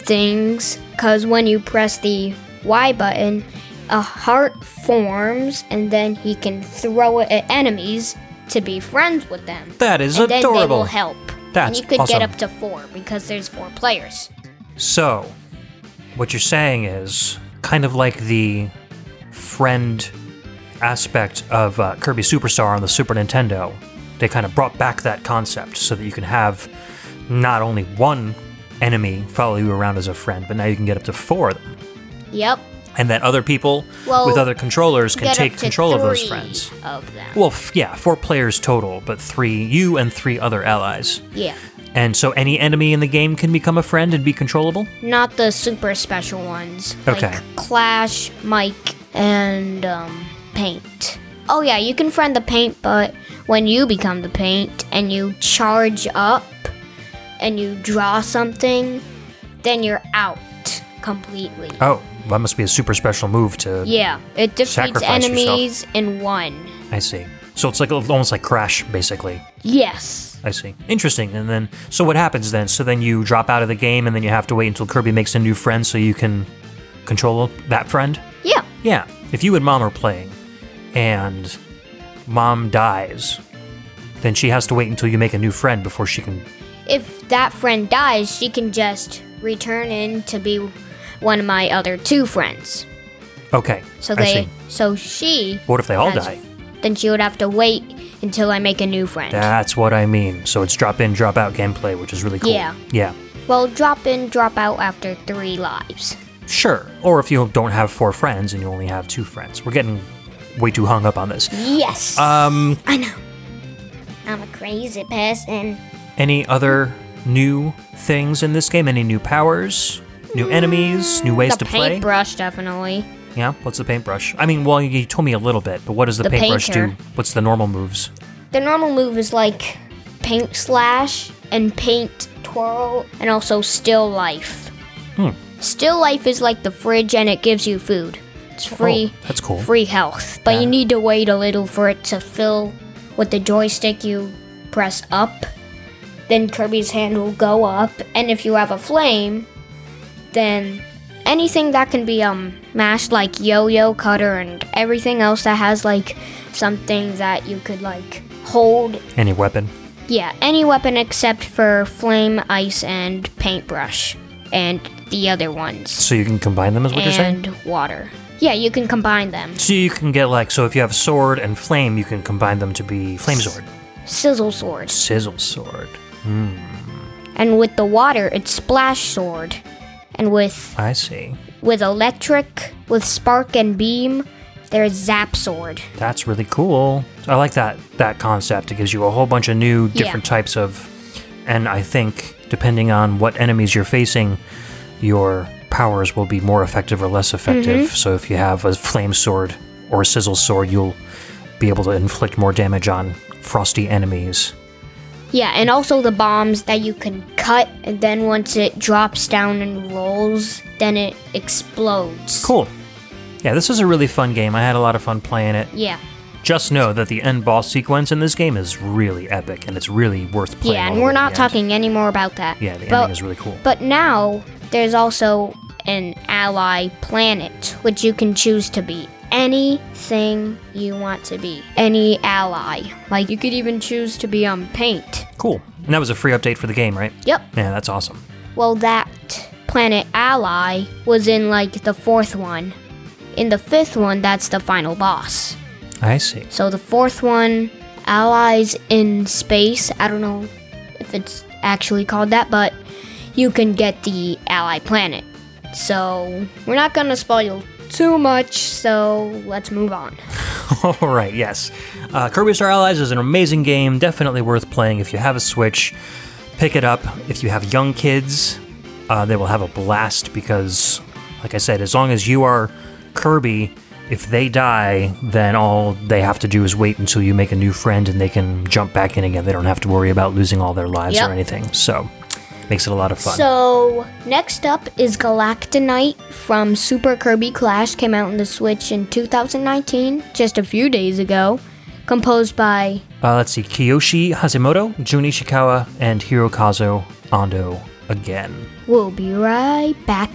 [SPEAKER 2] things. Because when you press the Y button, a heart forms, and then he can throw it at enemies to be friends with them.
[SPEAKER 1] That is
[SPEAKER 2] and then they
[SPEAKER 1] adorable.
[SPEAKER 2] will help. and
[SPEAKER 1] That's
[SPEAKER 2] you could
[SPEAKER 1] awesome.
[SPEAKER 2] get up to four because there's four players.
[SPEAKER 1] So, what you're saying is kind of like the friend aspect of uh, Kirby Superstar on the Super Nintendo. They kind of brought back that concept so that you can have not only one enemy follow you around as a friend, but now you can get up to four of them.
[SPEAKER 2] Yep.
[SPEAKER 1] And then other people
[SPEAKER 2] Well,
[SPEAKER 1] with other controllers can
[SPEAKER 2] get
[SPEAKER 1] take
[SPEAKER 2] up to
[SPEAKER 1] control of those
[SPEAKER 2] three
[SPEAKER 1] friends.
[SPEAKER 2] Of them.
[SPEAKER 1] Well, f- yeah, four players total, but three, you and three other allies.
[SPEAKER 2] yeah.
[SPEAKER 1] And so any enemy in the game can become a friend and be controllable?
[SPEAKER 2] Not the super special ones.
[SPEAKER 1] Okay.
[SPEAKER 2] Like Clash, Mike, and um, Paint. Oh, yeah, you can friend the Paint, but when you become the Paint and you charge up and you draw something, then you're out completely.
[SPEAKER 1] Oh, that must be a super special move to.
[SPEAKER 2] yeah, it defeats
[SPEAKER 1] Sacrifice yourself.
[SPEAKER 2] enemies in one.
[SPEAKER 1] I see. So it's like almost like Crash, basically.
[SPEAKER 2] Yes.
[SPEAKER 1] I see. Interesting. And then, so what happens then? So then you drop out of the game, and then you have to wait until Kirby makes a new friend so you can control that friend.
[SPEAKER 2] Yeah.
[SPEAKER 1] Yeah. If you and mom are playing, and mom dies, then she has to wait until you make a new friend before she can.
[SPEAKER 2] If that friend dies, she can just return in to be one of my other two friends.
[SPEAKER 1] Okay.
[SPEAKER 2] So
[SPEAKER 1] I
[SPEAKER 2] they,
[SPEAKER 1] see.
[SPEAKER 2] so she
[SPEAKER 1] What if they all
[SPEAKER 2] That's-
[SPEAKER 1] die?
[SPEAKER 2] Then she would have to wait until I make a new friend.
[SPEAKER 1] That's what I mean. So it's drop in, drop out gameplay, which is really cool.
[SPEAKER 2] Yeah.
[SPEAKER 1] Yeah.
[SPEAKER 2] Well, drop in, drop out after three lives.
[SPEAKER 1] Sure. Or if you don't have four friends and you only have two friends. We're getting way too hung up on this.
[SPEAKER 2] Yes.
[SPEAKER 1] Um,
[SPEAKER 2] I know. I'm a crazy person.
[SPEAKER 1] any other new things in this game? Any new powers? New enemies? New ways
[SPEAKER 2] Mm, the
[SPEAKER 1] to play?
[SPEAKER 2] paintbrush, definitely.
[SPEAKER 1] Yeah. What's the paintbrush? I mean, well, you told me a little bit, but what does the,
[SPEAKER 2] The
[SPEAKER 1] paintbrush do?
[SPEAKER 2] painter.
[SPEAKER 1] What's the normal moves?
[SPEAKER 2] The normal move is like paint slash and paint twirl and also still life.
[SPEAKER 1] Hmm.
[SPEAKER 2] Still life is like the fridge and it gives you food. It's free.
[SPEAKER 1] Oh, that's cool.
[SPEAKER 2] free health, but you need to wait a little for it to fill with the joystick you press up. Then Kirby's hand will go up, and if you have a flame, then anything that can be um mashed like yo-yo cutter and everything else that has like something that you could like hold.
[SPEAKER 1] Any weapon?
[SPEAKER 2] Yeah, any weapon except for flame, ice, and paintbrush, and the other ones,
[SPEAKER 1] So you can combine them, is what you're saying?
[SPEAKER 2] and water. Yeah, you can combine them.
[SPEAKER 1] So you can get like, so if you have sword and flame, you can combine them to be flame sword,
[SPEAKER 2] Sizzle sword.
[SPEAKER 1] sizzle sword.
[SPEAKER 2] and with the water it's splash sword and with
[SPEAKER 1] I see.
[SPEAKER 2] with electric with spark and beam there's zap sword
[SPEAKER 1] That's really cool. I like that that concept. It gives you a whole bunch of new
[SPEAKER 2] Yeah.
[SPEAKER 1] different types of and I think depending on what enemies you're facing, your powers will be more effective or less effective.
[SPEAKER 2] Mm-hmm.
[SPEAKER 1] So if you have a flame sword or a sizzle sword, you'll be able to inflict more damage on frosty enemies.
[SPEAKER 2] yeah and also the bombs that you can cut, and then once it drops down and rolls, then it explodes.
[SPEAKER 1] Cool. Yeah, this is a really fun game. I had a lot of fun playing it.
[SPEAKER 2] Yeah.
[SPEAKER 1] Just know that the end boss sequence in this game is really epic and it's really worth playing.
[SPEAKER 2] yeah,
[SPEAKER 1] all
[SPEAKER 2] and
[SPEAKER 1] the
[SPEAKER 2] we're
[SPEAKER 1] way to
[SPEAKER 2] not
[SPEAKER 1] the end.
[SPEAKER 2] talking any more about that.
[SPEAKER 1] Yeah, the ending is really cool.
[SPEAKER 2] But now there's also an ally planet, which you can choose to be anything you want to be. Any ally. Like you could even choose to be on paint.
[SPEAKER 1] Cool. And that was a free update for the game, right?
[SPEAKER 2] Yep.
[SPEAKER 1] Yeah, that's awesome.
[SPEAKER 2] Well, that planet ally was in like the fourth one. In the fifth one, that's the final boss.
[SPEAKER 1] I see.
[SPEAKER 2] So the fourth one, Allies in Space. I don't know if it's actually called that, but you can get the ally planet. So we're not gonna spoil too much, so let's move on.
[SPEAKER 1] All right, yes. Uh, Kirby Star Allies is an amazing game, definitely worth playing if you have a Switch. Pick it up. If you have young kids, uh, they will have a blast because, like I said, as long as you are Kirby, if they die, then all they have to do is wait until you make a new friend and they can jump back in again. They don't have to worry about losing all their lives
[SPEAKER 2] Yep.
[SPEAKER 1] or anything. So, makes it a lot of fun.
[SPEAKER 2] So next up is Galactonite from Super Kirby Clash. Came out on the Switch in 2019, just a few days ago. Composed by
[SPEAKER 1] Uh, let's see, Kiyoshi Hasemoto, Jun Ishikawa, and Hirokazu Ando again.
[SPEAKER 2] We'll be right back.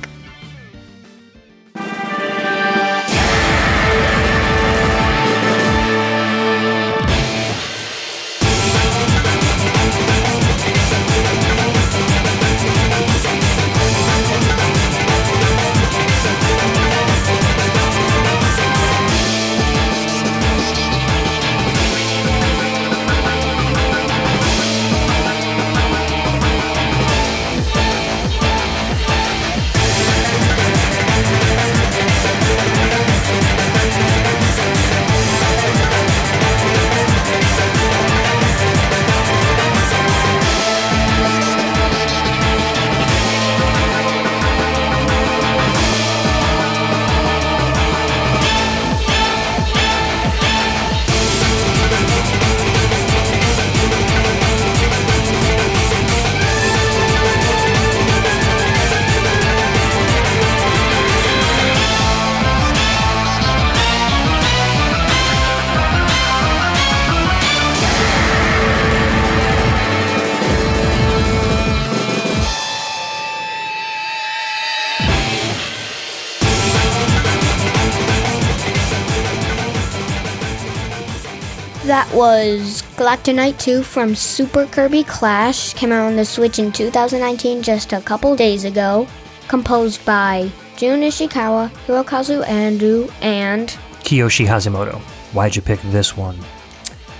[SPEAKER 2] That was Galactonite 2 from Super Kirby Clash. Came out on the Switch in 2019, just a couple days ago. Composed by Jun Ishikawa, Hirokazu Ando, and
[SPEAKER 1] Kiyoshi Hasemoto. Why'd you pick this one?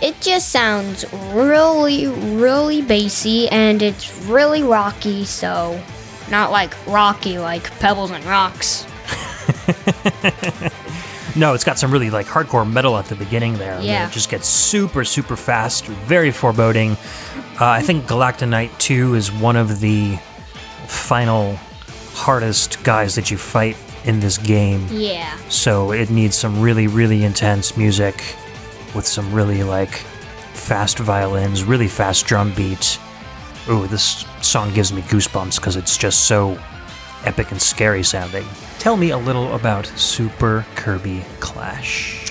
[SPEAKER 2] it just sounds really, really bassy and it's really rocky, so not like rocky, like pebbles and rocks.
[SPEAKER 1] No, it's got some really like hardcore metal at the beginning there. and then
[SPEAKER 2] Yeah.
[SPEAKER 1] it just gets super, super fast, very foreboding. Uh, I think Galactonite 2 is one of the final hardest guys that you fight in this game.
[SPEAKER 2] Yeah.
[SPEAKER 1] So it needs some really, really intense music with some really like fast violins, really fast drum beat. Ooh, this song gives me goosebumps because it's just so epic and scary sounding. Tell me a little about Super Kirby Clash.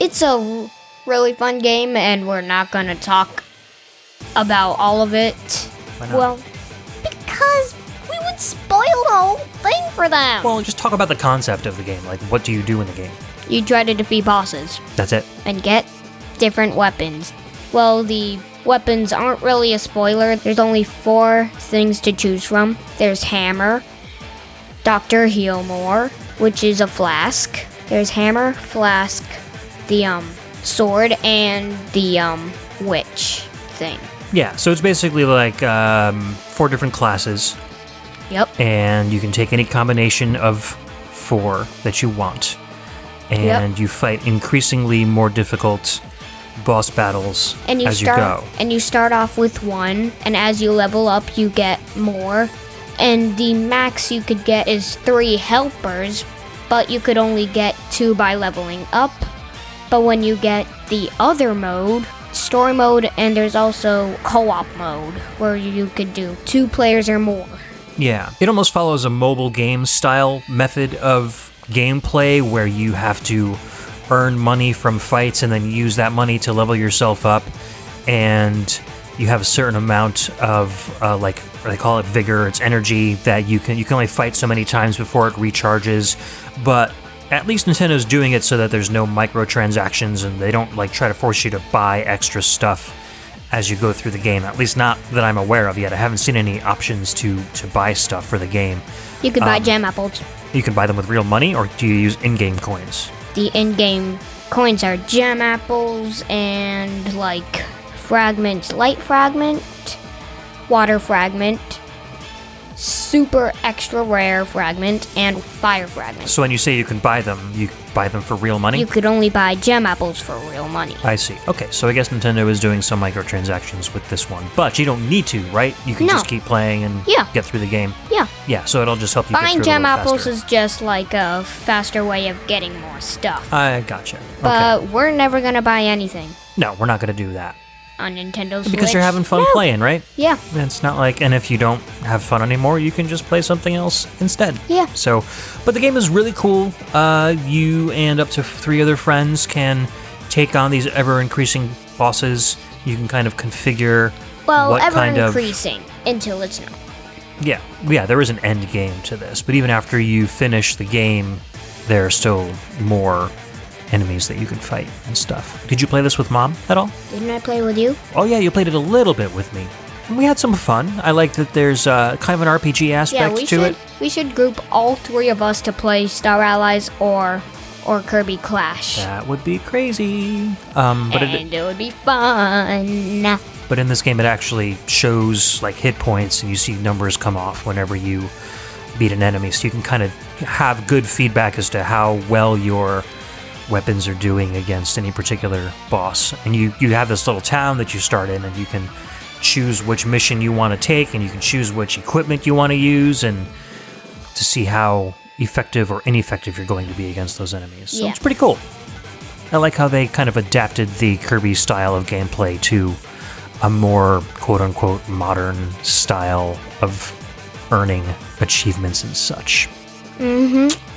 [SPEAKER 2] It's a really fun game, and we're not going to talk about all of it.
[SPEAKER 1] Why not?
[SPEAKER 2] Well, because we would spoil the whole thing for them.
[SPEAKER 1] Well, just talk about the concept of the game. Like, what do you do in the game?
[SPEAKER 2] you try to defeat bosses
[SPEAKER 1] That's it.
[SPEAKER 2] and get different weapons. Well, the weapons aren't really a spoiler. There's only four things to choose from there's Hammer, Dr. Healmore, which is a flask. There's Hammer, Flask, the um, sword, and the um, witch thing.
[SPEAKER 1] Yeah, so it's basically like um, four different classes,
[SPEAKER 2] Yep.
[SPEAKER 1] and you can take any combination of four that you want. And you fight increasingly more difficult boss battles
[SPEAKER 2] and you
[SPEAKER 1] as
[SPEAKER 2] start
[SPEAKER 1] you go.
[SPEAKER 2] and you start off with one and as you level up you get more and the max you could get is three helpers but you could only get two by leveling up but when you get the other mode story mode and there's also co-op mode where you could do two players or more.
[SPEAKER 1] Yeah. It almost follows a mobile game style method of gameplay where you have to earn money from fights and then use that money to level yourself up and you have a certain amount of uh, like they call it vigor it's energy that you can you can only fight so many times before it recharges but at least nintendo's doing it so that there's no microtransactions and they don't like try to force you to buy extra stuff as you go through the game at least not that i'm aware of yet i haven't seen any options to to buy stuff for the game
[SPEAKER 2] You could
[SPEAKER 1] Um,
[SPEAKER 2] buy gem apples.
[SPEAKER 1] you can buy them with real money or do you use in-game coins
[SPEAKER 2] The in-game coins are gem apples and like fragments, light fragment, water fragment, super extra rare fragment, and fire fragment.
[SPEAKER 1] so when you say you can buy them you buy them for real money
[SPEAKER 2] You could only buy gem apples for real money.
[SPEAKER 1] I see. Okay, so I guess Nintendo is doing some microtransactions with this one, but you don't need to, right? You can
[SPEAKER 2] No.
[SPEAKER 1] just keep playing and
[SPEAKER 2] Yeah.
[SPEAKER 1] get through the game.
[SPEAKER 2] Yeah.
[SPEAKER 1] Yeah, so it'll just help you.
[SPEAKER 2] Buying
[SPEAKER 1] get through
[SPEAKER 2] gem apples
[SPEAKER 1] is.
[SPEAKER 2] is just like a faster way of getting more stuff.
[SPEAKER 1] I gotcha. Oh, Okay.
[SPEAKER 2] But we're never gonna buy anything
[SPEAKER 1] no, we're not gonna do that
[SPEAKER 2] on Nintendo Switch.
[SPEAKER 1] because you're having fun
[SPEAKER 2] No.
[SPEAKER 1] playing, right?
[SPEAKER 2] Yeah.
[SPEAKER 1] It's not like, and if you don't have fun anymore, you can just play something else instead.
[SPEAKER 2] Yeah.
[SPEAKER 1] So, but the game is really cool. Uh, you and up to three other friends can take on these ever increasing bosses. You can kind of configure
[SPEAKER 2] Well,
[SPEAKER 1] what
[SPEAKER 2] ever
[SPEAKER 1] kind of
[SPEAKER 2] increasing until it's not.
[SPEAKER 1] Yeah, yeah, there is an end game to this, but even after you finish the game, there are still more enemies that you can fight and stuff. Did you play this with mom at all?
[SPEAKER 2] Didn't I play with you?
[SPEAKER 1] Oh yeah, you played it a little bit with me. And we had some fun. I like that there's uh, kind of an RPG
[SPEAKER 2] Yeah,
[SPEAKER 1] aspect
[SPEAKER 2] we
[SPEAKER 1] to
[SPEAKER 2] should
[SPEAKER 1] it.
[SPEAKER 2] we should group all three of us to play Star Allies or or Kirby Clash.
[SPEAKER 1] That would be crazy. Um, but it,
[SPEAKER 2] and it would be fun.
[SPEAKER 1] but in this game, it actually shows like hit points, and you see numbers come off whenever you beat an enemy, so you can kind of have good feedback as to how well your weapons are doing against any particular boss. And you you have this little town that you start in, and you can choose which mission you want to take, and you can choose which equipment you want to use, and to see how effective or ineffective you're going to be against those enemies. So
[SPEAKER 2] Yeah.
[SPEAKER 1] it's pretty cool. I like how they kind of adapted the Kirby style of gameplay to a more quote unquote modern style of earning achievements and such.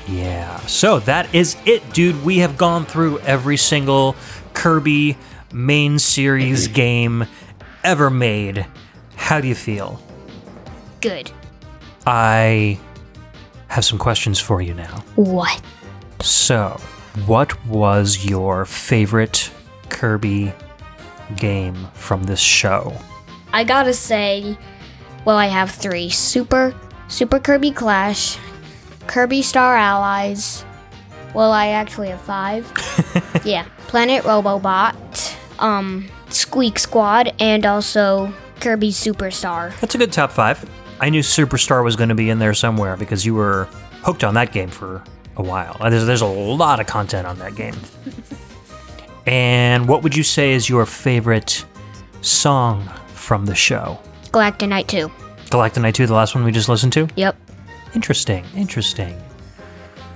[SPEAKER 1] Yeah. So that is it, dude. We have gone through every single Kirby main series game ever made. How do you feel?
[SPEAKER 2] Good.
[SPEAKER 1] I have some questions for you now.
[SPEAKER 2] What?
[SPEAKER 1] So, what was your favorite Kirby game from this show?
[SPEAKER 2] I gotta say, well, I have three Super, Super Kirby Clash, Kirby Star Allies. Well, I actually have five. yeah, Planet Robobot, um, Squeak Squad, and also Kirby Superstar.
[SPEAKER 1] That's a good top five. I knew Superstar was going to be in there somewhere because you were hooked on that game for a while. Uh, There's, there's a lot of content on that game. and what would you say is your favorite song from the show?
[SPEAKER 2] Galactonite 2.
[SPEAKER 1] Galactonite 2, the last one we just listened to?
[SPEAKER 2] Yep.
[SPEAKER 1] Interesting, interesting.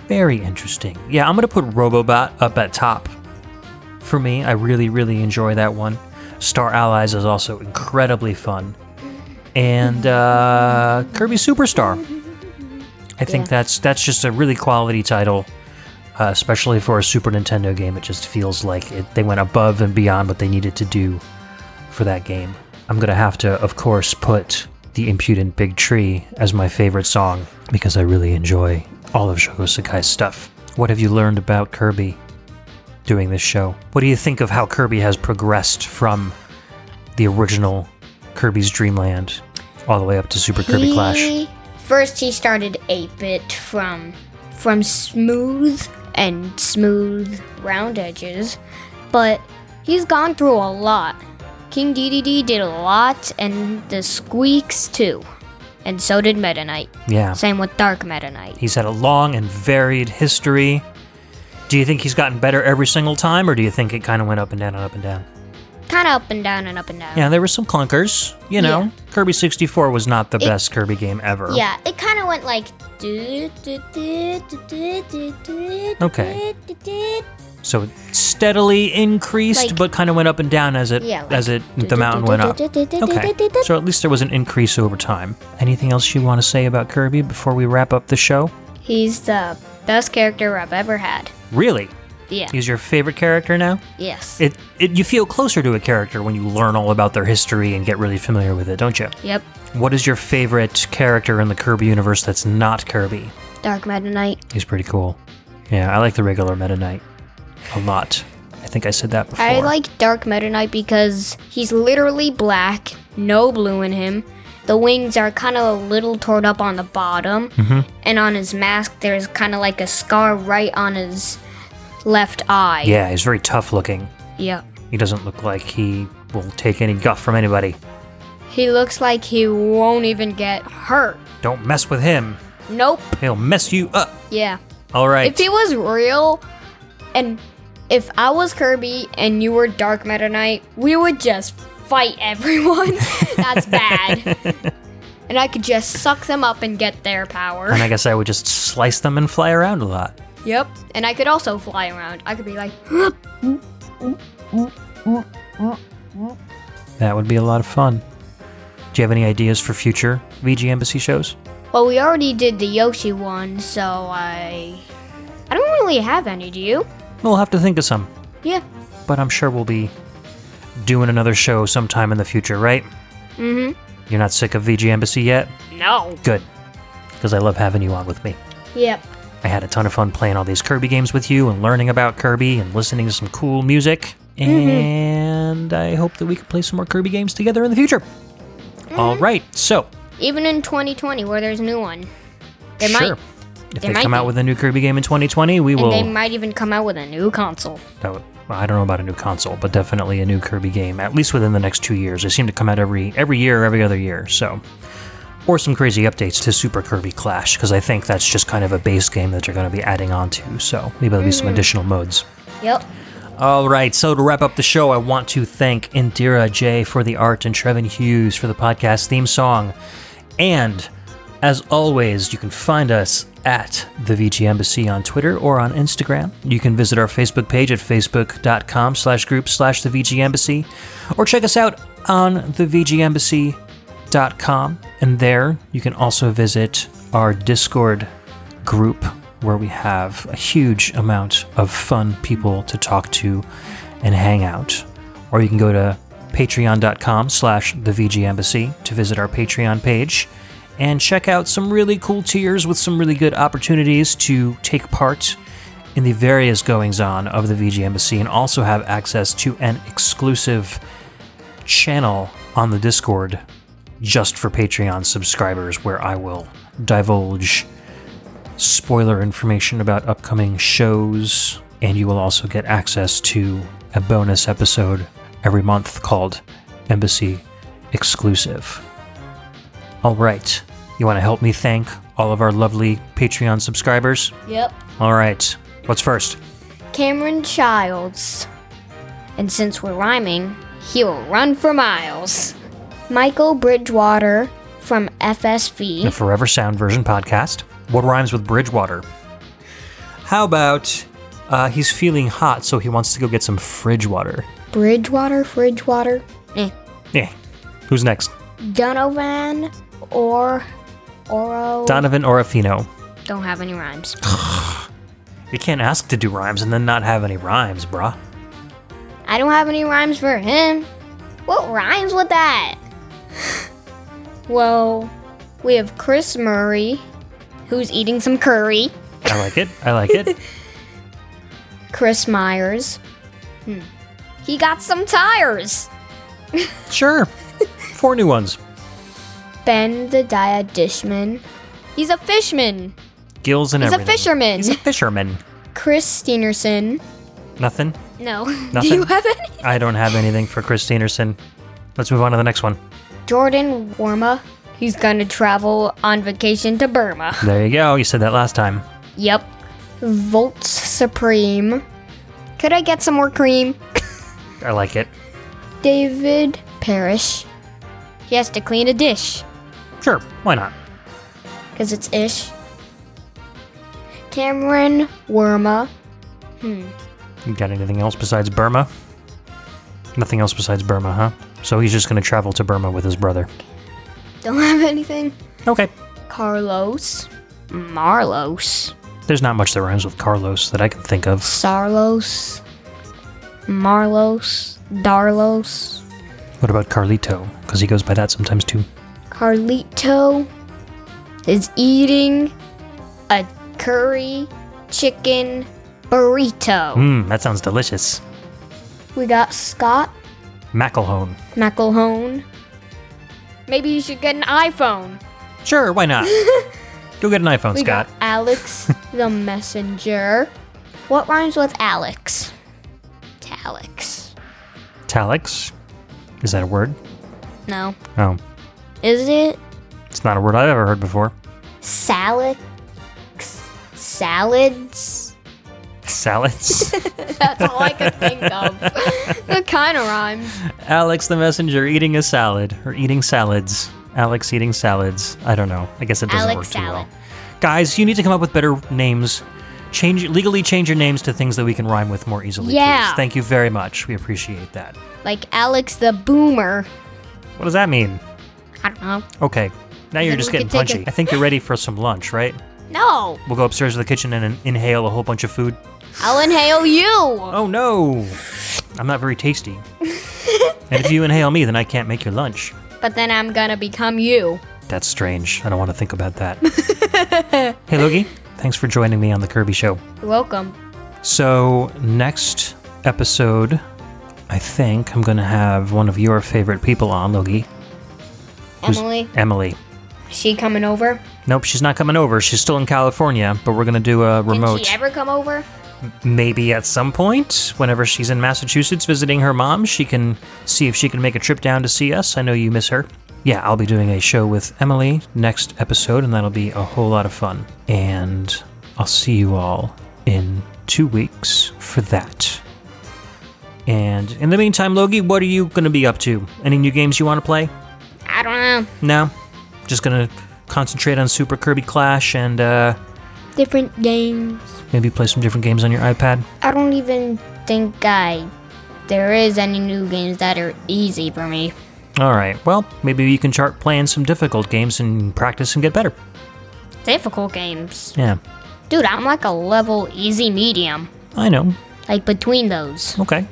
[SPEAKER 1] Very interesting. Yeah, I'm going to put Robobot up at top. For me, I really, really enjoy that one. Star Allies is also incredibly fun. And uh, Kirby Superstar. I think
[SPEAKER 2] Yeah.
[SPEAKER 1] that's that's just a really quality title, uh, especially for a Super Nintendo game. It just feels like it, they went above and beyond what they needed to do for that game. I'm going to have to, of course, put The Impudent Big Tree as my favorite song because I really enjoy all of Shogo Sakai's stuff. What have you learned about Kirby doing this show? What do you think of how Kirby has progressed from the original Kirby's Dream Land all the way up to Super Kirby Clash?
[SPEAKER 2] He- First, he started 8-bit from from smooth and smooth round edges, but he's gone through a lot. King DDD did a lot, and the Squeaks too, and so did Meta Knight.
[SPEAKER 1] Yeah.
[SPEAKER 2] Same with Dark Meta Knight.
[SPEAKER 1] He's had a long and varied history. Do you think he's gotten better every single time, or do you think it kind of went up and down and up and down?
[SPEAKER 2] Kind of up and down and up and
[SPEAKER 3] Um,
[SPEAKER 2] down.
[SPEAKER 1] Yeah, there were some clunkers. You know, Kirby 64 was not the best Kirby game ever.
[SPEAKER 2] Yeah, it kind of went like. do, do, do, do, do, do, do,
[SPEAKER 1] Okay.
[SPEAKER 2] do, do, do.
[SPEAKER 1] So it s- steadily increased,
[SPEAKER 3] Like-
[SPEAKER 1] but kind of went up and down as it
[SPEAKER 3] Yeah, like-
[SPEAKER 1] as it the mountain went up. Okay, so at least there was an increase over time. Anything else you want to say about Kirby before we wrap up the show?
[SPEAKER 2] He's the best character I've ever had.
[SPEAKER 1] Really,
[SPEAKER 2] Yeah.
[SPEAKER 1] he's your favorite character now.
[SPEAKER 2] Yes.
[SPEAKER 1] It, it you feel closer to a character when you learn all about their history and get really familiar with it, don't you?
[SPEAKER 2] Yep.
[SPEAKER 1] What is your favorite character in the Kirby universe that's not Kirby?
[SPEAKER 3] Dark Meta Knight.
[SPEAKER 1] He's pretty cool. Yeah, I like the regular Meta Knight a lot. I think I said that before.
[SPEAKER 2] I like Dark Meta Knight because he's literally black, no blue in him. The wings are kind of a little torn up on the bottom,
[SPEAKER 1] Mm-hmm.
[SPEAKER 2] and on his mask there's kind of like a scar right on his left eye.
[SPEAKER 1] Yeah, he's very tough looking.
[SPEAKER 2] Yep.
[SPEAKER 1] He doesn't look like he will take any guff from anybody.
[SPEAKER 2] He looks like he won't even get hurt.
[SPEAKER 1] Don't mess with him.
[SPEAKER 2] Nope.
[SPEAKER 1] He'll mess you up.
[SPEAKER 2] Yeah.
[SPEAKER 1] All right.
[SPEAKER 2] If he was real, and if I was Kirby and you were Dark Meta Knight, we would just fight everyone. That's bad. and I could just suck them up and get their power.
[SPEAKER 1] and I guess I would just slice them and fly around a lot.
[SPEAKER 2] Yep. And I could also fly around. I could be like,
[SPEAKER 1] That would be a lot of fun. Do you have any ideas for future VG Embassy shows?
[SPEAKER 2] well, we already did the Yoshi one, so I. I don't really have any, do you?
[SPEAKER 1] We'll have to think of some,
[SPEAKER 2] Yeah.
[SPEAKER 1] but I'm sure we'll be doing another show sometime in the future, right? Mm-hmm. You're not sick of VG Embassy yet?
[SPEAKER 2] No.
[SPEAKER 1] Good, because I love having you on with me.
[SPEAKER 2] Yep.
[SPEAKER 1] I had a ton of fun playing all these Kirby games with you and learning about Kirby and listening to some cool music.
[SPEAKER 2] Mm-hmm.
[SPEAKER 1] And I hope that we can play some more Kirby games together in the future.
[SPEAKER 2] Mm-hmm.
[SPEAKER 1] All right, so
[SPEAKER 2] Even in 2020, where there's a new one. They might-
[SPEAKER 1] sure. if
[SPEAKER 2] they
[SPEAKER 1] they
[SPEAKER 2] might
[SPEAKER 1] come out
[SPEAKER 2] be.
[SPEAKER 1] with a new Kirby game in 2020, we
[SPEAKER 2] And
[SPEAKER 1] will.
[SPEAKER 2] they might even come out with a new console.
[SPEAKER 1] that would- well, I don't know about a new console, but definitely a new Kirby game, at least within the next two years. They seem to come out every every year, or every other year, so. Or some crazy updates to Super Kirby Clash, because I think that's just kind of a base game that they're going to be adding on to, so maybe there'll be some additional modes.
[SPEAKER 2] Yep.
[SPEAKER 1] All right, so to wrap up the show, I want to thank Indira J for the art and Trevin Hughes for the podcast theme song. And as always, you can find us at the VG Embassy on Twitter or on Instagram. You can visit our Facebook page at facebook.com slash group slash the VG Embassy or check us out on the VG Embassy.com. And there you can also visit our Discord group where we have a huge amount of fun people to talk to and hang out. Or you can go to patreon.com slash the VG Embassy to visit our Patreon page and check out some really cool tiers with some really good opportunities to take part in the various goings on of the VG Embassy and also have access to an exclusive channel on the Discord just for Patreon subscribers where I will divulge spoiler information about upcoming shows, and you will also get access to a bonus episode every month called Embassy Exclusive. All right, you want to help me thank all of our lovely Patreon subscribers?
[SPEAKER 2] Yep.
[SPEAKER 1] All right, what's first?
[SPEAKER 2] Cameron Childs. And since we're rhyming, he'll run for miles.
[SPEAKER 3] Michael Bridgewater from
[SPEAKER 2] Hmm?
[SPEAKER 1] The
[SPEAKER 3] FSV.
[SPEAKER 1] Forever Sound Version podcast. What rhymes with Bridgewater? How about uh, he's feeling hot, so he wants to go get some fridge water?
[SPEAKER 3] Bridgewater, Bridgewater.
[SPEAKER 1] Eh. Who's next?
[SPEAKER 3] Donovan or
[SPEAKER 2] Oh.
[SPEAKER 3] Oro.
[SPEAKER 1] Donovan Orofino.
[SPEAKER 2] Don't have any rhymes.
[SPEAKER 1] You can't ask to do rhymes and then not have any rhymes, bruh.
[SPEAKER 2] I don't have any rhymes for him. What rhymes with that? well, we have Chris Murray, who's eating some curry.
[SPEAKER 1] I like it. I like it.
[SPEAKER 2] Chris Myers. Hmm. He got some tires.
[SPEAKER 1] sure. Four new ones.
[SPEAKER 3] ben the Dia Dishman.
[SPEAKER 2] He's a fishman.
[SPEAKER 1] Gills and
[SPEAKER 2] He's a
[SPEAKER 1] everything.
[SPEAKER 2] fisherman.
[SPEAKER 1] He's a fisherman.
[SPEAKER 3] Chris Steenerson.
[SPEAKER 1] Nothing.
[SPEAKER 2] no. Do
[SPEAKER 1] Nothing.
[SPEAKER 2] you have any?
[SPEAKER 1] I don't have anything for Chris Anderson. Let's move on to the next one.
[SPEAKER 3] Jordan Warma.
[SPEAKER 2] He's gonna travel on vacation to Burma.
[SPEAKER 1] There you go. You said that last time.
[SPEAKER 2] Yep.
[SPEAKER 3] Volts Supreme.
[SPEAKER 2] Could I get some more cream?
[SPEAKER 1] I like it.
[SPEAKER 3] David Parrish.
[SPEAKER 2] He has to clean a dish.
[SPEAKER 1] Sure. Why not?
[SPEAKER 3] Because it's ish. Cameron Worma.
[SPEAKER 1] You got anything else besides Burma? Nothing else besides Burma, huh? So he's just gonna travel to Burma with his brother.
[SPEAKER 2] Don't have anything.
[SPEAKER 1] Okay.
[SPEAKER 2] Carlos. Marlos.
[SPEAKER 1] There's not much that rhymes with Carlos that I can think of.
[SPEAKER 2] Sarlos. Marlos. Darlos.
[SPEAKER 1] What about Carlito? Because he goes by that sometimes too.
[SPEAKER 2] Carlito is eating a curry chicken burrito.
[SPEAKER 1] Mmm, that sounds delicious.
[SPEAKER 2] We got Scott
[SPEAKER 1] Macalhone.
[SPEAKER 2] McElhone. Maybe you should get an iPhone.
[SPEAKER 1] Sure, why not? Go get an iPhone,
[SPEAKER 2] We
[SPEAKER 1] Scott.
[SPEAKER 2] got Alex the messenger. What rhymes with Alex? Talix.
[SPEAKER 1] Talix. Is that a word?
[SPEAKER 2] No.
[SPEAKER 1] Oh,
[SPEAKER 2] Is it
[SPEAKER 1] it's not a word I've ever heard before.
[SPEAKER 2] salix? Salads?
[SPEAKER 1] Salads.
[SPEAKER 2] That's all I could think of. that kind of rhymes.
[SPEAKER 1] Alex the messenger eating a salad or eating salads. Alex eating salads. I don't know. I guess it doesn't
[SPEAKER 2] Alex
[SPEAKER 1] work too
[SPEAKER 2] salad.
[SPEAKER 1] well. Guys, you need to come up with better names. Change legally change your names to things that we can rhyme with more easily.
[SPEAKER 2] Yeah.
[SPEAKER 1] Please. Thank you very much. We appreciate that.
[SPEAKER 2] Like Alex the boomer.
[SPEAKER 1] What does that mean?
[SPEAKER 2] I don't know.
[SPEAKER 1] Okay. Now you're
[SPEAKER 2] Then
[SPEAKER 1] just
[SPEAKER 2] we
[SPEAKER 1] getting
[SPEAKER 2] could take
[SPEAKER 1] punchy.
[SPEAKER 2] a-
[SPEAKER 1] I think you're ready for some lunch, right?
[SPEAKER 2] No.
[SPEAKER 1] We'll go upstairs to the kitchen and inhale a whole bunch of food.
[SPEAKER 2] I'll inhale you.
[SPEAKER 1] Oh no! I'm not very tasty. and if you inhale me, then I can't make your lunch.
[SPEAKER 2] But then I'm gonna become you.
[SPEAKER 1] That's strange. I don't want to think about that. hey, Logie. Thanks for joining me on the Kirby Show.
[SPEAKER 2] You're welcome.
[SPEAKER 1] So, next episode, I think I'm going to have one of your favorite people on, Logie. who's-
[SPEAKER 2] Emily,
[SPEAKER 1] Emily.
[SPEAKER 2] she coming over?
[SPEAKER 1] Nope, she's not coming over. She's still in California, but we're going to do a remote.
[SPEAKER 2] Did she ever come over?
[SPEAKER 1] Maybe at some point, whenever she's in Massachusetts visiting her mom, she can see if she can make a trip down to see us. I know you miss her. Yeah, I'll be doing a show with Emily next episode, and that'll be a whole lot of fun. And I'll see you all in two weeks for that. And in the meantime, Logie, what are you going to be up to? Any new games you want to play?
[SPEAKER 2] I don't know.
[SPEAKER 1] No? Just going to concentrate on Super Kirby Clash and uh,
[SPEAKER 3] Different games.
[SPEAKER 1] maybe play some different games on your iPad?
[SPEAKER 3] I don't even think I.
[SPEAKER 2] There is any new games that are easy for me.
[SPEAKER 1] All right. Well, maybe you can start playing some difficult games and practice and get better.
[SPEAKER 2] Difficult games.
[SPEAKER 1] Yeah.
[SPEAKER 2] Dude, I'm like a level easy medium.
[SPEAKER 1] I know.
[SPEAKER 2] Like between those.
[SPEAKER 1] Okay.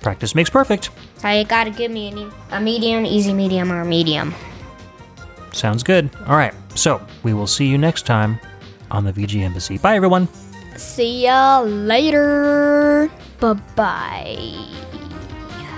[SPEAKER 1] Practice makes perfect.
[SPEAKER 2] So you gotta give me an e- a medium, easy medium, or a medium.
[SPEAKER 1] Sounds good. All right. So, we will see you next time on the VG Embassy. Bye, everyone.
[SPEAKER 2] See ya later. Bye bye.